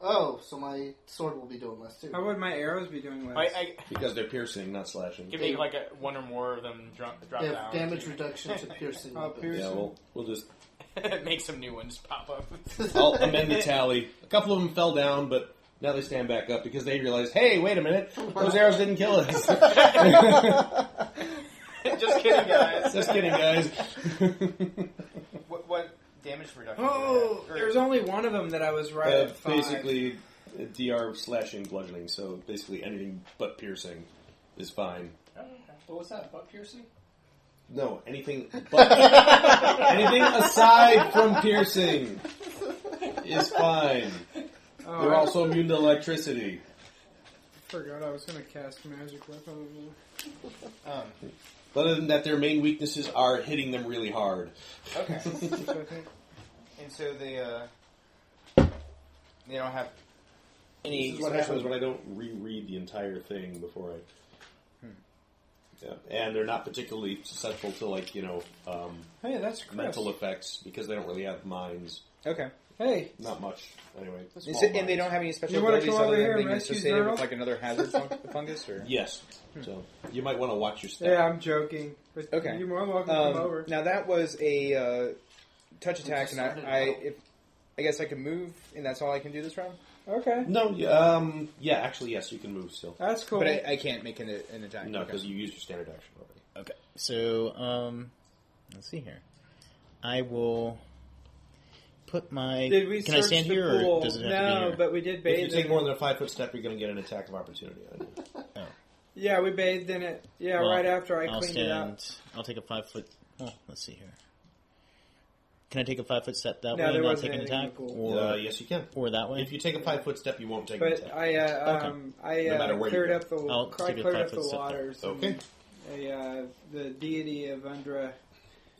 S6: Oh, so my sword will be doing less too.
S3: How would my arrows be doing less?
S16: I, I
S2: Because they're piercing, not slashing.
S16: give me like a, one or more of them drop, drop
S6: They have
S16: down.
S6: damage reduction to piercing
S3: Oh,
S6: weapons.
S3: piercing.
S2: Yeah, we'll, we'll just.
S16: Make some new ones pop up.
S2: I'll amend the tally. A couple of them fell down, but now they stand back up because they realize, hey, wait a minute, those arrows didn't kill us.
S16: Just kidding, guys.
S2: just kidding, guys.
S4: What, what damage reduction? do
S3: Oh,
S4: they have? Or-
S3: there was only one of them that I was right
S2: uh,
S3: at five.
S2: basically, uh, DR slashing, bludgeoning. So basically, anything but piercing is fine.
S5: What was that? Butt piercing?
S2: No, anything but anything aside from piercing is fine.
S3: Oh,
S2: They're
S3: I
S2: also immune to electricity.
S3: forgot I was going to cast magic weapon.
S4: um,
S2: Other than that, their main weaknesses are hitting them really hard.
S4: okay.
S3: Which I think
S4: and so they uh, they don't have
S2: This
S4: any.
S2: is what
S4: special-
S2: happens when I don't reread the entire thing before I. Yeah. And they're not particularly susceptible to like you know um,
S3: Hey, that's Chris.
S2: mental effects because they don't really have minds.
S4: Okay.
S3: Hey,
S2: Not much, anyway.
S4: Is
S2: Small
S4: it, and they
S2: minds.
S4: don't have any special
S3: You wanna
S4: abilities
S3: come
S4: other
S3: over
S4: than
S3: here
S4: being
S3: and rescue
S4: associated
S3: Zero?
S4: with like another hazard fun- fungus, or
S2: Yes. So you might want to watch your step.
S3: yeah, I'm joking. But
S4: Okay.
S3: You're more than welcome to come
S4: Um,
S3: over.
S4: now that was a uh, touch attack, and I,
S6: started
S4: I,
S6: now.
S4: if, I guess I can move, and that's all I can do this round.
S3: Okay,
S2: No. y- Um. Yeah. Actually, yes. You can move still.
S3: that's cool.
S4: But I, I can't make an, an attack.
S2: No,
S4: Okay.
S2: because you used your standard action already.
S4: So, um, let's see here. I will put my.
S3: Did we
S4: can I
S3: search
S4: stand
S3: the
S4: here,
S3: pool?
S4: or does it have to be
S3: No,
S4: here?
S3: but we did bathe.
S2: If you take
S3: in
S2: more
S3: it.
S2: than a five foot step, you're going to get an attack of opportunity. on you.
S3: yeah, we bathed in it. Yeah,
S4: Well,
S3: right after I
S4: I'll
S3: cleaned
S4: stand,
S3: it up.
S4: I'll take a five foot. Well, let's see here. Can I take a five foot step that
S3: No,
S4: way
S3: there
S4: and not
S3: wasn't
S4: take an
S3: anything
S4: attack?
S3: cool.
S4: Or
S2: Uh, yes, you can.
S4: Or that way.
S2: If you take a five foot step, you won't take an
S3: But
S2: attack.
S3: I uh,
S4: Okay.
S3: um, I
S2: No
S3: uh,
S2: matter where you
S3: cleared
S2: go.
S3: up the
S4: I'll
S3: I
S4: take a
S3: cleared
S4: five
S3: up the
S4: foot step.
S3: waters. and
S2: Okay.
S3: A, uh, the deity of Undra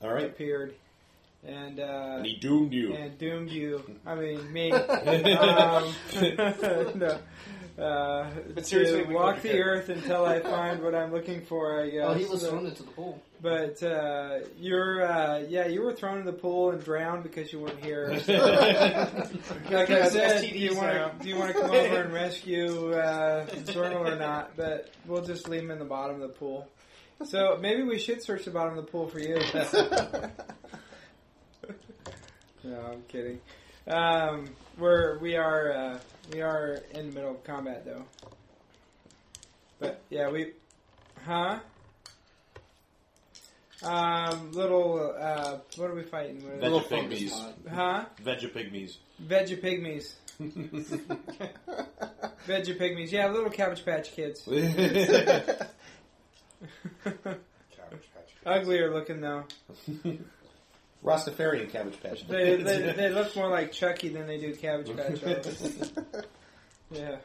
S2: All right.
S3: appeared and uh,
S2: And he doomed you.
S3: and doomed you. I mean me. um, no. Uh,
S17: But seriously,
S3: to
S17: we
S3: walk
S17: go
S3: the
S17: together.
S3: earth until I find what I'm looking for. I guess.
S6: Oh, he was
S3: So-
S6: thrown into the pool.
S3: But uh, you're, uh, yeah, you were thrown in the pool and drowned because you weren't here. like I
S17: That's
S3: said, do
S17: STDs
S3: you
S17: now.
S3: want to do you want to come over and rescue uh, Zornal or not? But we'll just leave him in the bottom of the pool. So maybe we should search the bottom of the pool for you. no, I'm kidding. Um, we're we are uh, we are in the middle of combat though. But yeah, we, huh? Um, little uh, what are we fighting? What are
S2: Veggie
S3: they-
S2: pygmies.
S3: huh?
S2: Veggie pygmies.
S3: Veggie pygmies. Veggie pygmies. Yeah, little cabbage patch kids.
S18: Cabbage Patch Kids.
S3: Uglier looking though.
S2: Rastafarian cabbage patch.
S3: They, they, they look more like Chucky than they do Cabbage Patch. Kids. yeah.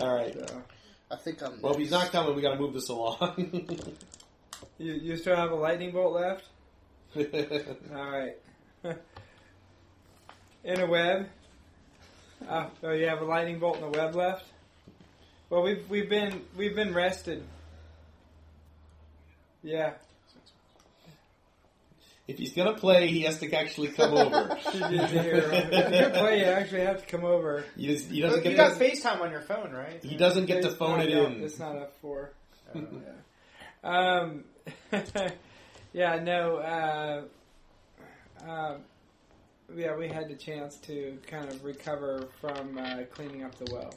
S2: All right.
S3: So.
S6: I think I'm.
S2: Well, if he's not coming, we got to move this along.
S3: You, you still have a lightning bolt left?
S2: All
S3: All right. in a web. Oh, oh, you have a lightning bolt and a web left. Well, we've we've been we've been rested. Yeah.
S2: If he's gonna play, he has to actually come over.
S3: If you're gonna play, you actually have to come over.
S2: He, does, he doesn't
S17: you
S2: get
S17: got
S2: to,
S17: FaceTime on your phone, right?
S2: he doesn't get to
S3: It's
S2: phone
S3: not
S2: it
S3: up-
S2: in.
S3: It's not up for. Uh, yeah. Um. yeah. No. Uh, um, yeah, we had the chance to kind of recover from uh, cleaning up the well.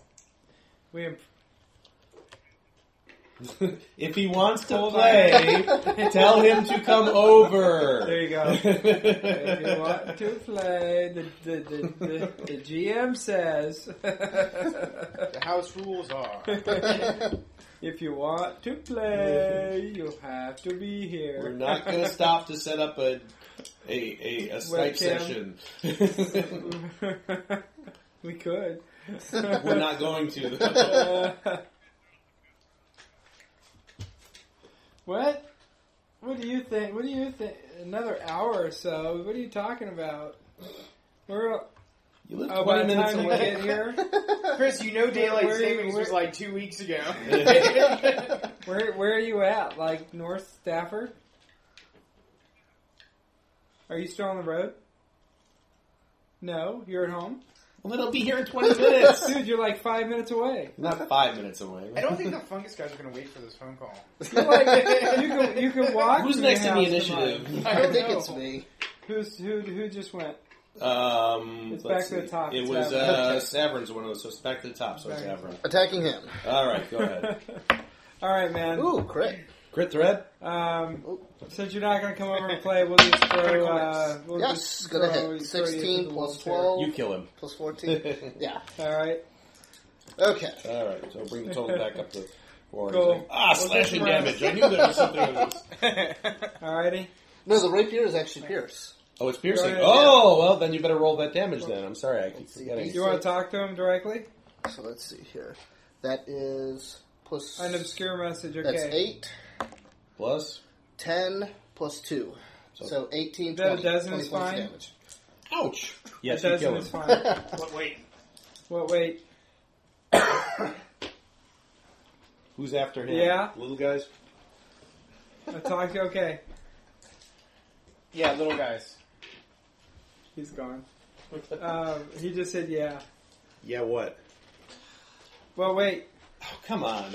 S3: We imp-
S2: if he wants to
S3: Hold
S2: play, tell him to come over.
S3: there you go. if you want to play, the the, the, the, the GM says.
S19: The house rules are.
S3: if you want to play, you have to be here.
S2: We're not gonna stop to set up a a a, a Skype
S3: Webcam.
S2: session.
S3: we could.
S2: We're not going to. though.
S3: Uh, what? What do you think? What do you think? Another hour or so? What are you talking about? We're
S2: You live
S3: oh, by
S2: twenty
S3: the
S2: minutes
S3: time you
S2: away.
S3: get here,
S17: Chris, you know daylight
S3: Where- where-
S17: savings was
S3: where-
S17: like two weeks ago.
S3: where where are you at? Like North Stafford? Are you still on the road? No, you're at home,
S2: Well, it'll be here in twenty minutes.
S3: dude. You're like five minutes away.
S2: not five minutes away.
S19: I don't think the fungus guys are going to wait for this phone call.
S3: You're like, you can you can walk.
S2: Who's
S3: from your
S2: next in the
S3: house to mine.
S2: initiative?
S6: I think it's me.
S3: Who's who? Who just went?
S2: Um,
S3: It's
S2: let's
S3: back to the
S2: see.
S3: top.
S2: It
S3: It's
S2: was
S3: back.
S2: uh, Saverin's one of those, so it's back to the top. So it's
S3: Back.
S2: Saverin.
S6: Attacking him.
S2: All right, go ahead.
S3: All right, man.
S6: Ooh, crit.
S2: Crit threat.
S3: Um, since you're not going to come over and play, we'll just throw. Uh, we'll
S6: Yes,
S3: just
S6: gonna
S3: throw- throw you
S6: hit. 16
S3: to the
S6: plus
S3: wall
S6: 12
S2: You kill him.
S6: plus 14. yeah.
S3: chair. All right.
S6: Okay.
S2: All right, so bring the total back up to four.
S3: Cool.
S2: He's like, ah,
S3: Well,
S2: slashing
S3: that's
S2: damage. I knew there was something. in this.
S3: All righty.
S6: No, the rapier is actually pierce.
S2: Oh, it's piercing.
S3: Go ahead.
S2: Oh, well, then you better roll that damage. Then I'm sorry, I keep
S6: Let's see.
S2: forgetting.
S3: Do you want to talk to him directly?
S6: So let's see here. That is plus.
S3: An obscure message. Okay.
S6: That's 8,
S2: Plus,
S6: 10, plus 2. So, 18,
S3: That
S6: 20,
S3: dozen
S6: 20 points
S3: is
S6: of
S3: fine?
S6: damage.
S2: ouch. Yes,
S3: That
S2: you
S3: does
S2: kill
S3: it,
S2: him.
S3: it's fine.
S5: What, wait.
S3: Well, wait.
S2: Who's after him?
S3: Yeah.
S2: little guys.
S3: I talked. Okay.
S17: yeah, little guys.
S3: He's gone. Um, he just said yeah.
S2: Yeah, what?
S3: Well, wait.
S2: Oh, come on.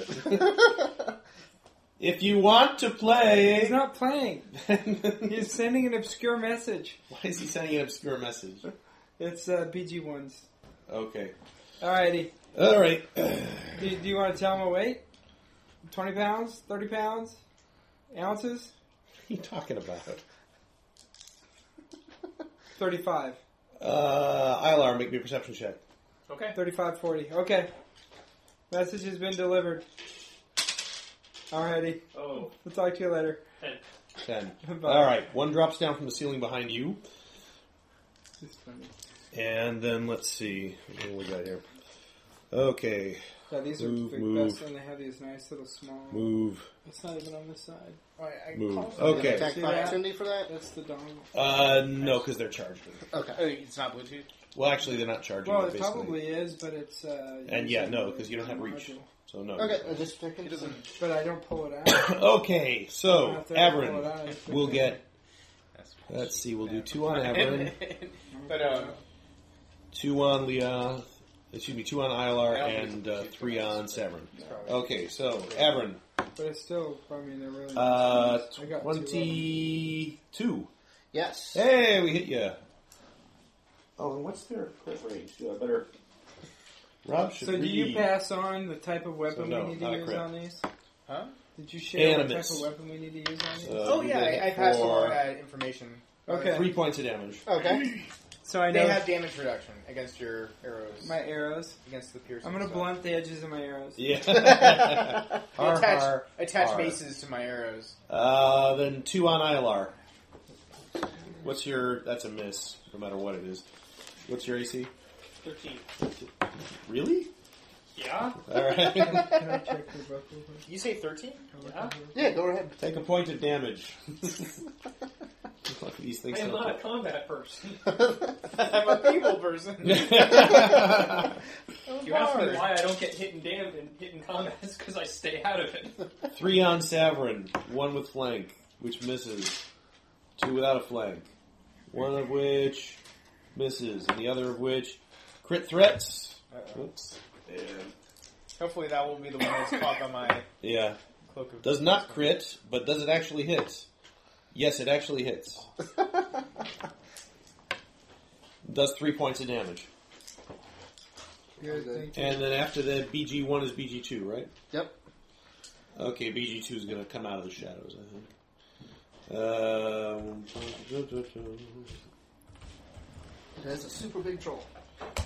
S2: if you want to play,
S3: He's not playing.
S2: then-
S3: He's sending an obscure message.
S2: why is he sending an obscure message?
S3: It's uh, BG ones.
S2: Okay.
S3: All righty.
S2: All right.
S3: Do, do you want to tell him to weight? 20 pounds? 30 pounds? Ounces?
S2: What are you talking about?
S3: 35.
S2: Uh, Ilar, make me a perception check.
S20: Okay.
S3: 35 40. Okay. Message has been delivered. Alrighty.
S5: Oh.
S3: We'll talk to you later.
S5: Ten.
S2: Ten.
S3: Bye.
S2: All right. One drops down from the ceiling behind you,
S3: It's funny.
S2: and then let's see what do we got here. Okay,
S3: Yeah, these are
S2: Move,
S3: the
S2: move.
S3: best, and they have these nice little small.
S2: move.
S3: It's not even on this side.
S2: Move. Okay.
S6: Attack
S3: See
S6: of opportunity for that?
S3: That's the dongle.
S2: Uh, no, because they're charging.
S6: Okay.
S4: it's not Bluetooth.
S2: Well, actually, they're not charging.
S3: Well,
S2: they're
S3: it
S2: basically-
S3: probably is, but it's. Uh,
S2: And yeah,
S3: usually
S2: no, because you don't have
S3: it's a
S2: reach.
S3: module.
S2: So no.
S6: Okay, I just checking.
S3: But I don't pull it out.
S2: Okay, so
S3: Not that I pull it
S2: Averin
S3: out, it's
S2: will
S3: okay.
S2: get. Let's see, we'll do two on Averin,
S4: but uh,
S2: two on Leah, excuse me, two on Ilar, and uh, three on Severin. Okay, so Averin,
S3: But it's still. I mean, they're really.
S2: uh,
S3: nice. I got two of them.
S2: twenty-two.
S6: Yes.
S2: Hey, we hit you. Oh, and what's their crit range? Do I better. Rob should
S3: So do you
S2: read.
S3: pass on the type of weapon
S2: So no,
S3: we need
S2: not
S3: to
S2: a
S3: use
S2: crit.
S3: on these?
S4: Huh?
S3: Did you share what type
S2: Animus.
S3: of weapon we need to use on these?
S2: So
S4: oh
S2: you
S4: yeah,
S2: did
S4: I, I passed
S2: for
S4: along that information.
S3: okay.
S2: uh, Three points of damage.
S6: Okay.
S3: So I
S4: They
S3: know
S4: have damage reduction against your arrows,
S3: my arrows.
S4: against the piercing.
S3: I'm gonna
S4: stuff.
S3: blunt the edges of my arrows.
S2: Yeah.
S4: You
S2: Har,
S4: attach
S2: har,
S4: attach
S2: har.
S4: maces to my arrows.
S2: Uh, then two on ILR. What's your? That's a miss, no matter what it is. What's your AC?
S5: Thirteen.
S2: Really?
S5: Yeah.
S2: All right.
S3: Can I check your book real quick?
S4: You say thirteen?
S5: Yeah.
S6: Yeah, go ahead.
S2: Take a point of damage. Lucky these things
S5: I am
S2: don't
S5: not a combat person.
S4: I'm a people person.
S2: hit.
S5: You ask me why I don't get hit and damned and hit in combat is because I stay out of it.
S2: Three on Saverin, one with flank, which misses. Two without a flank, one of which misses, and the other of which crit threats. Oops.
S4: Hopefully that will be the one that's caught by my
S2: Yeah.
S4: cloak of.
S2: Does not crit, but does it actually hit? Yes, it actually hits. does three points of damage.
S3: Here's the-
S2: And then after that, BG1 is BG2, right?
S6: Yep.
S2: Okay, BG2 is going to come out of the shadows, I think. Uh, Um,
S6: That's a super big troll.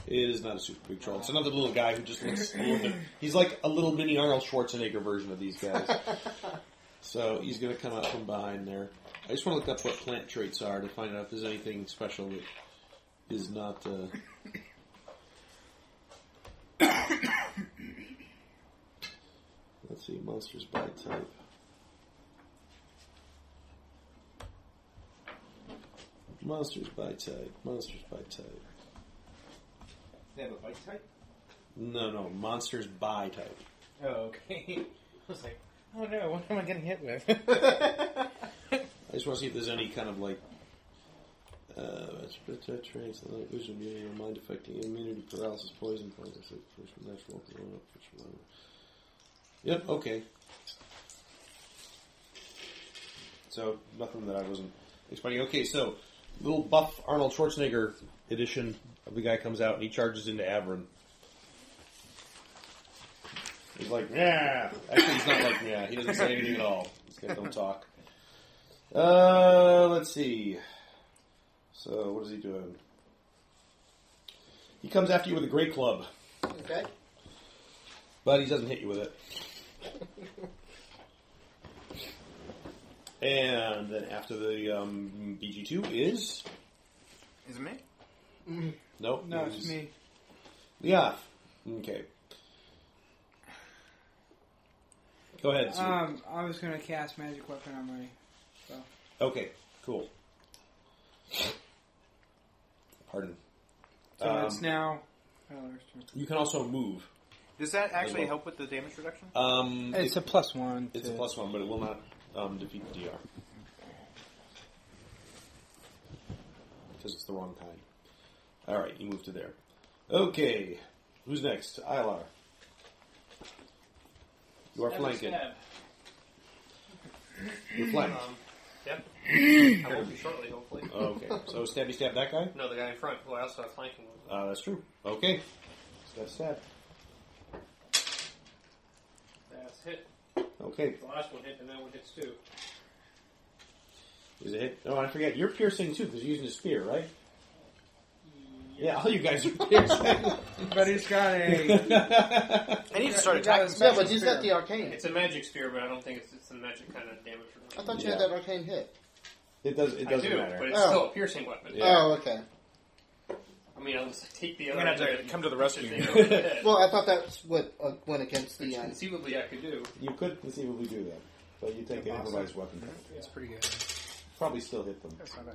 S2: it is not a super big troll. It's another little guy who just looks a little bit. He's like a little mini Arnold Schwarzenegger version of these guys. so he's going to come out from behind there. I just want to look up what plant traits are to find out if there's anything special that is not. Uh, Let's see, monsters by type. Monsters by type. Monsters by type.
S4: They have a bite type.
S2: No, no, monsters by type.
S4: Oh okay. I was like, oh no, what am I getting hit with?
S2: I just want to see if there's any kind of like. Uh, traits, like vision, immunity, or mind affecting immunity, paralysis, poison, poison, sleep, push, natural, corona, push, whatever. Yep, okay. So, nothing that I wasn't expecting. Okay, so, little buff Arnold Schwarzenegger edition of the guy comes out and he charges into Averin. He's like, yeah. Actually, he's not like, yeah. He doesn't say anything at all. This guy don't talk. Uh, let's see. So, what is he doing? He comes after you with a great club,
S6: Okay.
S2: but he doesn't hit you with it. and then after the um, BG2 is.
S4: Is it me?
S2: Nope.
S3: No,
S2: it
S3: it's
S2: was-
S3: me.
S2: Yeah. Okay. Go ahead. Sue.
S3: Um, I was gonna cast magic weapon on my.
S2: okay, cool. Pardon.
S3: So
S2: Um,
S3: it's now. Oh, Tyler's turn.
S2: You can also move.
S4: Does that
S2: actually
S4: actually
S2: help
S4: help with the damage reduction?
S2: Um,
S3: It's a plus one.
S2: It's a
S3: to-
S2: plus one, but it will not um, defeat the DR. Because it's the wrong kind. Alright, you move to there. Okay, who's next? Ilar. You are
S5: Stab,
S2: flanking.
S5: stab.
S2: You're flanked.
S5: Um, yep. I won't be shortly, hopefully.
S2: Okay, so stabby stab that guy?
S5: No, the guy in front who I also have flanking with.
S2: Uh, that's true. Okay. Stab stab.
S5: That's hit.
S2: Okay.
S5: The last one hit, and that one hits too.
S2: Is it? Oh, I forget. You're piercing too because you're using a spear, right? Yeah, all you guys are piercing.
S21: but he's got a.
S4: I need to start
S21: He got a
S4: attacking.
S6: Yeah,
S21: special
S6: but he's got
S21: spear.
S6: the arcane.
S5: It's a magic spear, but I don't think it's, it's a magic kind of damage.
S6: I thought you had
S2: Yeah.
S6: that arcane hit.
S2: it does. It doesn't
S5: I do,
S2: matter.
S5: but it's
S6: Oh.
S5: still a piercing weapon.
S2: Yeah.
S6: Oh, okay.
S5: I mean, I'll just take the
S4: I'm
S5: other.
S4: gonna have to
S5: end
S4: come to the rescue.
S5: and hit it.
S6: Well, I thought that's what uh, went against the. Uh,
S5: Conceivably, I could do.
S2: You could conceivably do that, but you take an improvised weapon.
S3: It's pretty good.
S2: Probably still hit them.
S3: That's not bad.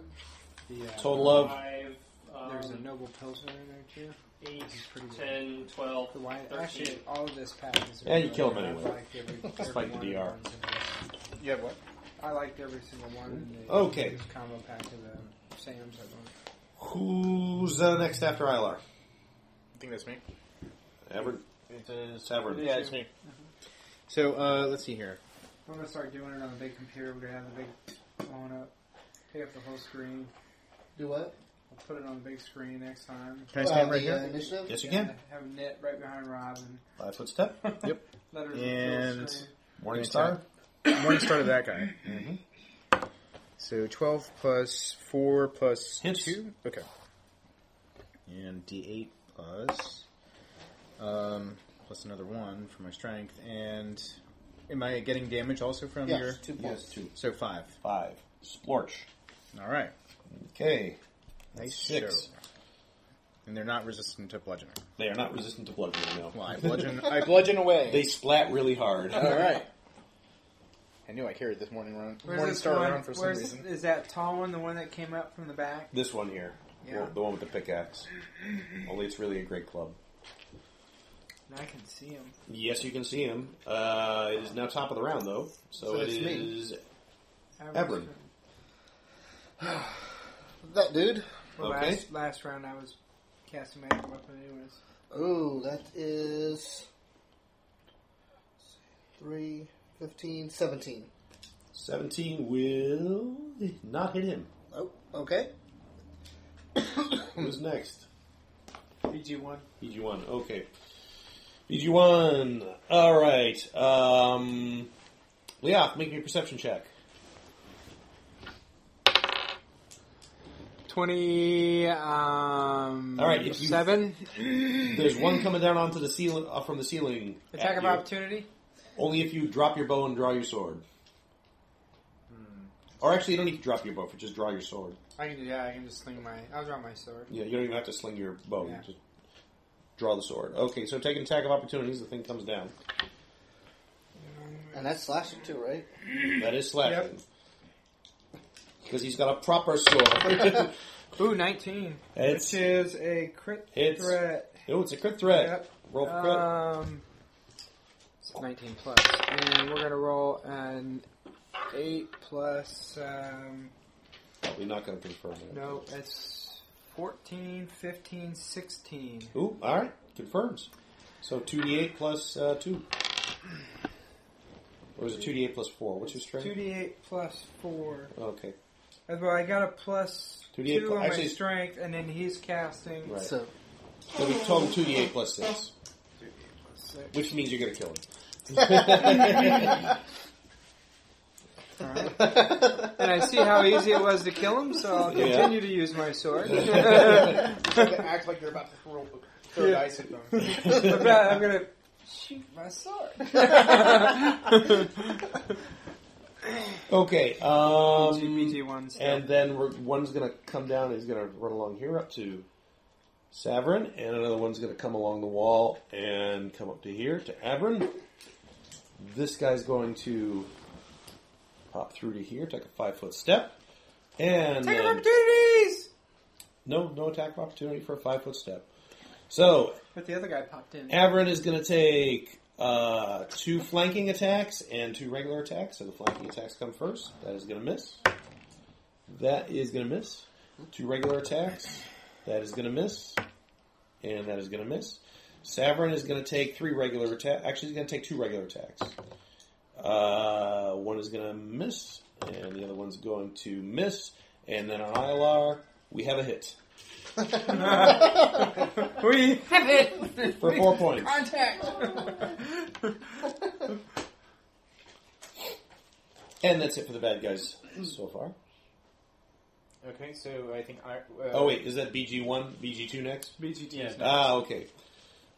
S3: The, uh,
S2: Total of
S5: Five, um,
S3: There's a noble pilsner in there too.
S5: eight,
S3: This is pretty good.
S5: 10, 12,
S3: The wine.
S5: 13.
S3: Actually, all of this pack is.
S2: Yeah, you
S3: really
S2: kill 'em
S3: good. I
S2: anyway.
S3: liked every- every
S2: Despite the
S3: one
S2: DR.
S3: of the ones in this.
S4: You have what?
S3: I liked every single one. In the,
S2: Okay.
S3: This combo pack of the Sam's. I don't.
S2: Who's uh, next after Ilar?
S4: I think that's me.
S2: Ever?
S4: It is.
S2: Tavern.
S4: Yeah, it's me. Mm-hmm. So uh, let's see here.
S3: We're gonna start doing it on the big computer. We're gonna have the big blown up. Pick up the whole screen.
S6: uh, do what?
S3: We'll put it on the big screen next time.
S4: Can I stand
S6: Uh,
S4: right
S6: the, uh,
S4: here?
S6: Initiative.
S2: Yes, you
S3: Yeah,
S2: can.
S3: Have Nit right behind Rob and
S2: Five foot step.
S3: let her fill the
S4: And-
S3: screen.
S2: Morning
S4: Yeah,
S2: star.
S4: Morning star to that guy. Mm-hmm. So twelve plus four plus
S2: Hits.
S4: two. Okay. And D eight plus um, plus another one for my strength. And am I getting damage also from
S6: Yes,
S4: your?
S6: two points.
S2: Yes, two.
S4: So five.
S2: Five. Splorch.
S4: All right.
S2: Okay.
S4: Nice
S2: Six.
S4: show. And they're not resistant to bludgeoning.
S2: They are not resistant to bludgeoning, no.
S4: Well, I bludgeon. I bludgeon away.
S2: They splat really hard.
S4: All right. I knew I carried this morning run.
S3: Where's
S4: morning
S3: this
S4: star
S3: one?
S4: around for some
S3: Where's-
S4: reason.
S3: Is that tall one the one that came up from the back?
S2: This one here.
S3: Yeah.
S2: The- The one with the pickaxe. Only it's really a great club.
S3: I can see him.
S2: Yes, you can see him. Uh, it is now top of the round, though. So,
S6: So
S2: it
S6: it's me.
S2: is. Everin.
S3: Everin.
S6: That dude.
S3: Well,
S2: Okay.
S3: last, last round I was casting magic weapon anyways.
S6: Ooh, that is. 3, 15, 17.
S2: 17 will not hit him.
S6: Oh, okay.
S2: Who's next?
S3: BG one.
S2: BG1. Okay. BG1. Alright. Um. Leoth, make me a perception check.
S3: Twenty um
S2: All right, if you-
S3: seven.
S2: There's one coming down onto the ceiling uh, from the ceiling. at
S3: Attack of
S2: you.
S3: opportunity?
S2: Only if you drop your bow and draw your sword. Or actually, you don't need to drop your bow. For just draw your sword.
S3: I can do yeah, I can just sling my I'll draw my sword.
S2: Yeah, you don't even have to sling your bow.
S3: Yeah.
S2: Just draw the sword. Okay, so take an attack of opportunities. The thing comes down.
S6: And that's slashing too, right?
S2: That is slashing. Because he's got a proper sword.
S3: Ooh, nineteen.
S2: It's-
S3: which is a crit
S2: it's-
S3: threat.
S2: oh, it's a crit threat.
S3: Yep.
S2: Roll for crit.
S3: Um it's nineteen plus. And we're gonna roll an eight plus um
S2: We're not going to confirm that.
S3: no, it's 14, 15, 16.
S2: Ooh, all right. Confirms. So 2d8 plus uh, 2. Or is it 2d8 plus 4? What's your strength?
S3: 2d8 plus 4.
S2: Okay.
S3: As well, I got a plus
S2: 2d8
S3: 2
S2: plus-
S3: on my
S2: actually-
S3: strength, and then he's casting
S2: Right.
S6: So,
S2: So we told him 2d8 plus 6.
S3: six.
S2: Which means you're going to kill him.
S3: And I see how easy it was to kill him, so I'll
S2: Yeah.
S3: continue to use my sword. but
S4: act like you're about to throw, throw dice at them.
S3: yeah, I'm gonna shoot my sword.
S2: Okay. Um,
S3: GBG one still.
S2: and then we're, one's going to come down. He's going to run along here up to Saverin. And another one's going to come along the wall and come up to here to Averin. This guy's going to pop through to here, take a five foot step. And
S3: Take
S2: then-
S3: opportunities!
S2: No, no attack of opportunity for a five foot step. So
S3: But the other guy popped in.
S2: Averin is going to take uh, two flanking attacks and two regular attacks. So the flanking attacks come first. That is going to miss. That is going to miss. Two regular attacks. That is going to miss. And that is going to miss. Saverin is going to take three regular attacks. Actually, he's going to take two regular attacks. Uh, one is going to miss, and the other one's going to miss. And then on Ilar, we have a hit.
S3: We have it!
S2: For four points.
S3: Contact!
S2: And that's it for the bad guys so far.
S4: Okay, so I think I. Uh,
S2: oh wait, is that BG one, BG two next?
S4: BG2 is Yeah. next.
S2: Ah, okay.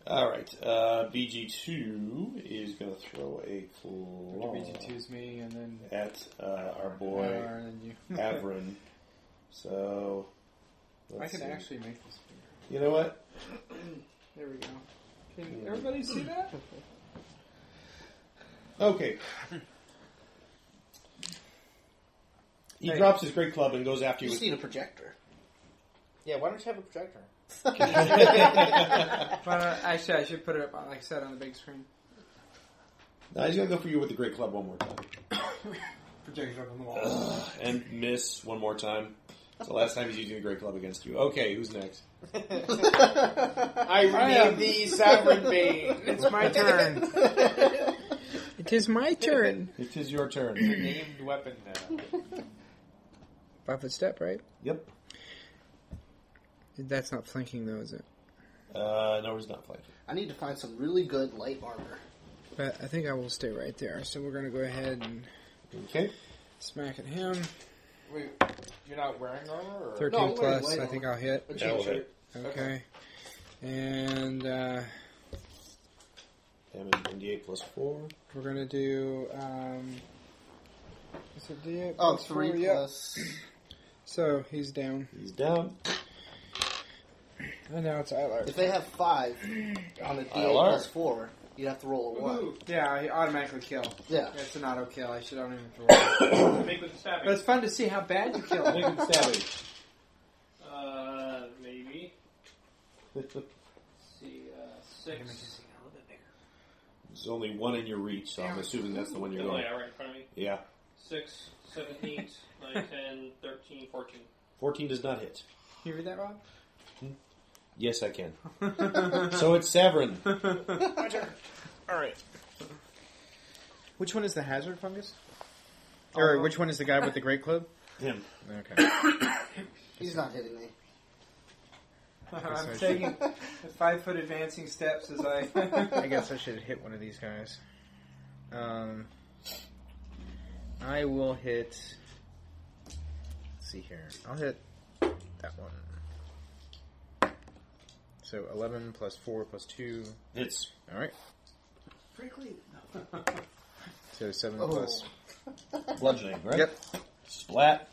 S2: All right. Uh, BG two is going to throw a claw
S3: BG2 is me, and then
S2: at uh, our boy
S3: Ar- and you.
S2: Avrin. So
S3: I
S2: let's
S3: can
S2: see.
S3: actually make this. bigger.
S2: You know what?
S3: There we go. Can everybody see that?
S2: Okay. He drops his great club and goes after you.
S6: You just
S2: With,
S6: need a projector.
S4: Yeah, why don't you have a projector?
S3: But, uh, actually, I should put it up, on, like I said, on the big screen.
S2: now he's going to go for you with the great club one more time.
S3: Projected up on the wall.
S2: Ugh, and miss one more time. It's the last time he's using the great club against you. Okay, who's next?
S4: I renamed the Sovereign Bane.
S3: It's my turn. it is my turn.
S2: It is your turn.
S4: Your named weapon now.
S3: Five foot step, right?
S2: Yep.
S3: That's not flanking, though, is it?
S2: Uh, no, he's not flanking.
S6: I need to find some really good light armor.
S3: But I think I will stay right there. So we're gonna go ahead and
S2: Okay.
S3: smack at him.
S4: Wait, you're not wearing armor? Or?
S3: Thirteen
S6: No, I'm wearing
S3: plus.
S6: light
S3: I think
S6: armor.
S3: I'll hit.
S6: A
S2: That will
S6: cheap
S2: hit.
S3: Okay. And uh,
S2: Damage 98 plus 4.
S3: we're gonna do. Um, is it D8?
S6: Oh,
S3: Plus
S6: three
S3: four, yeah.
S6: plus.
S3: So he's down.
S2: He's down.
S3: And now it's Eilar.
S6: If they have five on a D8
S2: ILR.
S6: plus four, you'd have to roll a one.
S3: Yeah, he automatically kill.
S6: Yeah.
S3: It's an auto kill. I should don't even throw. it.
S5: I make with the
S3: but
S5: stabbing.
S3: it's fun to see how bad you kill.
S2: Make him savage.
S5: Uh, maybe. Let's see, uh, six.
S2: There's only one in your reach, so I'm assuming that's the one you're
S5: Oh,
S2: going.
S5: yeah, right in front of me.
S2: Yeah.
S5: Six, seven, eight, nine, ten, thirteen, fourteen.
S2: 14 does not hit.
S3: you read that, Rob?
S2: Yes, I can. so it's Severin.
S4: Alright. Which one is the hazard fungus? Or which one is the guy with the great club?
S2: Him.
S4: Okay.
S6: He's not hitting me.
S3: I'm
S4: I
S3: taking five foot advancing steps as I.
S4: I guess I should hit one of these guys. Um, I will hit. Let's see here. I'll hit that one. So 11 plus 4 plus 2.
S2: It's.
S4: Alright. So 7
S6: Oh.
S4: plus.
S2: Bludgeoning, right?
S4: Yep.
S2: Splat.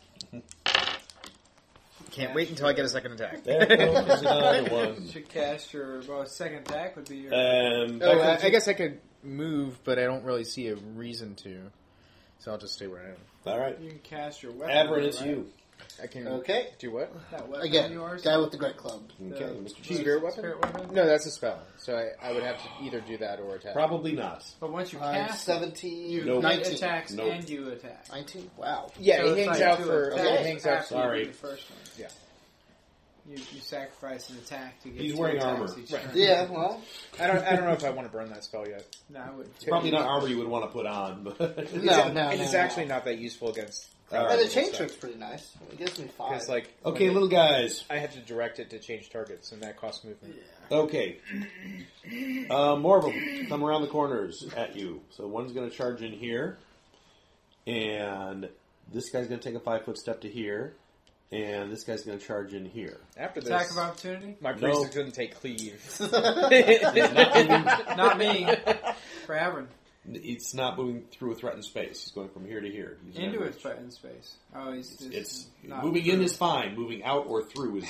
S4: Can't wait until I get a second attack.
S2: There goes another one.
S3: should cast your well, second attack would be your.
S2: Um,
S4: Oh, I, I guess I could move, but I don't really see a reason to. So I'll just stay where I am.
S2: all right.
S3: you can cast your weapon.
S2: Averin, it's
S3: right?
S2: you.
S4: I can
S6: Okay.
S4: do what?
S3: That weapon of
S6: Again,
S3: yours.
S6: guy with the great club.
S2: Okay,
S3: Uh,
S2: Mr. Cheese.
S4: Spirit weapon?
S3: Spirit weapon?
S4: No, that's a spell. So I, I would have to either do that or attack.
S2: Probably not.
S3: But once you
S6: I'm
S3: cast, it,
S6: 17.
S2: Nope.
S3: it
S6: 19.
S3: attacks
S2: Nope.
S3: and you attack.
S6: 19? Wow.
S4: Yeah,
S3: So
S4: it
S3: it's
S4: hangs
S3: like
S4: out
S3: two
S4: for.
S3: attacks
S4: Okay, it hangs out
S3: after
S4: for.
S3: you do
S2: Sorry.
S3: The first one.
S4: Yeah.
S3: You, you sacrifice an attack to get.
S2: He's
S3: two
S2: wearing
S3: attacks
S2: armor.
S3: Each
S4: Right.
S3: turn.
S6: Yeah, well,
S4: I don't. I don't know if I want to burn that spell yet.
S3: No, I wouldn't.
S2: Probably not armor you would want to put on, but.
S6: no, no,
S4: and
S6: no,
S4: it's
S6: no.
S4: actually not that useful against.
S2: All
S6: But
S2: right.
S6: the chain trick's pretty nice. It gives me five.
S4: Because like.
S2: Okay, little guys.
S4: I had to direct it to change targets, and that costs movement.
S2: Okay. Uh, more of them come around the corners at you. So one's going to charge in here, and this guy's going to take a five foot step to here, and this guy's going to charge in here.
S4: After this,
S3: Attack of opportunity?
S4: my
S2: No.
S4: priest is going to take cleave.
S3: Not me. For Avern.
S2: It's not moving through a threatened space. He's going from here to here. He's
S3: Into
S2: never-
S3: his threatened space. Oh, he's just
S2: It's
S3: not
S2: moving in
S3: through.
S2: is fine. Moving out or through is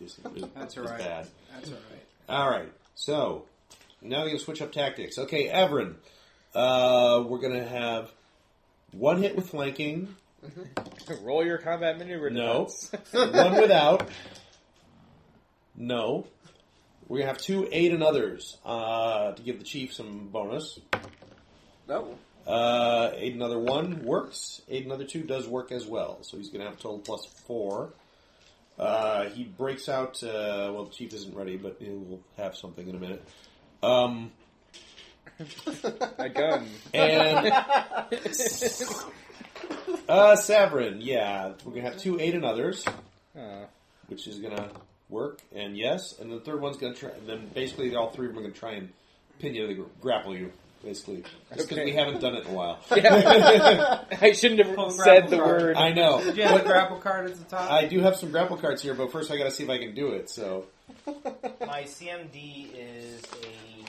S2: is, is,
S3: That's
S2: is
S3: all right.
S2: bad.
S3: That's all right.
S2: All right. So now we can switch up tactics. Okay, Everin. Uh, we're going to have one hit with flanking.
S4: Roll your combat maneuver.
S2: No.
S4: defense.
S2: one without. No. We're gonna have two eight and others uh, to give the chief some bonus.
S6: no.
S2: Uh, eight another one works. Eight another two does work as well. So he's gonna have a total plus four. Uh, he breaks out. Uh, well, the chief isn't ready, but we'll have something in a minute. Um,
S4: A gun.
S2: and uh, Severin, yeah, we're gonna have two eight and others.
S4: Uh,
S2: which is gonna work, and yes, and the third one's gonna try. Then basically, all three of them are gonna try and pin you, to the gr- grapple you. basically. Just because we haven't done it in a while.
S4: Yeah. I shouldn't have
S2: Pull the
S4: said
S2: grapple
S4: the
S2: card.
S4: word.
S2: I know.
S3: Do you have a grapple card at the top?
S2: I do have some grapple cards here, but first I got to see if I can do it. So
S22: My CMD is a.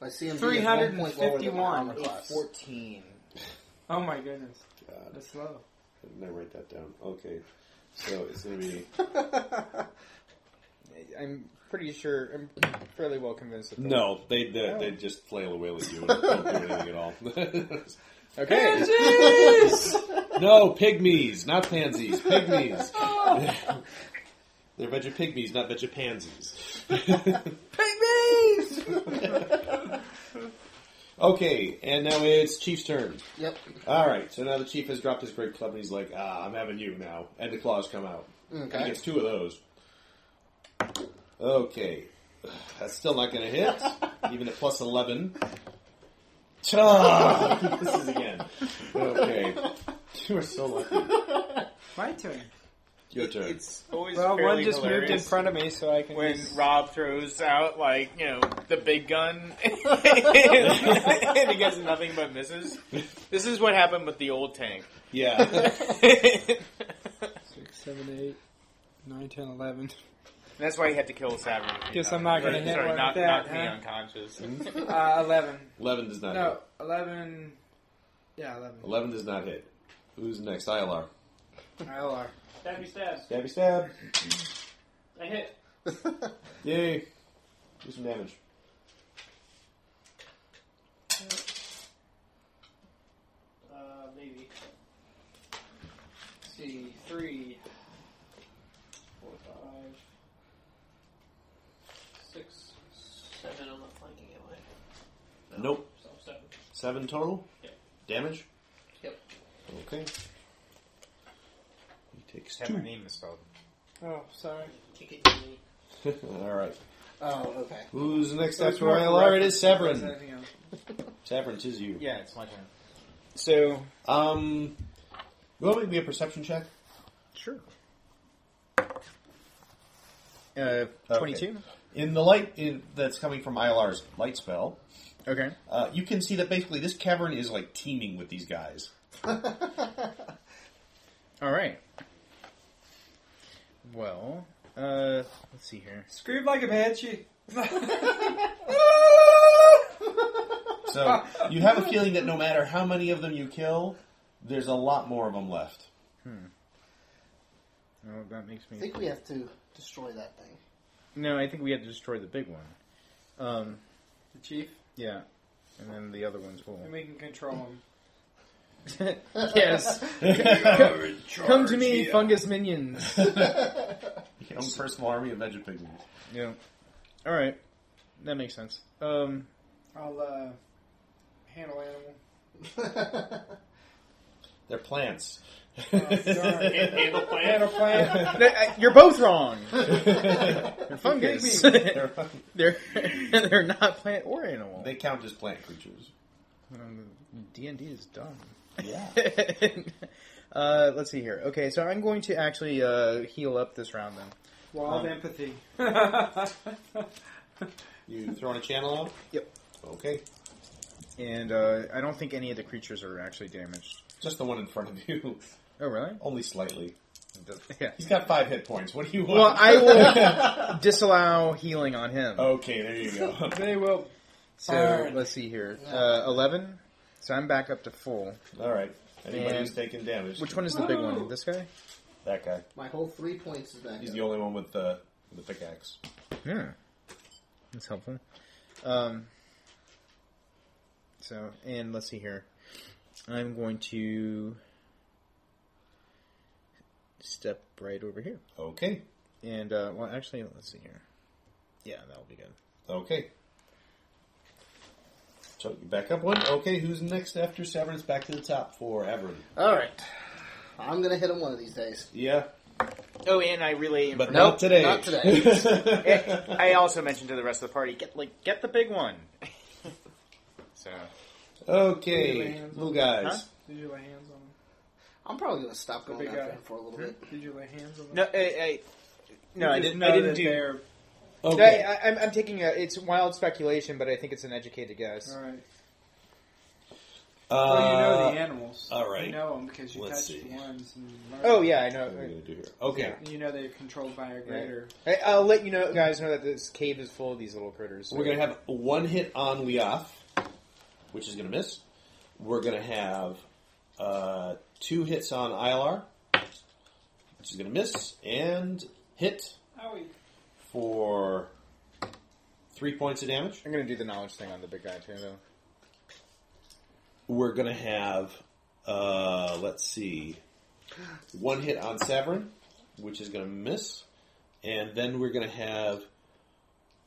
S6: My CMD
S3: is 351.
S22: It's
S3: It's
S22: 14.
S3: Oh my goodness.
S2: God.
S3: That's low.
S2: did I write that down? Okay. So it's gonna be
S4: I'm pretty sure. I'm fairly well convinced. That
S2: no. They they,
S4: Oh.
S2: they just flail away with you and don't do anything at all.
S4: Okay.
S2: no pygmies, not pansies. Pygmies. They're veggie pygmies, not veggie pansies. Okay, and now it's Chief's turn.
S6: Yep.
S2: All right, so now the chief has dropped his great club and he's like, "Ah, I'm having you now." And the claws come out.
S6: Okay.
S2: He gets two of those. Okay, that's still not going to hit, even at plus eleven. Cha! this is again. Okay, you are so lucky.
S3: My turn.
S2: Your turn.
S4: Always
S3: Well,
S4: fairly
S3: one just moved in
S4: hilarious
S3: front of me, so I can
S4: When
S3: just-
S4: Rob throws out like you know the big gun, and he gets nothing but misses. This is what happened with the old tank.
S2: Yeah.
S23: Six, seven, eight, nine, ten, eleven.
S4: That's why he had to kill Savage.
S23: Guess I'm not gonna
S4: Sorry,
S23: hit one with
S4: knock-
S23: that,
S4: knock me
S23: huh?
S4: unconscious.
S6: Mm-hmm.
S23: Uh, eleven.
S2: Eleven does not.
S23: No,
S2: hit.
S23: eleven. Yeah, eleven.
S2: Eleven does not hit. Who's next? ILR.
S23: ILR.
S5: Stabby stabs.
S2: Stabby stab.
S5: I hit.
S2: Yay! Do some damage.
S5: Uh, maybe. Let's see, three, four, five, six, seven on the flanking am I?
S2: Nope.
S5: So seven.
S2: Seven total.
S5: Yep.
S2: Damage.
S5: Yep.
S2: Okay. He takes
S4: Had my name misspelled.
S23: Oh, sorry.
S5: Kick it to me.
S2: two. All right.
S6: Oh, okay.
S2: Who's next
S23: There's
S2: after
S23: more
S2: ILR? It
S23: references
S2: is
S23: than
S2: Severin.
S23: anything else.
S2: Severin, tis you.
S4: Yeah, it's my turn.
S2: So, um, you want to make me a perception check?
S4: Sure. Uh,
S2: Okay.
S4: 22.
S2: In the light in, that's coming from ILR's light spell,
S4: Okay.
S2: uh, you can see that basically this cavern is like teeming with these guys.
S4: All right. Well, uh, let's see here.
S3: Scream like a banshee.
S2: So you have a feeling that no matter how many of them you kill, there's a lot more of them left.
S4: No, Oh, that makes me.
S6: I think we have to destroy that thing.
S4: No, I think we had to destroy the big one. Um,
S3: The chief.
S4: yeah, and then the other ones will.
S3: And we can control him.
S4: yes. come, come to me, fungus minions.
S2: Your own personal army of veggie pygmies.
S4: yeah. All right, that makes sense. Um,
S3: I'll uh, handle animal.
S2: They're plants.
S3: darn.
S5: Handle plan.
S3: Handle plant.
S4: th- uh, you're both wrong. They're fungus.
S2: They're fucking-
S4: they're they're not plant or animal. Um,
S2: they count as plant creatures.
S4: D and D is dumb.
S2: Yeah.
S4: uh, let's see here. Okay, so I'm going to actually uh, heal up this round then.
S3: Wall of
S4: Um,
S3: empathy.
S2: You throwing a channel out?
S4: Yep.
S2: Okay.
S4: And uh, I don't think any of the creatures are actually damaged.
S2: Just the one in front of you.
S4: Oh, really?
S2: Only slightly.
S4: Yeah.
S2: He's got five hit points. What do you want?
S4: Well, I will Oh. disallow healing on him.
S2: Okay, there you go.
S3: they will.
S4: so
S3: Burn.
S4: let's see here. Uh, 11. So I'm back up to full.
S2: All right. Anybody who's
S4: And-
S2: taking damage?
S4: Which one is the big one? This guy?
S2: That guy.
S6: My whole three points is back.
S2: He's
S6: up.
S2: the only one with the with the pickaxe.
S4: Yeah. That's helpful. Um, so, and let's see here. I'm going to step right over here.
S2: Okay.
S4: And, uh, well, actually, let's see here. Yeah, that'll be good.
S2: Okay. So you back up one. Okay, who's next after Severance? Back to the top for Everin.
S6: All right. I'm gonna hit him one of these days.
S2: Yeah,
S4: Oh, and I relay.
S2: but
S6: Nope,
S2: not today.
S6: not today.
S4: I also mentioned to the rest of the party, get like get the big one. so
S2: okay, little guys.
S3: Did you lay hands on him?
S6: I'm probably gonna stop going
S3: big
S6: after
S3: guy.
S6: him for a little bit.
S3: Did you lay hands on him?
S4: no, I, I, no, I
S3: You just
S4: didn't.
S3: know
S4: I didn't
S3: that
S4: do.
S3: they're-
S2: Okay. uh,
S4: I, am I'm taking a. It's wild speculation, but I think it's an educated guess.
S3: All right. well, you know the
S2: Uh,
S3: animals.
S2: all right.
S3: You know them because you
S2: Let's
S3: touch
S2: see.
S3: the ones. And learn
S4: Oh
S3: them.
S4: yeah, I know.
S2: What are we gonna do here? Okay.
S3: You know they're controlled by a greater.
S4: Hey, I'll let you know, guys, know that this cave is full of these little critters.
S2: We're going to have one hit on Leoth, which is going to miss. We're going to have uh, two hits on Ilar, which is going to miss, and hit
S5: Owie.
S2: for three points of damage.
S4: I'm gonna do the knowledge thing on the big guy too, though.
S2: We're going to have, uh, let's see, one hit on Severin, which is going to miss, and then we're going to have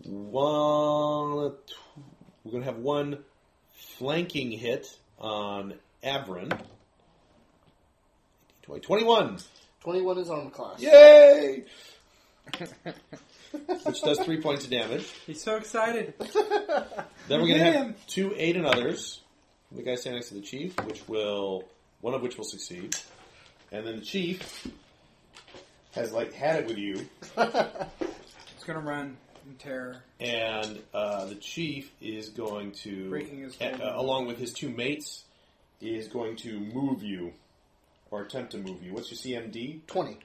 S2: one. We're going to have one flanking hit on Abrin. 21!
S6: 21 is armor class.
S2: Yay! Which does three points of damage.
S3: He's so excited.
S2: Then we're going to
S3: Hit
S2: have
S3: him.
S2: two eight and others. The guy standing next to the chief, which will one of which will succeed, and then the chief has like had it with you,
S3: It's gonna run in terror.
S2: and uh, the chief is going to,
S3: Breaking his
S2: uh,
S3: hold.
S2: uh, along with his two mates, is going to move you or attempt to move you. What's your CMD?
S6: 20.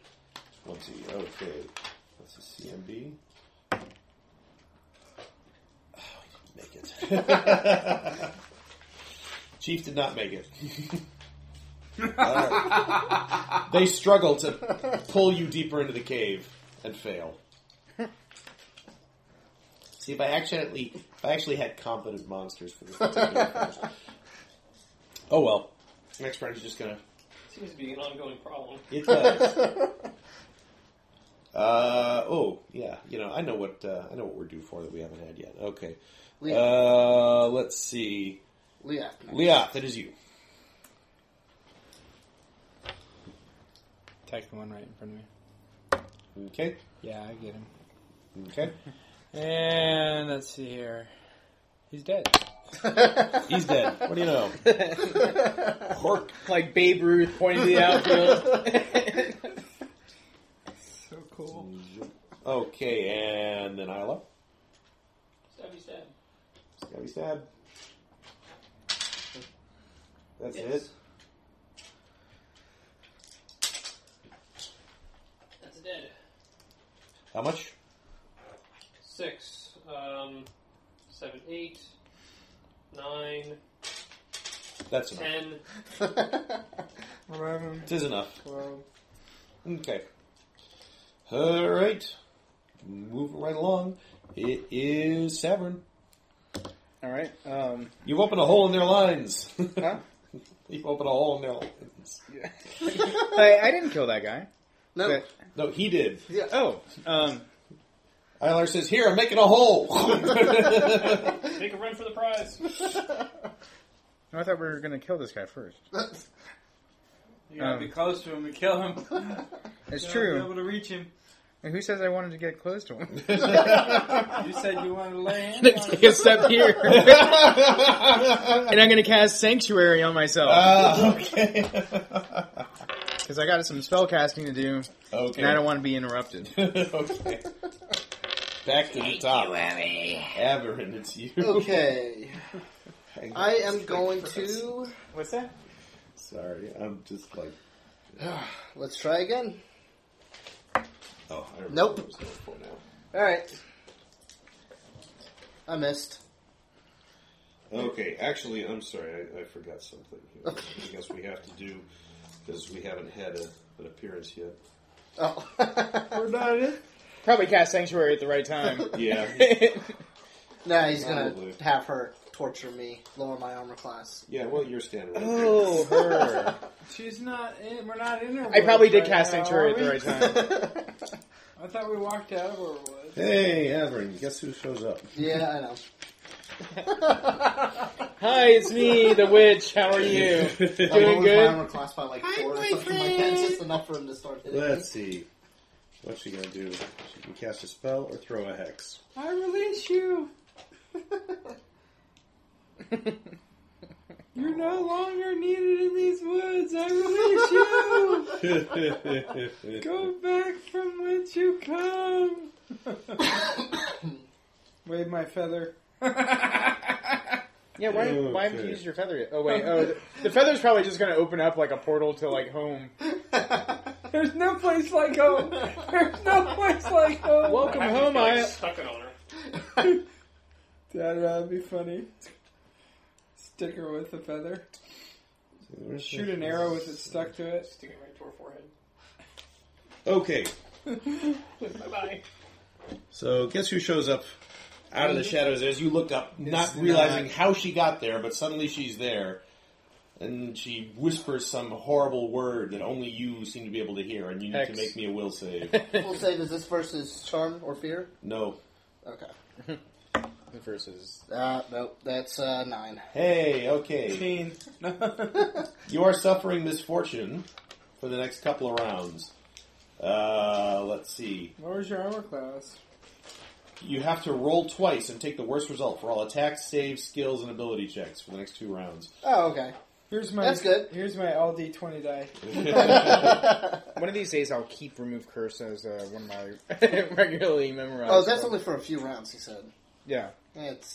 S2: Twenty. Okay. What's his CMD? Oh, he didn't make it. Chief did not make it. Alright. They struggle to pull you deeper into the cave and fail. See if I accidentally, if I actually had competent monsters for this. particular first. oh well, next round is just gonna.
S5: Seems to be an ongoing problem.
S2: It does. Uh, oh, yeah. You know, I know what uh, I know what we're due for that we haven't had yet. Okay.
S6: Leah.
S2: Uh, let's see.
S6: Leah.
S2: Leah, that is you.
S24: Attack the one right in front of me.
S2: Okay.
S24: Yeah, I get him.
S2: Okay.
S24: And let's see here. He's dead.
S2: He's dead. What do you know? Cork.
S4: Like Babe Ruth pointing to the outfield.
S3: So cool.
S2: Okay, and then Isla.
S5: Stabby stab.
S2: Stabby stab. That's
S5: Yes.
S2: it.
S5: That's a dead.
S2: How much?
S5: Six, um, seven, eight, nine,
S2: That's enough.
S5: ten.
S3: 11,
S2: It is enough.
S3: 12.
S2: Okay. All right. Moving right along. It is Severn.
S4: All right. Um,
S2: You've opened a hole in their lines.
S4: Huh?
S2: You've opened a hole in their lines.
S4: I, I didn't kill that guy.
S6: No.
S4: But-
S2: No, he did.
S4: Oh. Um,
S2: Eiler says, "Here, I'm making a hole."
S5: Make a run for the prize.
S4: no, I thought we were gonna kill this guy first.
S3: You gotta
S4: Um,
S3: be close to him to kill him.
S4: It's
S3: You gotta Be
S4: true.
S3: able to reach him.
S4: And who says I wanted to get close to him?
S3: You said you wanted to lay hands on him.
S4: Take a step here, and I'm gonna cast Sanctuary on myself
S2: Ah, okay.
S4: because I got some spell casting to do,
S2: okay.
S4: and I don't want to be interrupted.
S2: okay. Back to the top. Averin, it's you.
S6: Okay. I am going to.
S4: What's that?
S2: Sorry, I'm just like.
S6: Let's try again.
S2: Oh, I remember
S6: Nope.
S2: what I was going for now.
S6: Alright. I missed.
S2: Okay, actually, I'm sorry, I, I forgot something. Here. I guess we have to do because we haven't had a, an appearance yet.
S6: Oh.
S4: Probably cast Sanctuary at the right time.
S2: Yeah,
S6: nah, he's gonna
S2: Probably.
S6: have her torture me, lower my armor class.
S2: yeah. Well, you're standing. Right there.
S4: oh, her.
S3: She's not in. We're not in her.
S4: I probably did
S3: woods right
S4: cast
S3: now,
S4: Sanctuary
S3: are
S4: at the
S3: we?
S4: right time.
S3: I thought we walked out of her woods.
S2: Hey, Averin, guess who shows up?
S6: Yeah, I know.
S4: Hi, it's me, the witch. How are you?
S6: I
S4: Doing
S6: lowered
S4: good?
S6: my armor class by like four or something like that. It's just enough for him to start hitting
S2: Let's see. What's she gonna do? She can cast a spell or throw a hex.
S3: I release you. You're no longer needed in these woods. I release you. Go back from whence you come. Wave my feather.
S4: Yeah, why, why haven't you used your feather yet? Oh wait, oh the, the feather's probably just gonna open up like a portal to like home.
S25: There's no place like home. There's no place like home.
S4: Welcome home,
S5: like,
S4: I.
S5: stuck it on her.
S3: That would be funny. Sticker with a feather. Shoot an arrow with it stuck to it.
S5: Stick it right to her
S2: Okay,
S5: forehead. bye bye.
S2: so guess who shows up out of the shadows as you look up, not realizing how she got there, but suddenly she's there. And she whispers some horrible word that only you seem to be able to hear, and you need to
S4: Hex.
S2: make me a will save.
S6: We'll save is this versus charm or fear?
S2: No.
S6: Okay.
S4: Versus
S6: Uh, nope, that's uh, nine.
S2: Hey, okay. You are suffering misfortune for the next couple of rounds. Uh, let's see.
S3: What was your armor class?
S2: You have to roll twice and take the worst result for all attacks, saves, skills, and ability checks for the next two rounds.
S6: Oh, okay.
S3: Here's my.
S6: That's good.
S3: Here's my LD twenty die.
S4: one of these days, I'll keep remove curse as uh, one of my regularly memorized.
S6: Oh, that's only for a few rounds, he said.
S4: yeah,
S6: It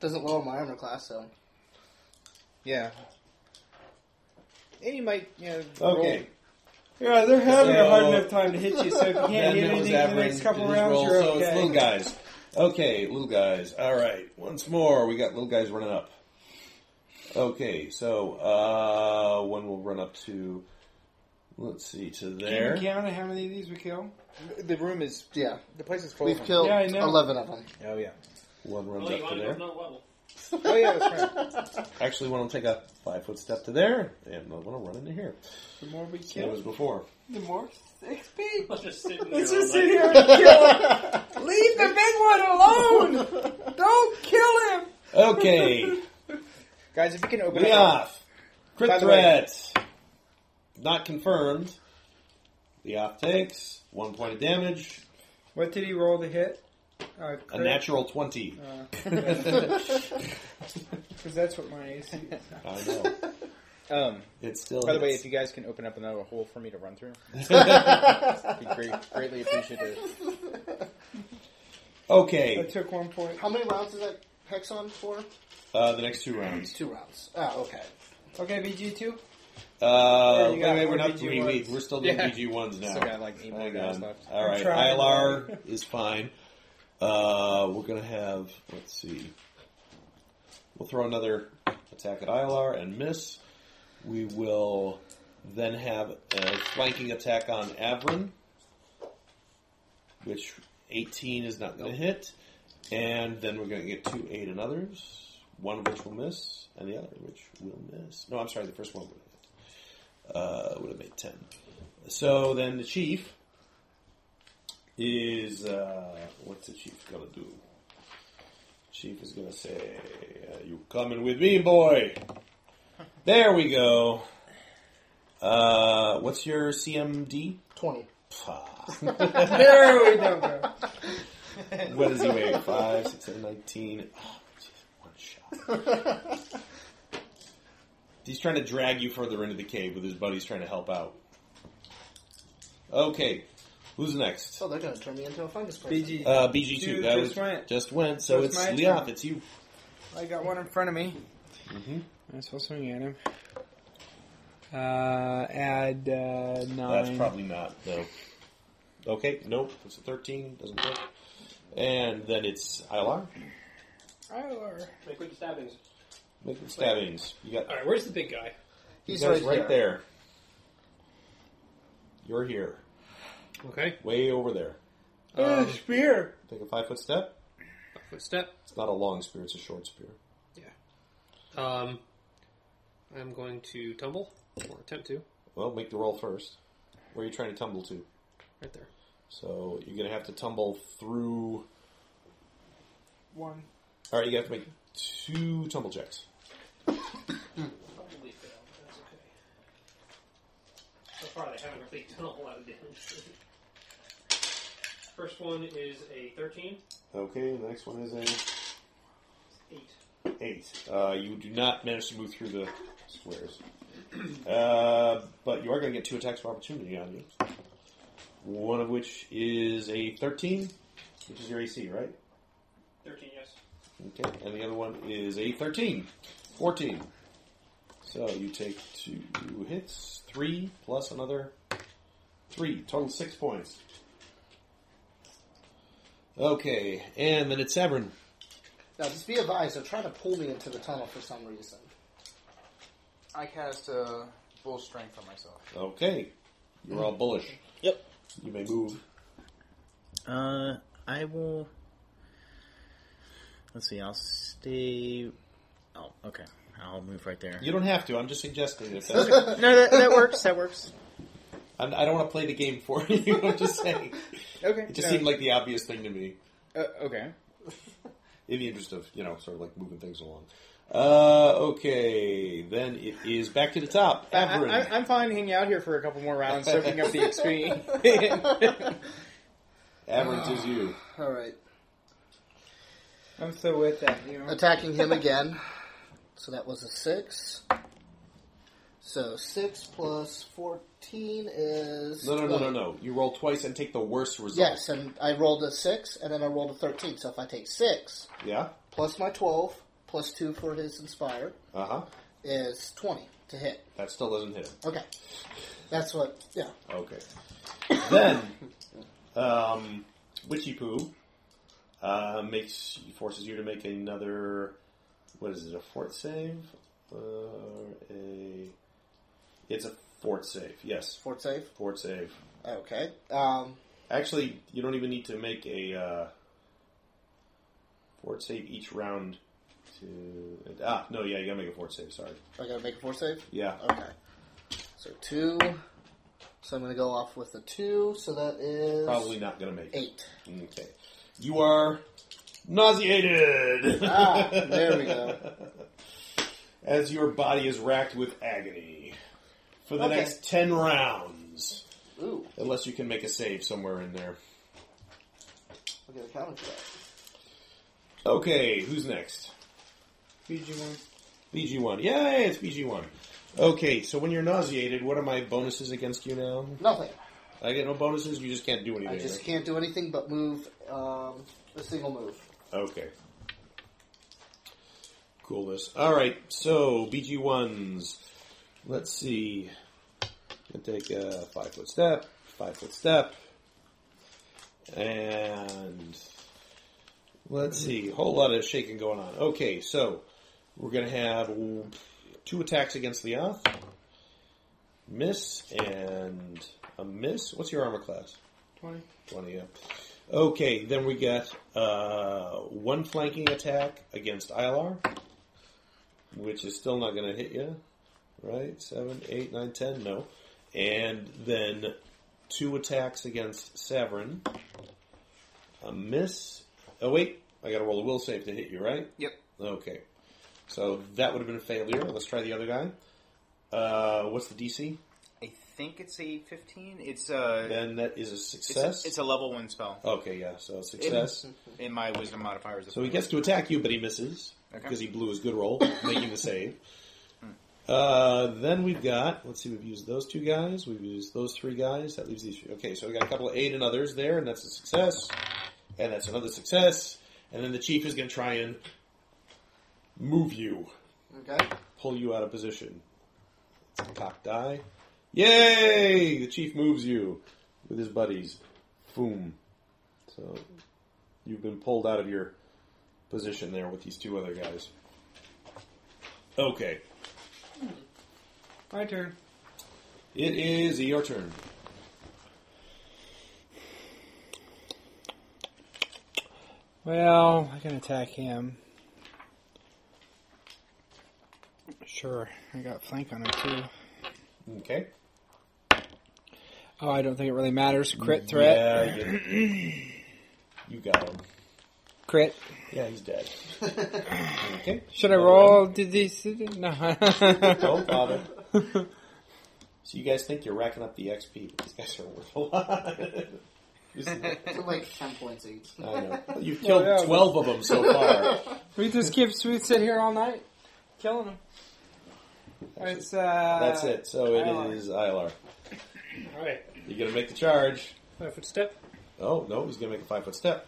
S6: doesn't lower my armor class, so.
S4: yeah. And you might, you know,
S2: Okay.
S3: Yeah, they're having
S2: So-
S3: a hard enough time to hit you, so if you can't
S2: Yeah, that
S3: hit
S2: was
S3: anything in the
S2: Averin
S3: next couple
S2: did his
S3: rounds,
S2: roll,
S3: you're
S2: So
S3: okay.
S2: it's little guys. Okay, little guys. All right, once more. We got little guys running up. Okay, so uh, one will run up to. Let's see to there.
S3: Can you count how many of these we kill?
S4: the room is
S6: Yeah.
S4: the place is full.
S6: We've
S4: of them.
S6: killed
S3: Yeah, I know.
S6: 11 of them.
S4: Oh yeah.
S2: One runs
S5: Well, you
S2: up to
S5: want to
S2: there.
S5: another level.
S4: Oh yeah, that's right.
S2: Actually, one will take a five foot step to there, and another one will run into here.
S3: The more we
S2: Same
S3: kill,
S2: as before.
S3: the more XP.
S5: Let's just sit in
S3: Let's
S5: there all
S3: just sit
S5: night.
S3: here and kill. him. Leave the big one alone. Don't kill him.
S2: Okay,
S4: Guys, if you can open up,
S2: Leoth.
S4: By
S2: Crit
S4: the way-
S2: threat. Not confirmed. Leoth takes one point of damage.
S3: What did he roll to hit? Uh,
S2: A natural 20.
S3: Because that's what my AC is.
S2: I know.
S4: um,
S2: It's still.
S4: by the way, if you guys can open up another hole for me to run through, it'd be great, greatly appreciated.
S3: I
S2: okay,
S3: took one point.
S6: How many rounds is that hex on for?
S2: uh, the next two rounds.
S6: Two rounds. Oh, okay.
S3: Okay, BG two.
S2: Uh,
S3: Yeah,
S2: wait,
S3: you got
S2: wait, we're
S3: more
S2: not.
S3: BG
S2: We, we,
S3: ones.
S2: we're still doing
S4: Yeah.
S2: BG ones now.
S4: Still got like eight more
S2: Hang
S4: guys
S2: on.
S4: left.
S2: All right,
S3: trying.
S2: ILR is fine. Uh, we're gonna have. Let's see. We'll throw another attack at ILR and miss. We will then have a flanking attack on Avrin, which 18 is not going to hit. And then we're going to get two eight and others, one of which will miss, and the other which will miss. No, I'm sorry, the first one would have hit. Uh, would have made 10. So then the chief is. Uh, what's the chief going to do? Chief is going to say, uh, You coming with me, boy? There we go. Uh, what's your CMD?
S6: 20.
S2: Pah.
S3: There we go. bro.
S2: what does he weigh? 5, 6, 7, 19. Oh, geez, one shot. He's trying to drag you further into the cave with his buddies trying to help out. Okay, who's next?
S6: So Oh, they're going to turn me into a fungus person.
S3: BG.
S2: Uh, BG2.
S3: Dude,
S2: that
S3: just
S2: was,
S3: went.
S2: Just went, so
S3: Just
S2: it's
S3: my
S2: Leoth,
S3: turn.
S2: it's you.
S3: I got one in front of me.
S2: Mhm.
S25: I still swing at him. Uh, add uh, nine.
S2: That's probably not, no. Okay, nope, it's a 13, doesn't work. And then it's Ilar.
S5: Make quick stabbings.
S2: Make the stabbings. You got
S5: Alright, where's the big guy?
S6: He's
S2: You guys right,
S6: there.
S2: there. You're here.
S5: Okay.
S2: Way over there.
S5: Um,
S3: Spear.
S2: Take a five foot step.
S5: footstep.
S2: It's not a long spear, it's a short spear.
S5: Um, I'm going to tumble, or attempt to,
S2: Well, make the roll first. Where are you trying to tumble to?
S5: right there.
S2: So you're going to have to tumble through.
S3: One.
S2: Alright, you have to make two tumble checks.
S5: Probably failed, but that's okay. So far, they haven't really done a whole lot of damage. First one is a 13,
S2: Okay, the next one is a
S5: 8.
S2: eight. Uh, you do not manage to move through the squares. Uh, but you are going to get two attacks of opportunity on you. One of which is a 13, which is your AC, right?
S5: 13, yes.
S2: Okay, and the other one is a 13. 14. So you take two hits, three plus another three. Total six points. Okay, and then it's Severn.
S6: Now, just be advised, they're trying to pull me into the tunnel for some reason.
S4: I cast a bull strength on myself.
S2: Okay. You're all bullish.
S26: Yep.
S2: You may move.
S26: Uh, I will. Let's see. I'll stay. Oh, okay. I'll move right there.
S2: You don't have to. I'm just suggesting it.
S26: no, that, that works. That works.
S2: I'm, I don't want to play the game for you. I'm just saying.
S26: Okay.
S2: It just
S26: no.
S2: seemed like the obvious thing to me,
S26: Uh, okay.
S2: in the interest of you know, sort of like moving things along. Uh, okay, then it is back to the top.
S4: I,
S2: Averin.
S4: I, I'm fine hanging out here for a couple more rounds, soaking up the XP.
S2: Average is you.
S6: All right.
S3: I'm so with that. You know?
S6: Attacking him again. So that was a 6. So 6 plus 14 is.
S2: No, no, no, no,
S6: 20.
S2: no. You roll twice and take the worst result.
S6: Yes, and I rolled a 6, and then I rolled a 13. So if I take 6,
S2: Yeah.
S6: plus my 12, plus 2 for his Inspire,
S2: Uh huh.
S6: is 20 to hit.
S2: That still doesn't hit him.
S6: Okay. That's what. Yeah.
S2: Okay. then, um, Witchy Poo uh, makes forces you to make another. What is it? A fort save? Uh, a. It's a fort save. Yes,
S6: Fort save.
S2: fort save.
S6: Okay. Um,
S2: Actually, you don't even need to make a uh, fort save each round. To ah no yeah you gotta make a fort save. Sorry.
S6: I gotta make a fort save?
S2: Yeah.
S6: Okay. So 2. So I'm gonna go off with a 2, so that is.
S2: Probably not gonna make it.
S6: 8.
S2: Okay. You are nauseated.
S6: Ah, there we go.
S2: As your body is racked with agony for the
S6: Okay.
S2: next ten rounds,
S6: Ooh.
S2: unless you can make a save somewhere in there.
S6: I'll get a counter for that.
S2: Okay, who's next?
S3: BG1.
S2: BG one. Yay, it's BG one. Okay, so when you're nauseated, what are my bonuses against you now?
S6: Nothing.
S2: I get no bonuses. You just can't do anything.
S6: I just
S2: right?
S6: can't do anything but move um, a single move.
S2: Okay. Cool this. Alright, so BG1s. Let's see. I'm gonna take a five foot step, five foot step. And let's see. Whole lot of shaking going on. Okay, so we're gonna have two attacks against the off. Miss and a miss. What's your armor class?
S3: 20.
S2: 20, yeah. Okay, then we got uh, one flanking attack against Ilar, which is still not going to hit you, right? 7, 8, 9, 10, no. And then two attacks against Severin. A miss. Oh, wait, I got to roll a will save to hit you, right?
S27: Yep.
S2: Okay. So that would have been a failure. Let's try the other guy. Uh, what's the DC?
S4: I think it's a 15. It's a,
S2: Then that is a
S4: it's a,
S2: success.
S4: it's a level 1 spell.
S2: okay, yeah, so success.
S4: In my wisdom modifier is a
S2: So he gets to attack you, but he misses
S4: Okay. Hmm.
S2: because he blew his good roll, making the save. Uh, then we've got, let's see, we've used those two guys, we've used those three guys, that leaves these three. Okay, so we got a couple of eight and others there, and that's a success, and that's another success, and then the chief is going to try and move you,
S6: Okay.
S2: pull you out of position. It's a cock die. Yay! The chief moves you with his buddies. Boom. So you've been pulled out of your position there with these two other guys. Okay.
S3: My turn.
S2: It is your turn.
S3: Well, I can attack him. Sure, I got flank on him too.
S2: Okay.
S3: Oh, I don't think it really matters. Crit threat.
S2: Yeah, you, you got him.
S3: Crit.
S2: Yeah, he's dead. Okay.
S3: Should I roll? Did these? No.
S2: Don't bother. So you guys think you're racking up the XP, but these guys are worth a lot.
S6: So like 10 points each.
S2: I know. You've killed
S3: Well, yeah.
S2: 12 of them so far.
S3: we just keep we sit here all night, killing him. It's uh.
S2: That's it. So it
S3: Ilar.
S2: is Ilar.
S5: All right.
S2: You're going to make the charge.
S5: Five foot step.
S2: Oh, no, he's going to make a five foot step.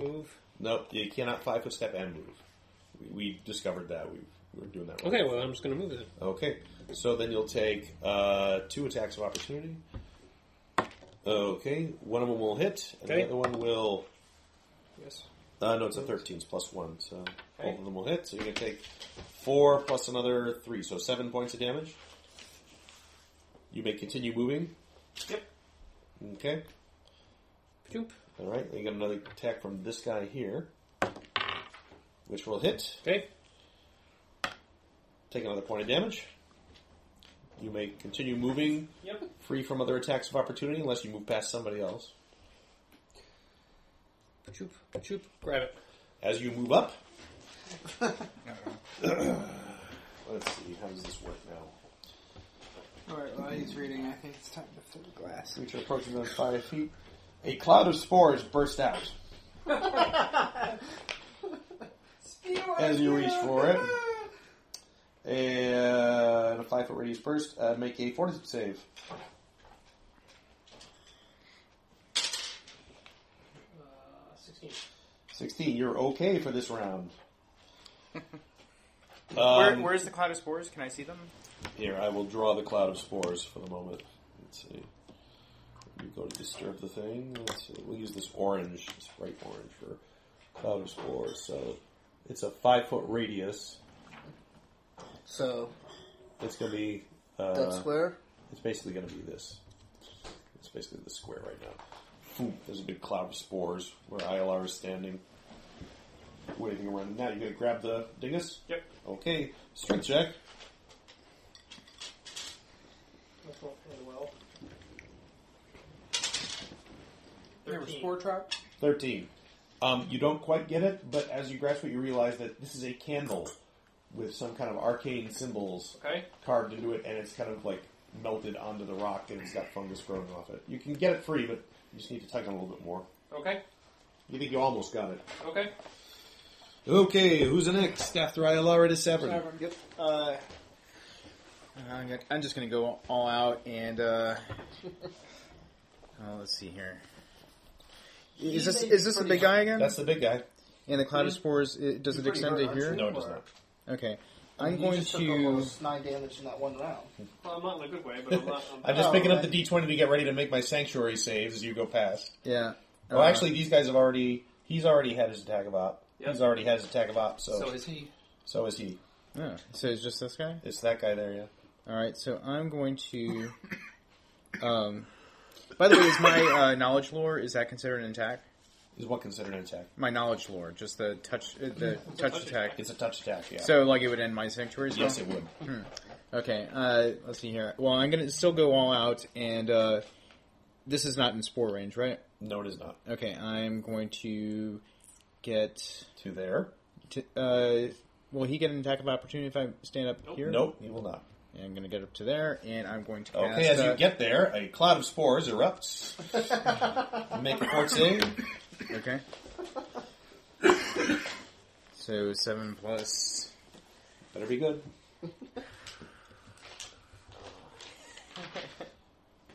S5: Move.
S2: Nope, you cannot five foot step and move. We, we discovered that. We, we were doing that wrong.
S28: Okay, well, I'm just going to move then.
S2: Okay, so then you'll take uh, two attacks of opportunity. Okay, one of them will hit, and
S28: Okay.
S2: the other one will.
S28: Yes.
S2: Uh, no, it's a 13, it's plus one, so both of them will hit. So you're going to take four plus another three, so seven points of damage. You may continue moving.
S5: Yep.
S2: Okay.
S28: Doop.
S2: All right, you got another attack from this guy here, which will hit.
S28: Okay.
S2: Take another point of damage. You may continue moving,
S5: Yep.
S2: free from other attacks of opportunity, unless you move past somebody else.
S28: Choop, choop, grab it.
S2: As you move up, let's see how does this work now.
S3: All right. While he's reading, I think it's time to fill the glass.
S2: Creature approaching those five feet, a cloud of spores burst out as you reach for it, and a five foot radius burst. Uh, make a fortitude save.
S5: Uh, 16.
S2: 16. You're okay for this round.
S29: Where,
S2: Um,
S29: where's the cloud of spores? Can I see them?
S2: Here, I will draw the cloud of spores for the moment. Let's see. You go to disturb the thing. Let's see. We'll use this orange, this bright orange for cloud of spores. So it's a five foot radius.
S6: So
S2: It's going to be. Uh,
S6: that square.
S2: It's basically going to be this. It's basically the square right now. Boom, there's a big cloud of spores where ILR is standing, waving around. Now you going to grab the dingus?
S5: Yep.
S2: Okay, strength check.
S5: That's not really well.
S3: There was
S5: 13.
S3: four trap.
S2: 13. Um, you don't quite get it, but as you grasp it, you realize that this is a candle with some kind of arcane symbols
S5: Okay.
S2: carved into it, and it's kind of like melted onto the rock, and it's got fungus growing off it. You can get it free, but you just need to tug on it a little bit more.
S5: Okay.
S2: You think you almost got it.
S5: Okay.
S2: Okay, who's next after ILR to Severn?
S4: Yep.
S29: Uh,
S4: I'm, gonna, I'm just gonna go all out and uh, oh, let's see here. Is this is this the big guy again?
S2: That's the big guy.
S4: And the cloud of spores, it, does
S6: He's
S4: it extend
S6: pretty
S4: to
S6: hurt,
S4: here?
S6: aren't you? No, it does not.
S4: Okay,
S6: I mean,
S4: I'm
S6: he
S4: going
S6: just took
S4: to.
S6: almost nine damage in that one round.
S5: Well, I'm not in a good way, but I'm not. I'm,
S2: I'm just
S6: Oh,
S2: picking up the
S6: okay.
S2: D20 to get ready to make my sanctuary saves as you go past.
S4: Yeah.
S2: Well,
S4: Uh,
S2: actually, these guys have already. He's already had his attack of op.
S5: Yep.
S2: He's already had his attack of op. So,
S5: So is he.
S2: so is he.
S4: Yeah. So it's just this guy.
S2: It's that guy there, yeah.
S4: All right. So I'm going to. Um. By the way, is my uh, knowledge lore is that considered an attack?
S2: Is what considered an attack?
S4: My knowledge lore, just the touch, uh, the touch attack.
S2: It's a touch attack, yeah.
S4: So, like, it would end my sanctuary. Spell?
S2: Yes, it would.
S4: Hmm. Okay. Uh, let's see here. Well, I'm gonna still go all out, and uh, this is not in spore range, right?
S2: No, it is not.
S4: Okay, I'm going to get
S2: to there.
S4: To, uh, will he get an attack of opportunity if I stand up here?
S2: Nope, he will not.
S4: And I'm going to get up to there, and I'm going to. Cast,
S2: Okay, as
S4: uh,
S2: you get there, a cloud of spores erupts. Make a fort save.
S4: Okay. So seven plus.
S2: Better be good.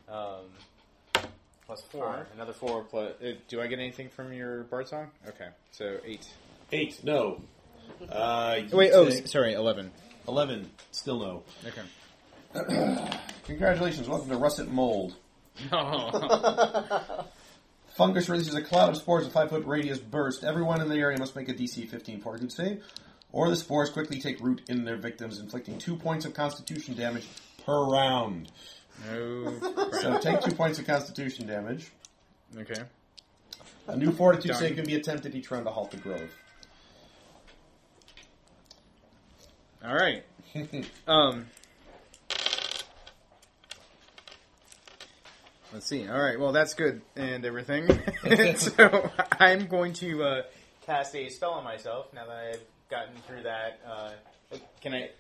S4: Um, plus four. Another four plus. Uh, do I get anything from your bard song? Okay, so eight.
S2: Eight, no. Uh, you
S4: Wait. Oh,
S2: take-
S4: s- sorry. Eleven.
S2: Eleven, still no.
S4: Okay.
S2: Congratulations, welcome to Russet Mold.
S4: No.
S2: Fungus releases a cloud of spores of 5 foot radius burst. Everyone in the area must make a DC 15 fortitude save, or the spores quickly take root in their victims, inflicting 2 points of constitution damage per round.
S4: no.
S2: So take 2 points of constitution damage.
S4: Okay.
S2: A new fortitude
S4: Darn.
S2: save can be attempted each round to halt the grove.
S4: All right. um. Let's see. All right. Well, that's good and everything. so I'm going to uh, cast a spell on myself now that I've gotten through that. Uh, can I?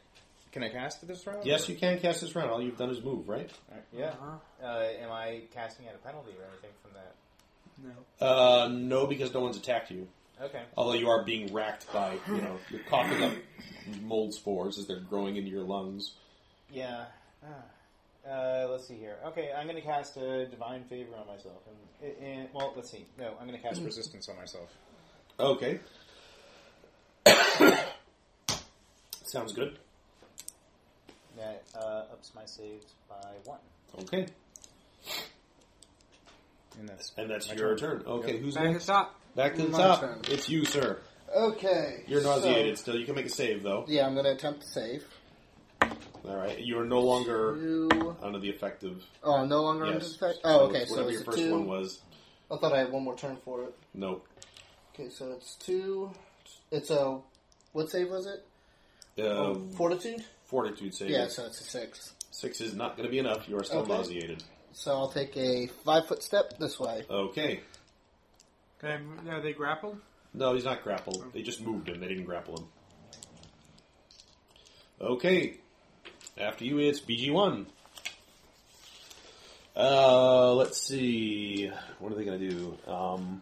S4: Can I cast it this round?
S2: Yes,
S4: Or-
S2: you can cast this round. All you've done is move, right?
S4: Yeah.
S3: Uh-huh.
S4: Uh, am I casting at a penalty or anything from that?
S3: No.
S2: Uh, no, because no one's attacked you.
S4: Okay.
S2: Although you are being racked by, you know, you're coughing up mold spores as they're growing into your lungs.
S4: Yeah. Ah. Uh, let's see here. Okay, I'm going to cast a divine favor on myself, and, and well, let's see. No, I'm going to cast resistance on myself.
S2: Okay. Sounds good.
S4: That uh, ups my saves by one.
S2: Okay.
S4: And that's
S2: And that's
S4: my
S2: your turn. Okay, who's
S3: Back
S2: next?
S3: to the top.
S2: Back to the
S3: My
S2: top.
S3: turn.
S2: It's you, sir.
S6: Okay.
S2: You're
S6: so-
S2: nauseated still. You can make a save though.
S6: Yeah, I'm going to attempt to save.
S2: All right. You are no longer
S6: Two.
S2: under the effect of.
S6: Oh, I'm no longer under
S2: Yes.
S6: the effect? Oh,
S2: So
S6: okay, so
S2: whatever
S6: it's
S2: your
S6: a
S2: first
S6: two.
S2: one was.
S6: I thought I had one more turn for it.
S2: No.
S6: Okay, so it's two. It's a. What save was it?
S2: Uh,
S6: Um, fortitude?
S2: fortitude save.
S6: Yeah, so it's a six.
S2: Six is not going to be enough. You are still
S6: Okay.
S2: nauseated.
S6: So I'll take a five foot step this way.
S2: Okay.
S3: They, no, they grappled. Oh.
S2: No, he's not grappled. They just moved him. They didn't grapple him. Okay. After you, it's BG1. Uh, let's see. What are they going to do? Um,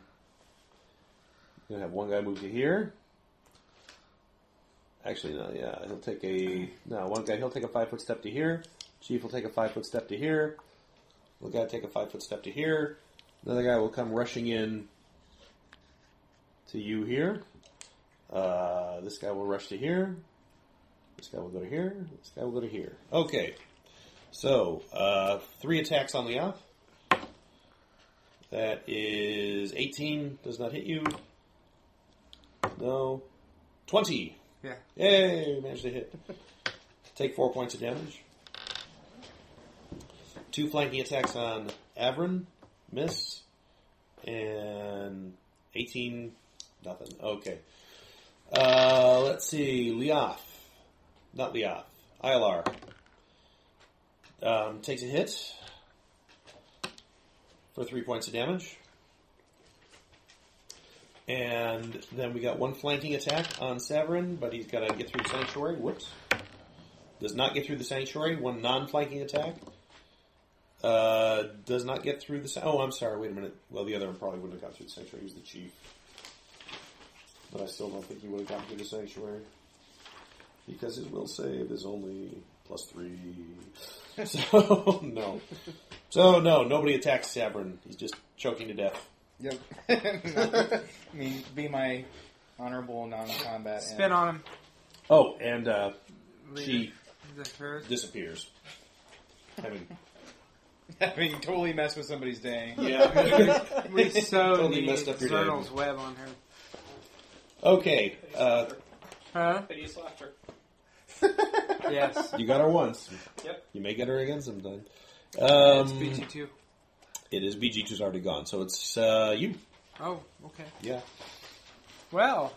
S2: going to have one guy move to here. Actually, no, yeah. He'll take a. No, one guy, he'll take a five foot step to here. Chief will take a five foot step to here. One guy will take a five foot step to here. Another guy will come rushing in to you here. Uh, this guy will rush to here. This guy will go to here. This guy will go to here. Okay. So, uh, three attacks on the off. That is 18. Does not hit you. No. 20.
S3: Yeah.
S2: Yay! Managed to hit. Take four points of damage. Two flanking attacks on Avron. Miss. And 18. Nothing. Okay. Uh, let's see. Leoth. Not Leoth. ILR. Um, takes a hit for three points of damage. And then we got one flanking attack on Severin, but he's got to get through the sanctuary. Whoops. Does not get through the sanctuary. One non flanking attack. Uh, does not get through the. sa- Oh, I'm sorry. Wait a minute. Well, the other one probably wouldn't have got through the sanctuary. He was the chief. But I still don't think he would have got through the sanctuary. Because his will save is only plus three. So, no. So, no, nobody attacks Severin. He's just choking to death.
S4: Yep. Me, be my honorable
S2: Uh,
S4: non-combat.
S3: Spit on him.
S2: Oh, and uh, she
S3: Is it hers?
S2: disappears. Having
S4: I mean, totally messed with somebody's day.
S2: yeah,
S3: We so
S2: totally
S3: need
S2: messed up your day.
S3: Zernal's web on her.
S2: Okay, uh,
S3: Huh?
S5: Hideous laughter.
S3: Yes.
S2: you got her once.
S5: Yep.
S2: You may get her again sometime. Um,
S3: BG two.
S2: it is BG two's already gone, so it's uh, you.
S3: Oh, okay.
S2: Yeah.
S3: Well,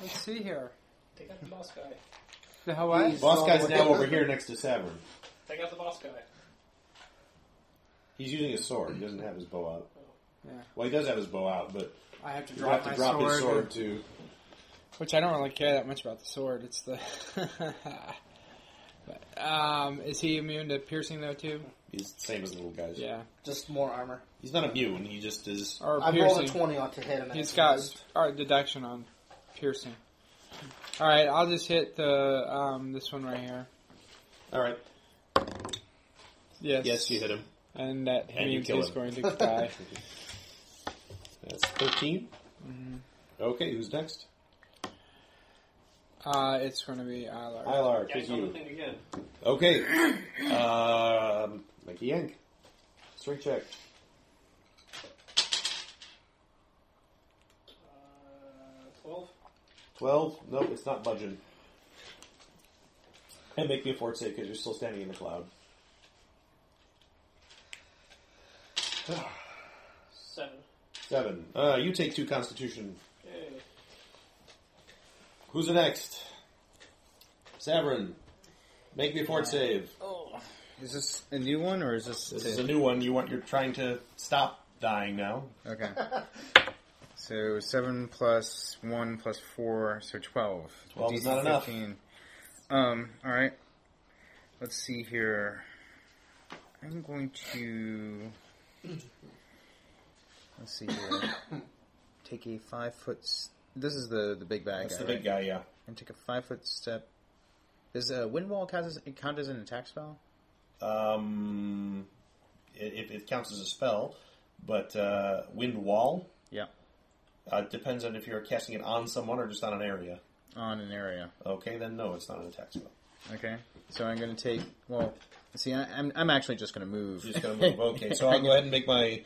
S3: let's see here.
S5: Take out the boss guy.
S3: The Hawaii.
S2: Boss guy's now over here next to Savern.
S5: Take out the boss guy.
S2: He's using his sword. He doesn't have his bow out.
S3: Yeah.
S2: Well, he does have his bow out, but
S3: I have to
S2: you have
S3: drop
S2: to
S3: my
S2: drop
S3: sword.
S2: his sword to.
S12: Which I don't really care that much about the sword. It's the. but, um, is he immune to piercing though too?
S2: He's the same as the little guys.
S12: Yeah.
S6: Just more armor.
S2: He's not immune. He just is.
S12: Or
S6: I rolled a
S12: piercing.
S6: 20 on to hit him.
S12: He's got our deduction on piercing. All right, I'll just hit the um, this one right here.
S2: All right.
S12: Yes.
S2: Yes, you hit him.
S12: And that
S2: And you
S12: means
S2: kill
S12: he's
S2: him.
S12: going to die.
S2: That's thirteen.
S3: Mm-hmm.
S2: Okay, who's next?
S12: uh, it's going to be Ilar.
S2: Ilar,
S5: Yeah,
S2: take
S5: he's on the
S2: you.
S5: thing again.
S2: Okay. Um, make a yank. Strength check.
S5: Uh, 12.
S2: 12? Nope, it's not budging. And make me a fort save because you're still standing in the cloud.
S5: 7.
S2: 7. Uh, you take 2 constitution.
S5: Yay.
S2: Who's the next? Savrin. Make me a fort save.
S4: Is this a new one or is this?
S2: This is a new one. You want, you're trying to stop dying now.
S4: Okay. So seven plus one plus four, so twelve.
S2: 12 is
S4: DC
S2: not enough.
S4: 15. Um. All right. Let's see here. I'm going to. Let's see here. Take a five foot. s this is the the big bad
S2: That's
S4: guy.
S2: the big
S4: right?
S2: guy, yeah.
S4: And take a five foot step. Does uh, wind wall count as, count as an attack spell?
S2: Um, it, it, it counts as a spell, but uh, wind wall.
S4: Yeah.
S2: Uh, depends on if you're casting it on someone or just on an area.
S3: on an area.
S2: Okay, then no, it's not an attack spell.
S3: Okay, so I'm going to take. Well, see, I, I'm I'm actually just going to move.
S2: You're just gonna move. Okay, so I'll go ahead and make my.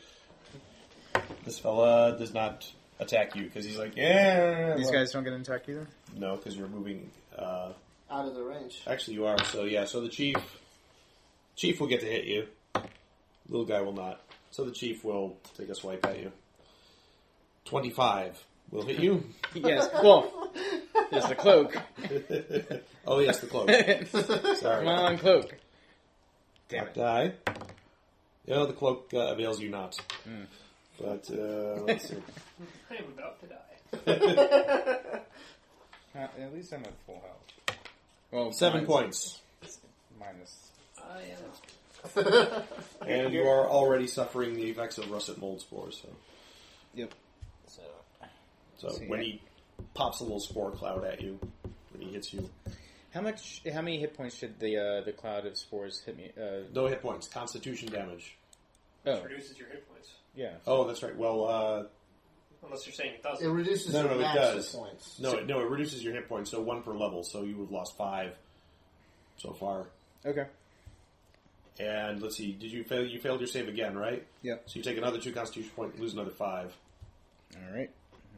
S2: This fella does not attack you because he's like, yeah.
S3: These
S2: well-
S3: guys don't get an attack either.
S2: No, because you're moving. Uh,
S6: Out of the range.
S2: actually, you are. So yeah. So the chief, chief will get to hit you. Little guy will not. So the chief will take a swipe at you. Twenty-five will hit you.
S3: yes. Well, there's the cloak.
S2: oh yes, the cloak. Sorry.
S3: Come on, cloak.
S2: Damn Die. No, the cloak uh, avails you not.
S3: Hmm.
S2: But uh, let's see.
S5: I am about to die.
S4: Uh,
S3: at least I'm at full health. Well,
S2: Seven
S3: mine-
S2: points.
S3: Minus.
S5: I am.
S2: And you are already suffering the effects of russet mold spores. So,
S3: Yep.
S5: So,
S2: so
S3: See,
S2: when
S3: I-
S2: he pops a little spore cloud at you, when he hits you,
S3: How much? How many hit points should the uh, the cloud of spores hit me? Uh,
S2: no hit points. Constitution damage.
S3: oh,
S5: reduces your hit points.
S3: yeah.
S2: Oh, that's right. Well, uh,
S5: Unless you're saying it doesn't.
S6: It reduces
S2: no,
S6: your
S2: no, it
S6: max hit
S2: does.
S6: points.
S2: No, it, no, it reduces your hit points. So one per level. So you have lost five so far.
S3: Okay.
S2: And let's see. Did you fail? You failed your save again, right?
S3: Yep.
S2: So you take another two Constitution point, and lose another five.
S3: All right.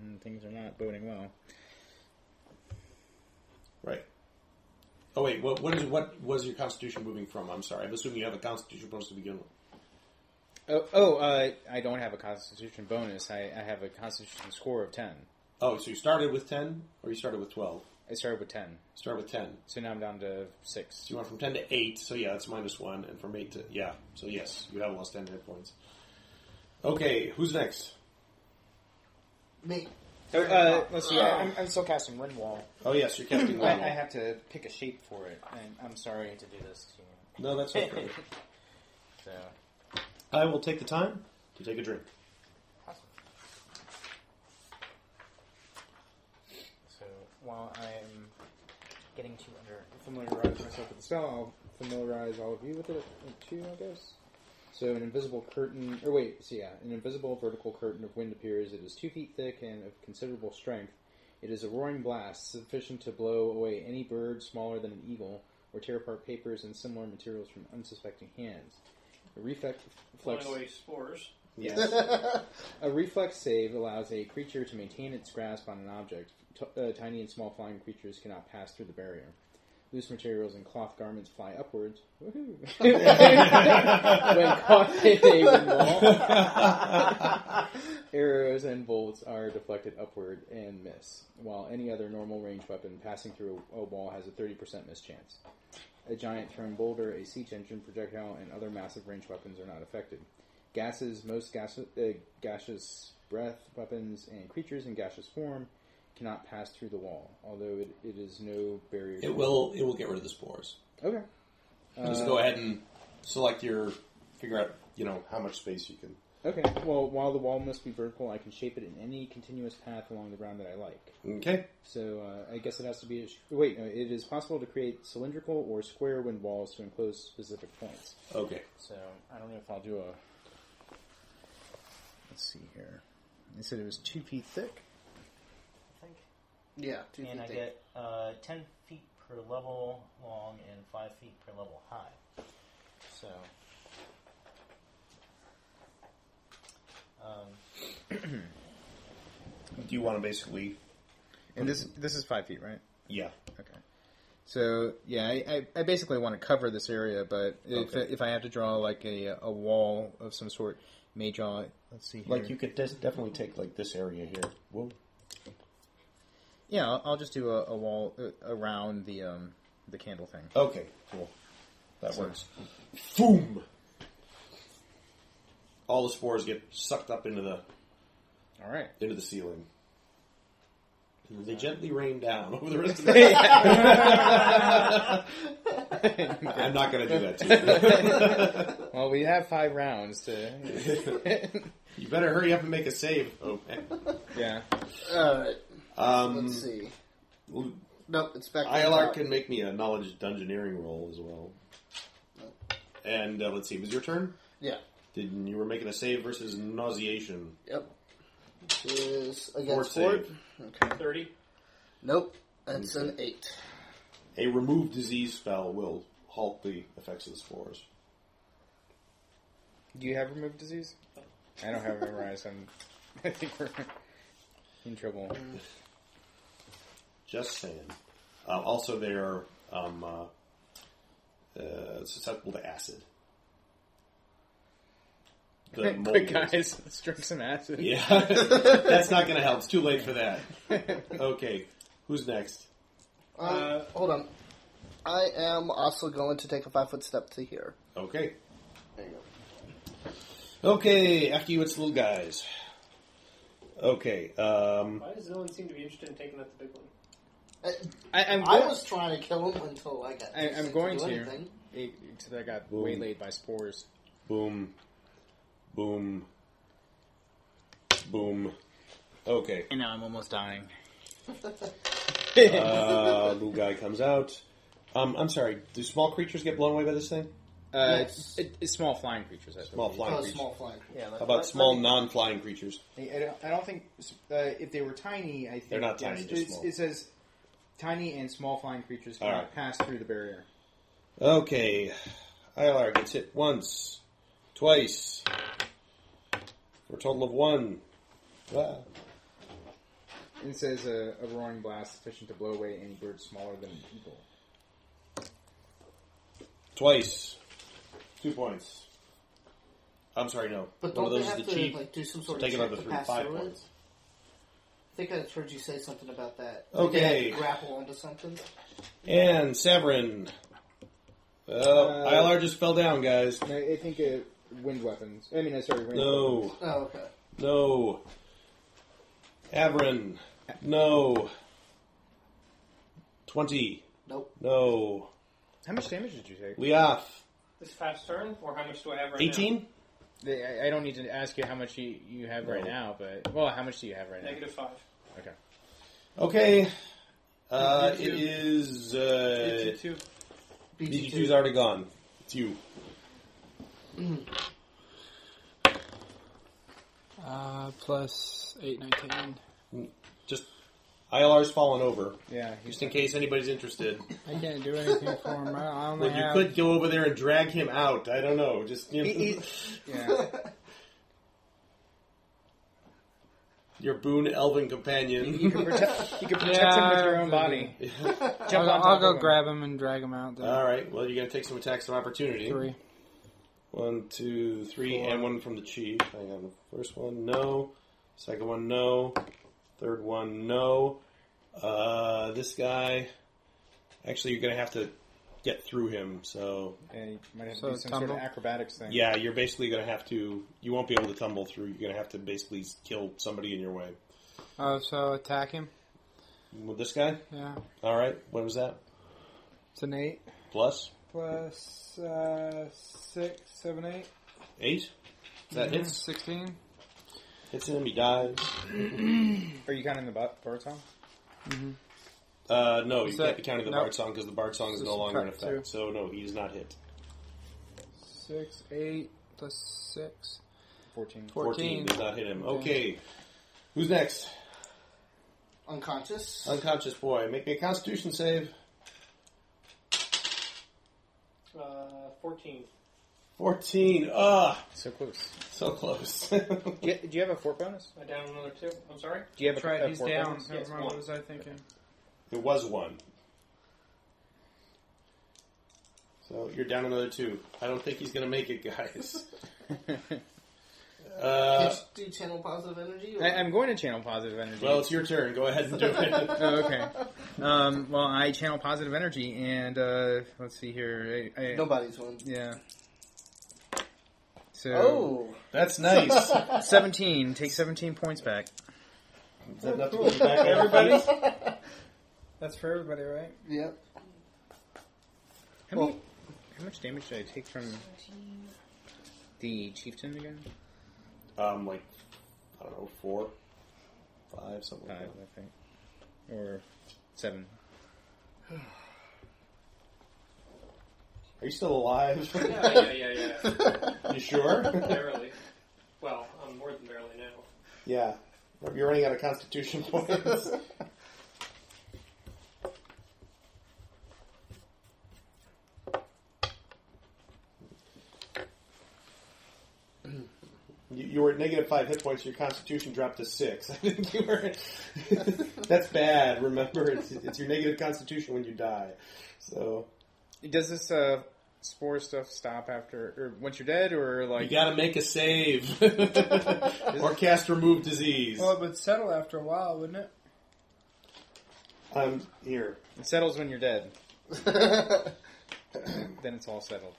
S3: Mm, Things are not boding well.
S2: Right. Oh wait, what what is what was your constitution moving from? I'm sorry. I'm assuming you have a constitution bonus to begin with.
S3: Oh, oh uh, I don't have a Constitution bonus. I, I have a Constitution score of ten.
S2: Oh, so you started with ten or you started with twelve?
S3: I started with ten,
S2: Start with ten.
S3: so now I'm down to six.
S2: So you went from ten to eight, so yeah, that's minus one, and from eight to yeah. So yes, you have lost ten hit points. Okay, who's next?
S6: Me.
S3: Oh, uh, let's see. I'm, I'm still casting Wind Wall.
S2: Oh yes, you're casting
S3: I,
S2: one.
S3: I have to pick a shape for it. And I'm sorry to do this to you.
S2: No, that's okay.
S3: So,
S2: I will take the time to take a drink.
S3: so while I'm getting too under
S4: familiarize myself with the spell. I'll familiarize all of you with it too, I guess. So an invisible curtain, or wait, so yeah, an invisible vertical curtain of wind appears. It is two feet thick and of considerable strength. It is a roaring blast sufficient to blow away any bird smaller than an eagle, or tear apart papers and similar materials from unsuspecting hands. A reflex,
S5: Flying
S4: reflex
S5: away spores.
S4: Yes. a reflex save allows a creature to maintain its grasp on an object. T- uh, tiny and small flying creatures cannot pass through the barrier. Loose materials and cloth garments fly upwards. Woohoo! when caught in a wind wall, arrows and bolts are deflected upward and miss, while any other normal ranged weapon passing through a, a wall has a 30% miss chance. A giant thrown boulder, a siege engine projectile, and other massive ranged weapons are not affected. Gases, most gas, uh, gaseous breath weapons and creatures in gaseous form cannot pass through the wall, although it, it is no barrier. to-
S2: It will it will get rid of the spores.
S4: Okay.
S2: Just
S3: Uh.
S2: go ahead and select your figure out, you know, how much space you can
S4: Okay. Well, while the wall must be vertical, I can shape it in any continuous path along the ground that I like.
S2: Okay.
S4: So uh, I guess it has to be. A sh- wait, no. It is possible to create cylindrical or square wind walls to enclose specific points.
S2: Okay.
S3: so I don't know if I'll do a. Let's see here. They said it was two feet thick.
S30: I think.
S6: Yeah, two
S30: and
S6: feet
S30: I
S6: thick.
S30: get uh, 10 feet per level long and 5 feet per level high. So. Um,
S2: Do you want to basically
S3: And this this is five feet, right?
S2: Yeah.
S3: Okay. So yeah, I, I, I basically want to cover this area, but if,
S2: Okay.
S3: if I have to draw like a, a wall of some sort, may draw. Let's see. Here.
S2: Like you could des- definitely take like this area here. Whoa.
S3: yeah, I'll, I'll just do a, a wall uh, around the um the candle thing.
S2: Okay, cool. That
S3: So-
S2: works. Boom. All the spores get sucked up into the
S3: All right.
S2: into the ceiling. And They gently rain down over the rest of the. I'm not going to do that to you.
S3: Well, we have five rounds to.
S2: you better hurry up and make a save. Oh, man.
S3: yeah.
S6: Alright,
S2: Um,
S4: Mm.
S6: let's see. Nope, it's back to the
S2: ILR
S6: top.
S2: can make me a knowledge dungeoneering roll as well. And uh, let's see, was your turn?
S6: Yeah.
S2: Did you were making a save versus nauseation?
S6: Yep. Which is
S2: Fort
S6: against
S2: save.
S6: Fort. Okay.
S5: 30.
S6: Nope. That's an 8.
S2: A remove disease spell will halt the effects of the spores.
S4: Do you have removed disease? I don't have it memorized. I'm, I think we're in trouble.
S2: Just saying. Um, also, they are um, uh, uh, susceptible to acid. The mold
S4: Quick,
S2: is-
S4: guys, let's drink some acid.
S2: Yeah, that's not going to help. It's too late for that. Okay, who's next?
S6: Um,
S4: Uh,
S6: hold on. I am also going to take a five foot step to here.
S2: Okay.
S6: There you go.
S2: Okay, after you, it's the little guys. Okay, um,
S5: Why does no one seem to be interested in taking out the big one?
S6: Uh,
S4: I, I'm
S6: I
S4: go-
S6: was trying to kill him until I got.
S4: I,
S6: too sick
S4: I'm going
S6: do
S4: to,
S6: anything.
S4: It- except I got
S2: Boom.
S4: waylaid by spores.
S2: boom, boom, boom. Okay.
S4: And now I'm almost dying.
S2: uh, little guy comes out. Um, I'm sorry. Do small creatures get blown away by this thing?
S4: Uh, it- it's small flying creatures. I
S2: Small
S4: believe.
S2: flying
S6: Uh,
S2: creatures.
S6: flying creatures.
S4: Yeah,
S2: How
S4: let-
S2: about
S4: let-
S2: small
S4: let me-
S2: non-flying creatures?
S4: I don't, I don't think uh, if they were tiny, I think
S2: They're not tiny,
S4: yes,
S2: just
S4: it's-
S2: small.
S4: It says tiny and small flying creatures cannot
S2: Alright.
S4: pass through the barrier.
S2: Okay. ILR gets hit once, twice, for a total of one. Ah.
S4: It says uh, a roaring blast sufficient to blow away any bird smaller than an eagle.
S2: Twice. Two points. I'm sorry, no.
S6: But
S2: one
S6: don't
S2: of
S6: they
S2: those
S6: have
S2: is the
S6: to
S2: chief.
S6: like do some
S2: so
S6: sort
S2: take
S6: of check
S2: another
S6: to
S2: three,
S6: pass
S2: five
S6: through it?
S2: points.
S6: I think I just heard you say something about that.
S2: Okay.
S6: They have to grapple onto something.
S2: And Severin. Oh,
S4: Uh,
S2: ILR just fell down, guys.
S4: And I, I think uh, wind weapons. I mean, uh, sorry, range
S2: No.
S6: Oh, okay.
S2: No. Averin. No. 20.
S6: Nope.
S2: No.
S4: How much damage did you take?
S2: Leof.
S5: This past turn, or how much do I have right now?
S2: 18?
S4: They- I, I don't need to ask you how much you, you have right
S2: No.
S4: now, but well, how much do you have right
S5: Negative 5.
S4: now? Okay.
S2: Okay. Uh, it is. Uh,
S5: It's a 2.
S6: BG2.
S2: BG2's already gone. It's you.
S31: Uh, plus 8, 19.
S2: Just. ILR's fallen over.
S4: Yeah, he's
S2: Just in case anybody's interested.
S31: I can't do anything for him. I I only
S2: Well, you
S31: have.
S2: could go over there and drag him out. I don't know. Just you
S4: He-
S2: know,
S4: he's- yeah.
S2: your boon elven companion.
S4: You can protect, you can protect him with your own body.
S31: I'll,
S4: Jump
S31: go-
S4: on
S31: I'll
S4: top
S31: go
S4: of him.
S31: grab him and drag him out. Then.
S2: All right. Well, you're going to take some attacks of opportunity.
S31: Three.
S2: One, two, three,
S31: Four.
S2: and one from the chief. Hang on. First one, no. Second one, no. Third one, no. Uh, this guy. Actually, you're going to have to get through him. So
S4: And you might have to
S31: So
S4: do some
S31: tumble?
S4: sort of acrobatics thing.
S2: yeah, you're basically going to have to. You won't be able to tumble through. You're going to have to basically kill somebody in your way.
S31: Oh, so attack him.
S2: With this guy.
S31: Yeah.
S2: All right. What was that?
S31: It's an eight
S2: Plus
S31: plus uh, six, seven, eight.
S2: eight. Is that
S31: Mhm,
S4: Mm-hmm.
S2: hits?
S31: Sixteen.
S2: Hits him. He dies.
S4: Are you counting the butt, bird song?
S31: Mm-hmm.
S2: Uh, no, you
S31: Is
S2: can't
S31: that-
S2: be counting the
S31: nope.
S2: bard song because the bard song is
S31: So
S2: no longer in
S31: subtract
S2: effect. So no, he does not hit.
S31: Six, eight plus six.
S4: 14.
S31: 14.
S2: does not hit him.
S31: Okay.
S2: Okay, who's next?
S6: Unconscious.
S2: Unconscious boy, make me a Constitution save.
S5: Uh, 14.
S2: Fourteen. Ah,
S4: So close.
S2: so close.
S4: Do you, do you have a fort bonus?
S5: I down another 2. I'm sorry?
S4: Do you have a,
S31: That's right,
S4: a
S31: he's
S4: fort
S31: down.
S4: bonus?
S31: Never
S5: Yes,
S31: mind,
S5: one.
S31: what was I thinking?
S2: it was one. So you're down another two. I don't think he's gonna make it, guys.
S6: Can
S2: Uh,
S6: you do channel positive energy? Or?
S4: I, I'm going to channel positive energy.
S2: well, it's your turn. Go ahead and do it.
S4: oh, okay. Um, well, I channel positive energy, and uh, let's see here. I, I,
S6: Nobody's one.
S4: Yeah. So
S6: Oh.
S2: That's nice. Is
S4: seventeen. Take seventeen points back.
S2: that enough to get you back on your
S31: Everybody?
S2: feet?
S31: That's for everybody, right?
S6: Yep.
S4: How, many, how much damage did I take from the chieftain again?
S2: Um, like I don't know, four, five, something like
S4: Five,
S2: that.
S4: I think, or seven.
S2: Are you still alive?
S5: Yeah, yeah, yeah, yeah.
S2: you sure?
S5: barely. Well, I'm more than barely now.
S2: yeah. You're running out of Constitution points. You, you were at negative five hit points. Your Constitution dropped to six. I think you were. That's bad. Remember, it's, it's your negative Constitution when you die. So
S4: Does this uh, spore stuff stop after, or once you're dead, or like
S2: you got to make a save or cast remove disease.
S31: Well, it would settle after a while, wouldn't it?
S2: Um, here.
S4: It settles when you're dead. then it's all settled.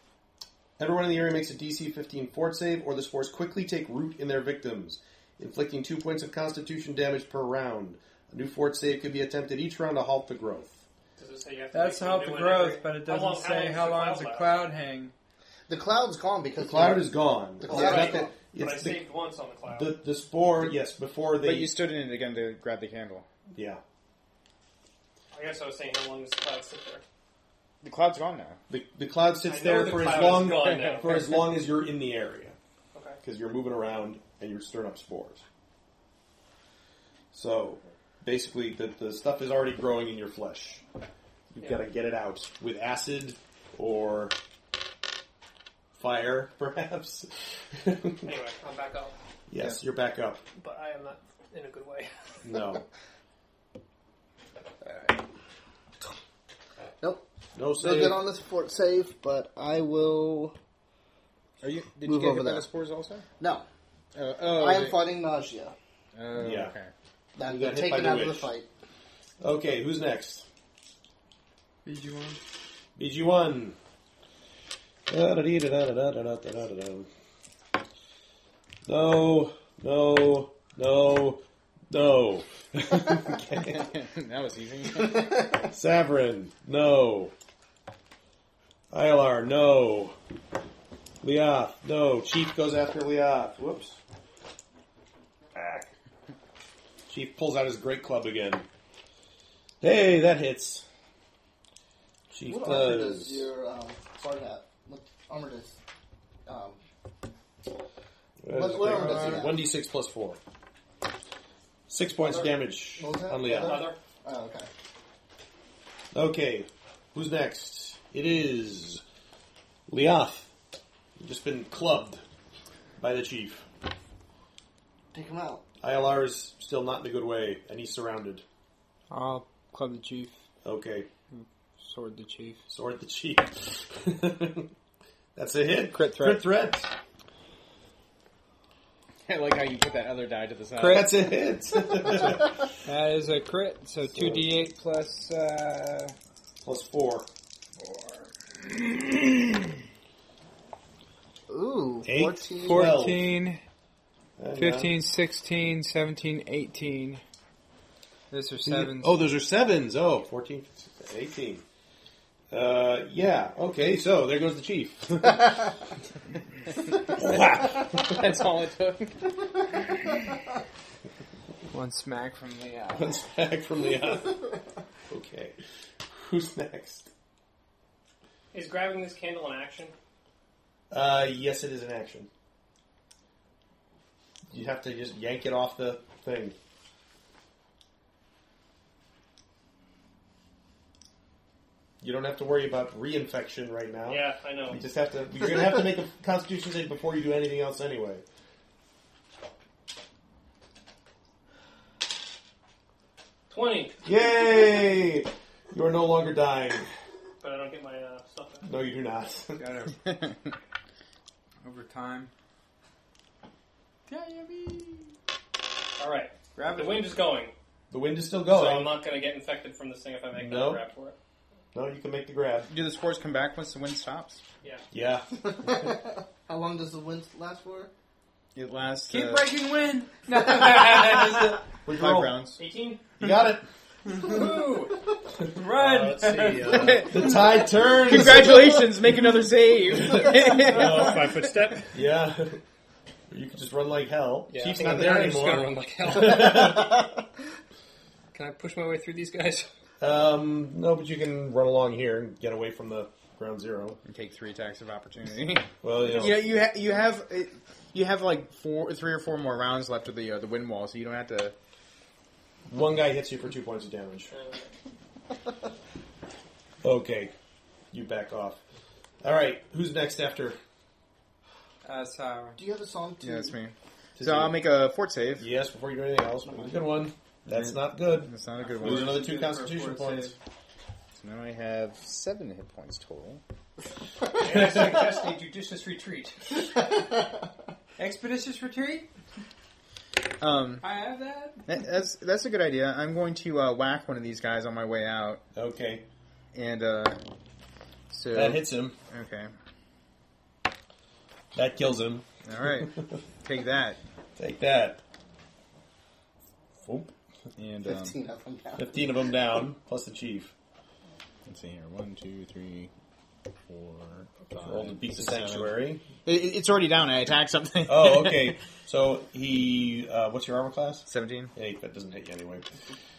S2: Everyone in the area makes a DC 15 fort save, or the spores quickly take root in their victims, inflicting two points of Constitution damage per round. A new fort save can be attempted each round to halt the growth.
S5: Does it say you have to
S31: That's
S5: make
S31: how
S5: a new
S31: the
S5: one
S31: growth,
S5: every-
S31: but it
S5: How
S31: doesn't
S5: long- how long
S31: say
S5: does
S31: how
S5: the
S31: long does a
S5: last?
S31: cloud hang.
S6: The cloud's gone because
S2: The cloud is gone.
S6: The
S2: It's
S6: cloud
S2: not
S6: is
S2: that-
S6: gone.
S5: But I
S2: it's the,
S5: saved once on the cloud.
S2: the, the spore, yes, before they.
S4: But you stood in it again to grab the candle.
S2: yeah.
S5: I guess I was saying how long does the cloud sit there?
S4: The cloud's gone now.
S2: The, the cloud sits
S5: I know
S2: there
S5: the
S2: for as
S5: cloud is
S2: long
S5: gone now.
S2: for as long as you're in the area,
S5: Okay.
S2: because you're moving around and you're stirring up spores. So, basically, the, the stuff is already growing in your flesh. You've
S5: Yeah.
S2: got to get it out with acid or fire, perhaps. yes,
S5: Anyway, I'm back up,
S2: you're back up.
S5: but I am not in a good way.
S2: No,
S6: Nope.
S2: no
S6: So
S2: save.
S6: good on this fort save, but I will.
S4: Are you? Did
S6: Move
S4: you get
S6: over
S4: hit by
S6: there.
S4: the spores also?
S6: No,
S4: Uh, oh,
S6: I am
S4: okay.
S6: fighting nausea.
S4: Oh,
S2: Yeah.
S4: okay.
S6: I'm
S2: You got hit by
S6: taken
S2: the
S6: out of the
S2: witch.
S6: fight.
S2: Okay, who's next?
S31: BG one.
S2: BG one. No, no, no, no. okay.
S4: that was easy.
S2: Savrin, no. Ilar, no. Leoth, no. Chief goes after Leoth. Whoops. Ah. Chief pulls out his great club again. Hey, that hits. Chief
S6: What armor does
S2: does.
S6: your um, hard hat? What armor does? Um, what- what armor does he have?
S2: One d six plus four. Six points of damage
S6: What was that?
S2: on Leoth.
S5: Leather.
S6: oh, okay.
S2: Okay, who's next? It is Leoth. You've just been clubbed by the chief.
S6: Take him out.
S2: ILR is still not in a good way, and he's surrounded.
S31: I'll club the chief,
S2: Okay,
S31: sword the chief.
S2: sword the chief. That's a hit.
S31: Crit threat.
S2: Crit threat.
S4: I like how you put that other die to the side.
S2: That's a hit.
S31: That is a crit, so two d eight plus. Uh,
S2: Plus four.
S6: Ooh,
S2: Eight,
S6: 14.
S2: four-
S31: 14,
S2: And, uh,
S31: 15, 16, 17, 18. Those are sevens.
S2: Oh, those are sevens. Oh, 14, 18. Uh, yeah, okay, so there goes the chief.
S4: That's all it took.
S31: One smack from the uh,
S2: Comes back from the. Okay, who's next?
S5: Is grabbing this candle an action?
S2: Uh, yes, it is an action. You have to just yank it off the thing. You don't have to worry about reinfection right now.
S5: Yeah, I know.
S2: You just have to. You're gonna have to make a Constitution save before you do anything else anyway.
S5: Twenty,
S2: Yay! You are no longer dying.
S5: but I don't get my uh, stuff back.
S2: No, you do not.
S31: gotta over time.
S5: All right,
S31: Grab
S5: the
S31: it.
S5: wind is going,
S2: the wind is still
S5: so I'm
S2: going.
S5: not going to get infected from this thing if I make
S2: No.
S5: no grab for it.
S2: No, you can make the grab.
S4: Do the spores come back once the wind stops?
S2: Yeah.
S6: How long does the wind last for?
S4: It lasts.
S31: Keep
S4: uh,
S31: breaking wind.
S2: Where'd you
S4: Five
S2: roll?
S4: rounds.
S5: Eighteen.
S2: You got it.
S31: Run.
S32: Uh, let's see. Uh,
S2: The tide turns.
S4: Congratulations, make another save.
S32: oh, five foot step.
S2: Yeah. You could just run like hell.
S5: Yeah, I
S2: Chief's
S5: think
S2: not
S5: I'm
S2: there
S5: just gonna
S2: anymore.
S5: run like hell. Can I push my way through these guys?
S2: Um, no, but you can run along here and get away from the ground zero.
S4: And take three attacks of opportunity.
S2: Well, you know.
S4: you you, ha- you have uh, you have like four, three or four more rounds left of the uh, the wind wall, so you don't have to.
S2: One guy hits you for two points of damage. Okay, you back off. All right, who's next after?
S3: Uh, Sour.
S6: Do you have a song too?
S4: Yeah, that's me.
S2: Does
S4: So
S2: it-
S4: I'll make a fort save.
S2: Yes, E before you do anything else. Good one. That's not good.
S4: That's not a good one.
S2: Lose another two Constitution points.
S4: So now I have seven hit points total.
S33: I suggest a judicious retreat.
S3: Expeditious retreat.
S4: Um,
S3: I have that.
S4: that- that's that's a good idea. I'm going to uh, whack one of these guys on my way out.
S2: Okay.
S4: And uh, so
S2: That hits him.
S4: Okay.
S2: That kills him.
S4: All right. Take that.
S2: Take that. Oop.
S4: And
S2: um,
S6: 15 of them now.
S2: 15 of them down, plus the chief.
S34: Let's see here. One, two, three, four, five.
S2: Roll to beat the
S34: six, seven.
S2: sanctuary.
S4: it's already down. I attack something.
S2: Oh, okay. So he, uh, what's your armor class?
S4: Seventeen.
S2: Yeah, that doesn't hit you anyway.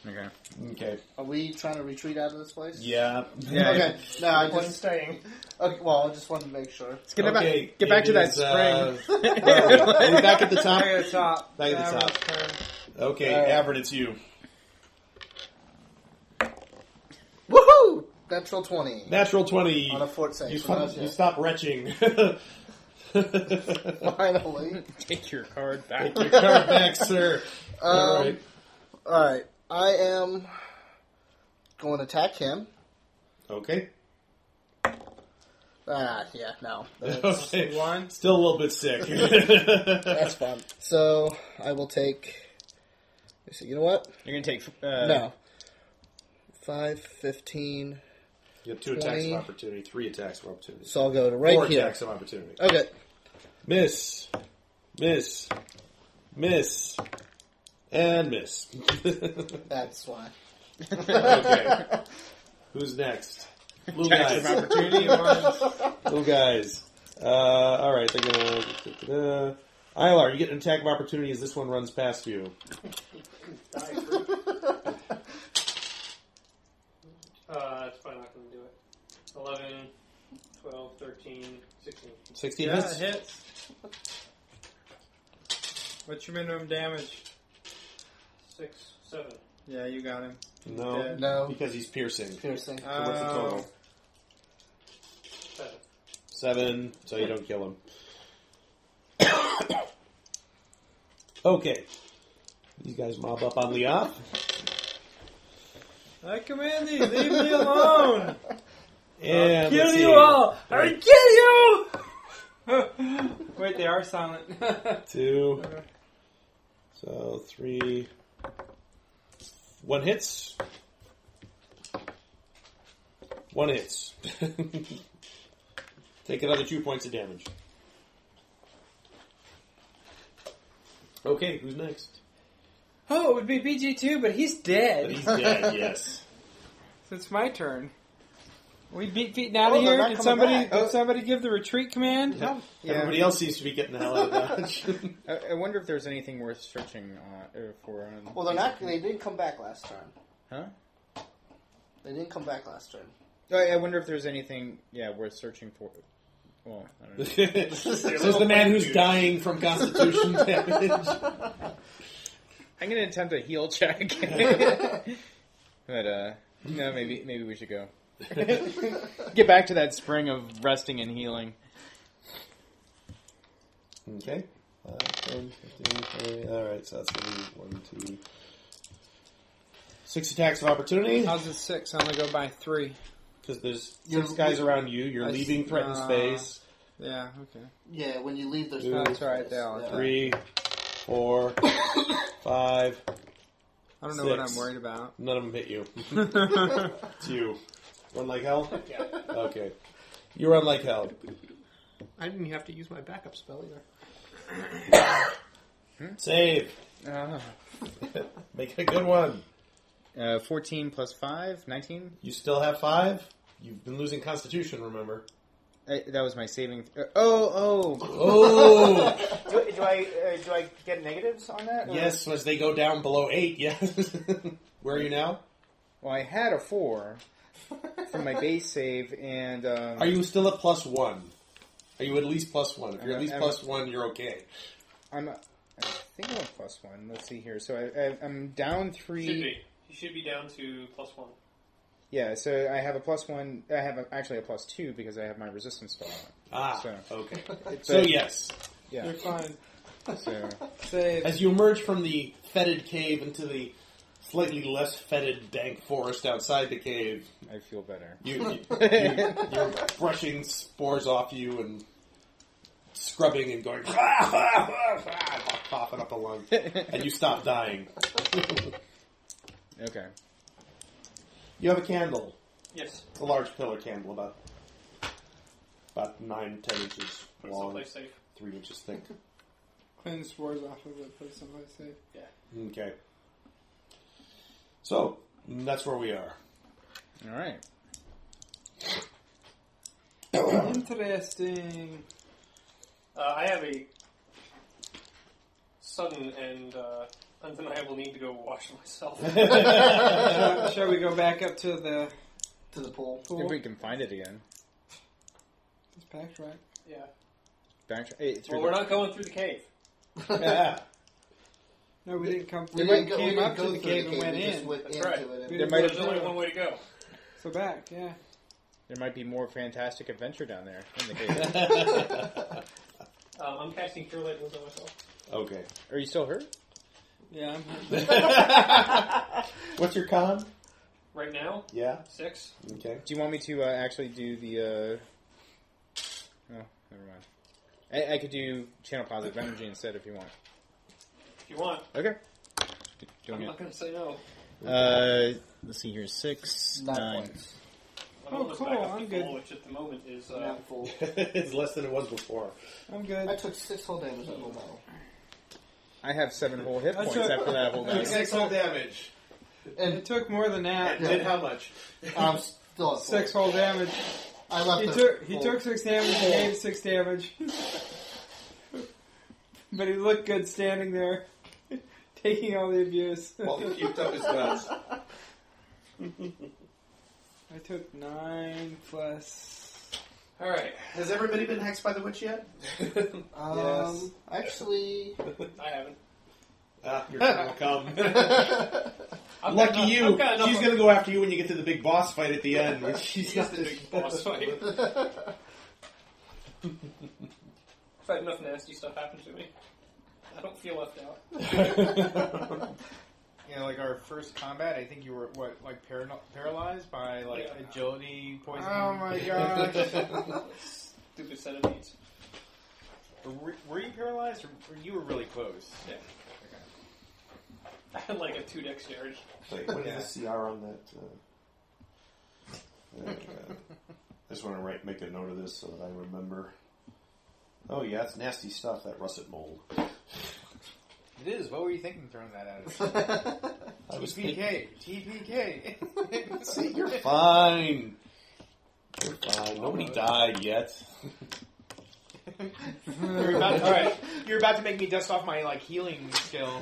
S4: Okay.
S2: Okay.
S6: Are we trying to retreat out of this place?
S2: Yeah.
S6: okay. No, I
S35: One
S6: just
S35: staying.
S6: Okay, well, I just wanted to make sure.
S4: Let's get about-
S2: Okay,
S4: get back
S2: it
S4: to that
S2: is, uh,
S4: spring.
S2: Are we back at the top?
S3: Back at the top.
S2: Back at the
S3: Sour.
S2: top. Okay,
S6: All right.
S2: Avert, it's you.
S6: Woohoo! Natural 20.
S2: Natural 20.
S6: On a fort save.
S2: You,
S6: so
S2: stop,
S6: that's
S2: you
S6: it.
S2: stop retching.
S6: Finally.
S4: Take your card back.
S2: Your card back, sir.
S6: Um,
S2: All right.
S6: Alright, I am going to attack him.
S2: Okay.
S6: Ah, yeah, no. That's,
S2: okay.
S3: One.
S2: Still a little bit sick.
S6: that's fun. So, I will take. So, you know what?
S4: You're gonna take uh,
S6: no. 5, 15.
S2: you have two attacks
S6: 20.
S2: of opportunity, three attacks of opportunity.
S6: So I'll go to right
S2: Four
S6: here.
S2: attacks of opportunity.
S6: Okay.
S2: Miss. Miss. Miss. And miss.
S6: That's why.
S2: okay. Who's next? Little
S4: Attacks
S2: guys.
S4: of opportunity. One.
S2: Little guys. Uh, all right, they're gonna. Uh, Ilar, you get an attack of opportunity as this one runs past you.
S5: Uh, that's probably not going to do it. 11, 12, 13, 16.
S2: Sixteen
S3: Yeah,
S2: hits.
S3: it hits. What's your minimum damage?
S5: 6, 7.
S3: Yeah, you got him. Uh,
S2: No,
S3: Yeah.
S6: No.
S2: because he's piercing.
S6: Piercing.
S2: So what's the
S4: Um,
S2: total?
S5: Seven.
S2: Seven. So you don't kill him. okay. These guys mob up on Leoth.
S3: I command thee, leave me alone.
S2: And let's see.
S3: I kill you. Wait, they are silent.
S2: Two. So three. One hits. One hits. Take another two points of damage. Okay, who's next?
S3: oh, it would be BG two, but he's dead.
S2: He's dead, yes.
S3: So it's my turn. We beat beaten out
S6: Oh,
S3: of
S6: they're
S3: here.
S6: not
S3: Did
S6: coming
S3: somebody
S6: back.
S3: did somebody give the retreat command?
S2: No.
S4: Yeah.
S2: Everybody else seems to be getting the hell out of Dodge.
S4: I, I wonder if there's anything worth searching on, uh, for. On
S6: Well, they're not. They didn't come back last turn.
S4: Huh? Oh,
S6: They didn't come back last turn.
S4: I, I wonder if there's anything, yeah, worth searching for. Well, I don't know.
S2: this is the man who's dying from constitution damage.
S4: I'm gonna attempt a heal check. but uh, no, maybe maybe we should go get back to that spring of resting and healing.
S2: Okay. Uh, 10, 15, 20. All right, so that's going to be one, two, six attacks of opportunity
S3: How's it six? I'm gonna go by three.
S2: because there's
S6: You're-
S2: six guys around you. You're
S3: I
S2: leaving
S3: see.
S2: threatened
S3: Uh,
S2: space.
S3: Yeah, okay.
S6: Yeah, when you leave, there's
S2: Ooh.
S6: no
S3: That's all right, they all
S6: Yeah.
S2: Three, four, five.
S3: I don't know what
S2: Six.
S3: I'm worried about.
S2: None of them hit you. it's you. Run like hell.
S5: Yeah.
S2: Okay. You run like hell.
S5: I didn't have to use my backup spell either.
S2: Save.
S4: Uh,
S2: Make a good one.
S4: uh, 14 plus 5, 19?
S2: You still have five. You've been losing constitution. Remember.
S4: I, that was my saving. Uh, oh, oh.
S2: Oh.
S35: Do, do I uh, do I get negatives on that? or-
S2: Yes, as they go down below eight, yes. Where are you now?
S4: Well, I had a 4. from my base save, and um,
S2: Are you still at plus one? Are you at least plus one? If you're at
S4: I'm-
S2: least
S4: I'm-
S2: plus one, you're okay.
S4: I'm. I think I'm at plus one. Let's see here. So I, I, I'm down three.
S5: Should be. You should be down to plus one.
S4: Yeah, so I have a plus one. I have a, actually a plus two because I have my resistance spell on.
S2: Ah,
S4: so,
S2: okay.
S4: It's
S2: So
S4: a-
S2: yes.
S4: yeah,
S2: You're fine.
S4: So
S2: As you emerge from the fetid cave into the slightly less fetid, dank forest outside the cave,
S4: I feel better.
S2: You, you, you, you're brushing spores off you and scrubbing and going coughing up a lung, and you stop dying.
S4: okay.
S2: You have a candle.
S5: Yes.
S2: It's a large pillar candle, about about nine, ten inches
S5: Put it
S2: long,
S5: someplace safe.
S2: three inches thick.
S3: Clean the spores off of it, put it someplace safe.
S5: Yeah.
S2: Okay. So that's where we are.
S4: All right.
S3: Interesting.
S5: Uh, I have a sudden and uh, undeniable need to go wash myself.
S3: Uh, Shall- Shall we go back up to the
S5: to the pool?
S4: If we can find it again,
S3: It's packed, right?
S5: Yeah.
S4: back hey, through
S5: Well, we're
S4: the-
S5: not going through the cave.
S3: No, we didn't come.
S6: We
S3: We,
S6: didn't
S3: didn't
S6: go- we
S3: came
S6: didn't
S3: up to
S6: go
S3: the
S6: through the
S3: cave and
S6: cave,
S3: went
S6: we just
S3: in.
S6: went
S5: That's
S6: into
S5: right.
S6: it and-
S3: We
S4: There
S3: didn't
S4: might
S3: go
S4: have-
S5: There's only one way to go.
S3: So back, yeah.
S4: there might be more fantastic adventure down there in the cave.
S5: Um, I'm casting Cure Light Wounds on myself.
S2: Okay.
S4: Are you still hurt?
S3: Yeah, I'm
S2: What's your con?
S5: Right now,
S2: Yeah.
S5: six.
S2: Okay.
S4: Do you want me to uh, actually do the? Uh... Oh, never mind. I, I could do channel positive energy instead if you want.
S5: If you want,
S4: Okay. D-
S5: I'm
S4: Doing
S5: not going to say no.
S4: it.
S13: Uh, let's see here. Six,
S6: Nine
S13: nine.
S6: points.
S5: I'm
S3: Oh,
S5: almost
S3: cool,
S5: back up
S3: I'm
S5: to
S3: good.
S5: full, which at the moment is
S6: I'm
S5: uh,
S6: not full.
S2: it's less than it was before.
S3: I'm good.
S6: I took six whole damage at low level.
S4: I have seven whole hit
S3: That's
S4: points
S3: right.
S4: after that whole
S3: Okay.
S4: dice.
S2: Six whole damage.
S3: It took more than that.
S2: And then how much?
S6: I'm Um, still at
S3: Six
S6: six.
S3: whole damage.
S6: I left
S3: He
S6: the
S3: took he
S6: full.
S3: took six damage. He gave six damage. but he looked good standing there, taking all the abuse.
S2: he cubed up his guts.
S3: I took nine plus.
S5: all right.
S2: Has everybody been hexed by the witch yet?
S6: Um,
S3: Yes.
S6: Actually,
S5: I haven't.
S2: Ah, your turn will come.
S5: I've got
S2: Lucky
S5: enough-
S2: you.
S5: I've got enough
S2: She's
S5: of-
S2: going to go after you when you get to the big boss fight at the end. which She's
S5: She is
S2: not
S5: the big boss fight. I've had enough nasty stuff happen to me. I don't feel left out.
S1: Yeah, like our first combat, I think you were what, like parano- paralyzed by like
S5: Yeah.
S1: agility, poison.
S3: Oh my gosh!
S5: Stupid centipedes.
S1: Or were, were you paralyzed, or, or you were really close?
S5: Yeah. I had like a two dexterity.
S2: Wait, what is the CR on that? Uh, there we go. I just want to write, make a note of this so that I remember. Oh yeah, it's nasty stuff. That russet mold.
S1: It is. What were you thinking throwing that at us?
S2: I was
S1: TPK, TPK.
S2: See, you're fine. You're fine. Nobody died yet.
S1: you're about, all right, you're about to make me dust off my like healing skill.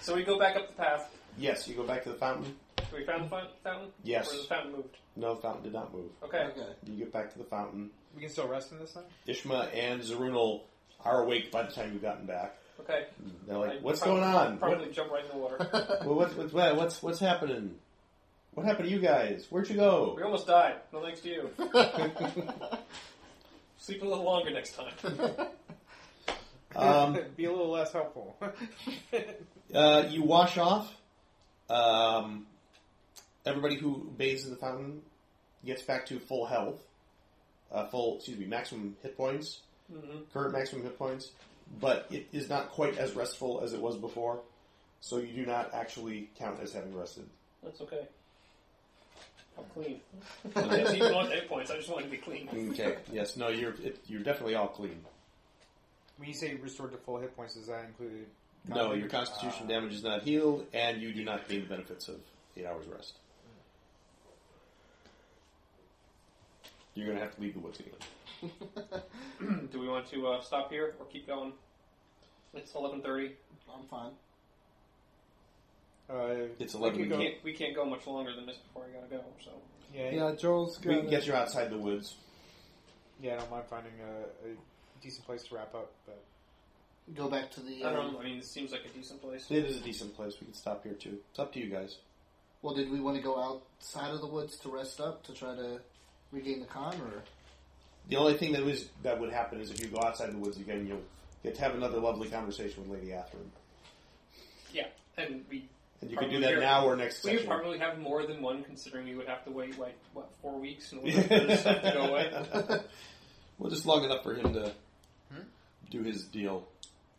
S5: So we go back up the path.
S2: yes, you go back to the fountain.
S5: We found the fou- fountain?
S2: Yes.
S5: Or the fountain moved?
S2: No, the fountain did not move.
S5: Okay.
S6: okay.
S2: You get back to the fountain.
S1: We can still rest in this thing.
S2: Ishma and Zarunal are awake by the time you've gotten back.
S5: Okay.
S2: They're like,
S5: I
S2: "What's
S5: prob-
S2: going on? What-
S5: Probably jump right in the water.
S2: Well, what's, what's what's what's happening? What happened to you guys? Where'd you go?
S5: we almost died. No thanks to you. Sleep a little longer next time.
S2: Um,
S1: Be a little less helpful.
S2: uh, you wash off. Um, everybody who bathes in the fountain gets back to full health, uh, full excuse me, maximum hit points,
S5: Mhm.
S2: current maximum hit points, but it is not quite as restful as it was before. So you do not actually count as having rested.
S5: That's okay. I'm clean. That's even on hit points. I just wanted to be clean.
S2: Okay. yes. No. You're it, you're definitely all clean.
S1: when you say restored to full hit points, is that included?
S2: No, your constitution
S5: uh,
S2: damage is not healed, and you do not gain the benefits of eight hours rest. You're going to have to leave the woods again.
S5: Do we want to uh, stop here or keep going? It's 11:30.
S6: I'm fine.
S1: Uh,
S2: It's
S1: we could
S2: 11
S1: go-
S2: we
S4: Uh,
S5: We can't go much longer than this before I gotta go. So
S4: Yeah.
S3: Yeah, Joel's
S2: We
S3: good.
S2: can get you outside the woods.
S4: Yeah, I don't mind finding a, a decent place to wrap up, but
S6: Go back to the.
S5: I don't
S6: um,
S5: know. I mean, this seems like a decent place.
S2: It is a decent place. We can stop here too. It's up to you guys.
S6: Well, did we want to go outside of the woods to rest up to try to regain the con, or
S2: The only thing that was that would happen is if you go outside the woods again, you'll get to have another lovely conversation with Lady Athrun.
S5: Yeah, and we.
S2: And you can do
S5: probably
S2: that
S5: are-
S2: now or next
S5: We would
S2: session.
S5: probably have more than one, considering we would have to wait like what four weeks in order for this stuff to go away.
S2: well, just long enough for him to do his deal.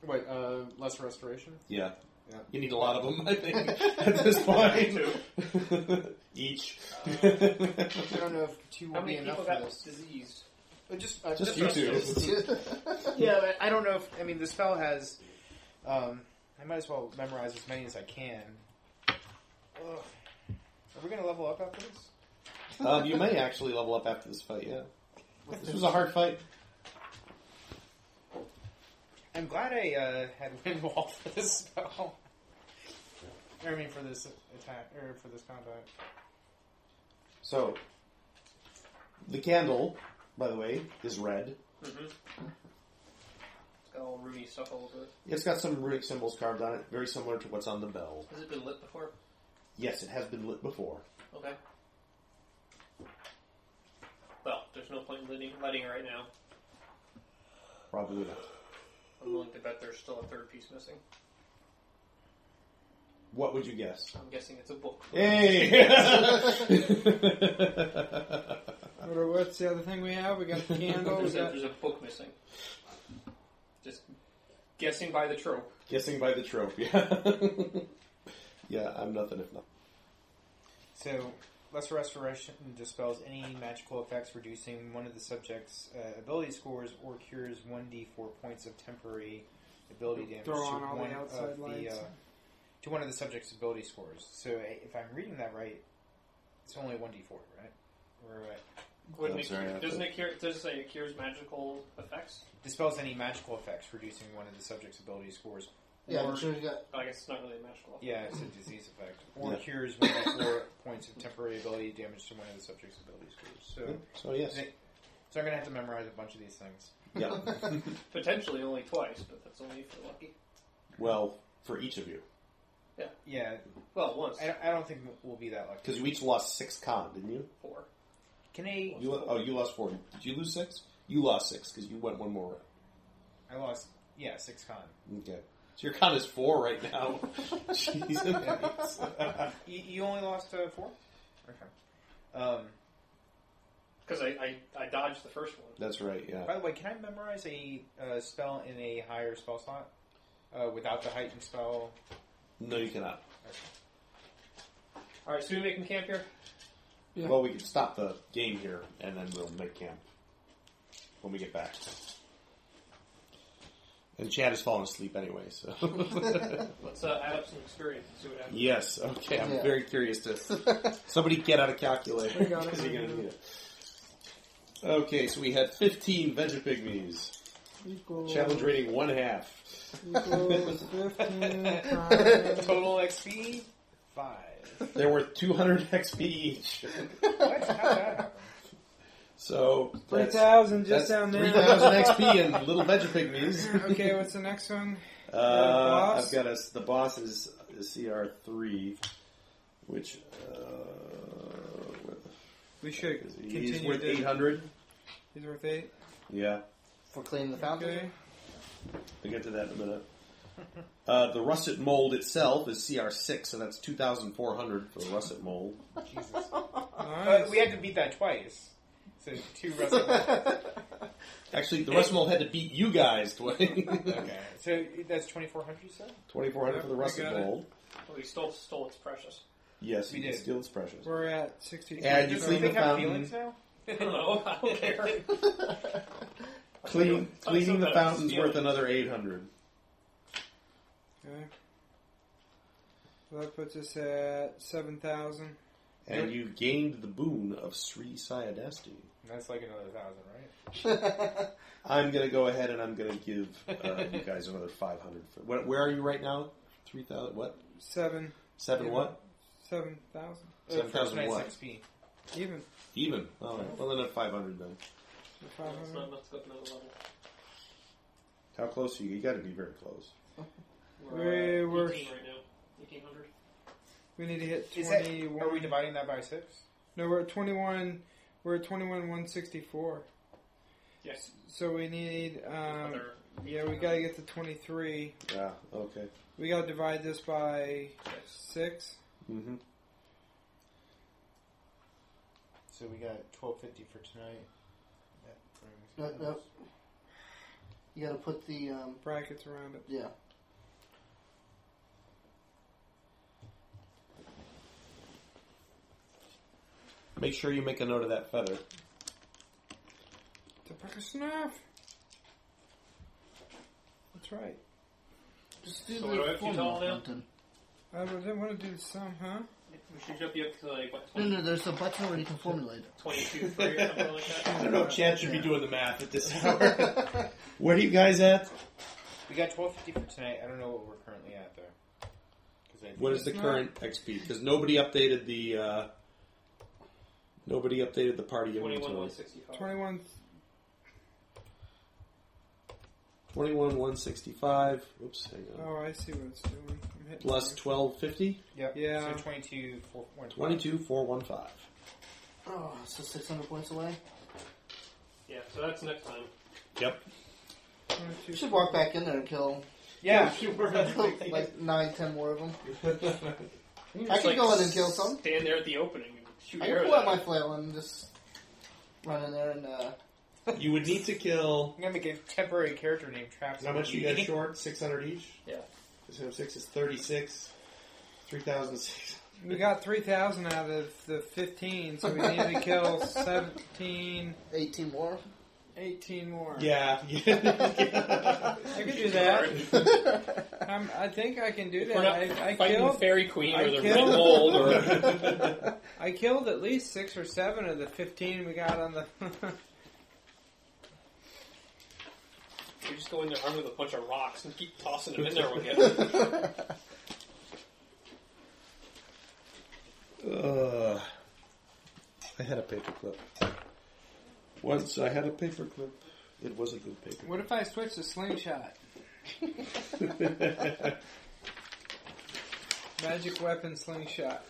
S4: wait, uh, lesser restoration.
S2: Yeah.
S4: Yeah.
S2: You need a lot of them, I think, at this point. Each.
S4: I don't know if two
S5: How
S4: will be
S5: many
S4: enough for
S5: people got
S4: this.
S5: diseased?
S4: Uh, Just, uh,
S2: Just you two.
S4: yeah, but I don't know if I mean the spell has. Um, I might as well memorize as many as I can. Ugh. Are we gonna level up after this?
S2: um, you may actually level up after this fight, yeah. This was a hard fight.
S4: I'm glad I uh, had Windwall for this spell. Or, I mean, for this attack or for this combat.
S2: So, the candle, by the way, is red.
S5: Mm-hmm. It's got all ruby stuff all over it.
S2: It's got some runic symbols carved on it, very similar to what's on the bell.
S5: Has it been lit before?
S2: Yes, it has been lit before.
S5: Okay. Well, there's no point in lighting, lighting it right now.
S2: Probably not.
S5: I'm willing to bet there's still a third piece missing.
S2: What would you guess?
S5: I'm guessing it's a book.
S2: Hey!
S3: What are- what's the other thing we have? We got the candle. we
S5: there's, a,
S3: got
S5: there's a book missing. Just guessing by the trope.
S2: Guessing by the trope, yeah. yeah, I'm nothing if not.
S4: So, lesser restoration dispels any magical effects, reducing one of the subject's uh, ability scores, or cures one d4 points of temporary ability damage
S3: Throw on
S4: to
S3: all the
S4: one
S3: outside
S4: of the
S3: lights.
S4: uh, to one of the subject's ability scores. So, uh, if I'm reading that right, it's only one d4, right? Or uh,
S2: I'm
S5: Wouldn't it
S2: sorry,
S5: cure,
S2: I
S5: doesn't it cure? Does it say it cures magical effects?
S4: dispels any magical effects, reducing one of the subject's ability scores.
S6: yeah,
S4: or-
S6: I'm sure you got
S5: I guess it's not really a magical. effect.
S4: Yeah, it's a disease effect. Or
S2: Yeah.
S4: cures one of four points of temporary ability damage to one of the subject's ability scores. So,
S2: So, yes.
S4: so I'm gonna have to memorize a bunch of these things.
S2: Yeah.
S5: Potentially only twice, but that's only if we're lucky.
S2: Well, for each of you.
S4: Yeah,
S5: Well, once
S4: I, I don't think we'll be that lucky.
S2: Because you each lost six con, didn't you?
S5: four.
S4: Can I?
S2: you lo- oh, you lost four. Did you lose six? You lost six because you went one more round.
S4: I lost. Yeah, six con.
S2: Okay. So your con is four right now. Jesus.
S4: You, you only lost uh, four. Okay. Um,
S5: Because I, I, I dodged the first one.
S2: That's right, yeah.
S4: by the way, can I memorize a uh, spell in a higher spell slot uh, without the heightened spell?
S2: No, you cannot.
S5: All right, so we make him camp here.
S3: Yeah.
S2: Well, we can stop the game here and then we'll make camp when we get back. And Chad has fallen asleep anyway, so.
S5: Let's uh, add up some experience and see what happens.
S2: yes, okay. I'm
S6: Yeah.
S2: very curious to. Somebody get out a calculator.
S3: We got it.
S2: 'cause you're gonna need it. Okay, so we had 15 veggie pygmies.
S3: equals,
S2: Challenge rating one half.
S3: equals 15 times.
S4: Total XP five.
S2: They're worth 200 XP each.
S4: What? How that happen?
S2: So that's,
S3: 3,000
S2: that's
S3: just down there.
S2: 3,000 XP and little veggie pygmies.
S3: okay, what's the next one?
S2: Uh,
S3: boss?
S2: I've got us. The boss is, is CR three, which uh, what the
S3: We should
S2: heck is he?
S3: continue.
S2: he's worth
S3: to-
S2: eight hundred.
S3: He's worth eight.
S2: Yeah,
S6: for cleaning the fountain.
S3: Okay.
S2: we'll get to that in a minute. Uh, the russet mold itself is CR six, so that's two thousand four hundred for the russet mold.
S4: Jesus. Uh,
S3: Nice.
S4: we had to beat that twice. So two wrestling.
S2: Actually, the russet mold had to beat you guys twenty
S4: okay. So that's twenty four hundred. You said
S2: four hundred for the
S3: Yep, I
S2: russet
S3: got it.
S2: mold.
S5: Well, we stole stole its precious.
S2: Yes,
S4: We
S2: you
S4: did.
S2: can steal its precious.
S3: We're at 62.
S2: And you
S4: Do
S2: clean
S4: they
S2: the
S4: have
S2: fountain.
S4: feelings now?
S5: I don't know. I don't care.
S3: Um,
S2: Clean,
S5: Oh,
S2: cleaning
S5: so
S2: the
S5: that's
S2: fountain's
S5: stealing.
S2: worth another eight hundred.
S3: Okay. So that puts us at 7,000.
S2: And you gained the boon of Sri Sayadasti.
S4: That's like another thousand, right?
S2: I'm going to go ahead and I'm going to give uh, you guys another 500. For, what, where are you right now? 3,000, what?
S3: Seven.
S2: 7
S3: Yeah.
S2: what?
S3: 7,000.
S4: Uh, for
S2: 7,000
S4: tonight's
S2: what?
S4: XP.
S3: Even.
S2: Even. All right. Well, then at 500 then.
S5: That's not enough to go up another level.
S2: How close are you? You got to be very close.
S5: We're,
S3: We
S5: uh,
S3: were-
S5: 18 right now. 1800.
S3: We need to hit
S4: Is that-
S3: 21.
S4: are we dividing that by six?
S3: No, we're at 21. We're at 21, 164.
S5: Yes.
S3: So we need. Um,
S5: Other-
S3: yeah, we got to get to 23.
S2: Yeah. Okay.
S3: We got to divide this by 6.
S2: Mm-hmm.
S36: So we got twelve fifty for tonight. That
S6: No,
S36: brings us-
S6: no. You gotta put the, um,
S3: Brackets around it.
S6: yeah.
S2: Make sure you make a note of that feather.
S3: To pick a snuff. That's right.
S6: Just do
S5: So the what do I have to full tell now?
S3: I didn't want to do the sum, huh?
S5: We should jump you up to like what?
S6: No, no, there's a button where you can formulate it.
S5: 22, 3 or something like that.
S2: I don't know if Chad should be doing the math at this hour. Where are you guys at?
S4: We got twelve fifty for tonight. I don't know what we're currently at though. 'Cause I-
S2: What is the current XP? Because nobody updated the uh, nobody updated the party inventory.
S5: 21,165.
S3: 21.
S2: Twenty one one sixty five. Oops, hang on.
S3: Oh, I see what it's doing. I'm hitting
S2: Plus twelve fifty.
S4: Yep.
S3: Yeah.
S4: So twenty-two four one.
S2: Twenty two four one five.
S6: Oh, so 600 points away?
S5: Yeah, so that's next time.
S2: Yep.
S6: You should walk back in there and kill
S4: Yeah.
S6: like nine, ten more of them. I could go in and kill some.
S5: Stand there at the opening and shoot
S6: I can
S5: arrows
S6: pull out
S5: at
S6: my
S5: them.
S6: flail and just run in there and, uh,
S2: You would need to kill.
S4: I'm gonna make a temporary character named Traps.
S2: How much you guys short? Six hundred each.
S5: Yeah.
S2: So six is thirty six. Three thousand six.
S3: We got 3,000 out of the 15, so we need to kill 17,
S6: 18 more.
S3: 18 more.
S2: Yeah.
S3: I can do that. um, I think I can do that.
S5: We're not
S3: I, I
S5: fighting the
S3: killed.
S5: Fairy Queen
S3: I
S5: or the Red
S3: killed-
S5: Mold or.
S3: I killed at least six or seven of the 15 we got on the.
S5: You just go in there armed with a bunch of rocks and keep tossing them in there with you.
S2: Uh, I had a paperclip. Once I had a paperclip. It was a good paper.
S3: what if I switch to slingshot? Magic weapon slingshot.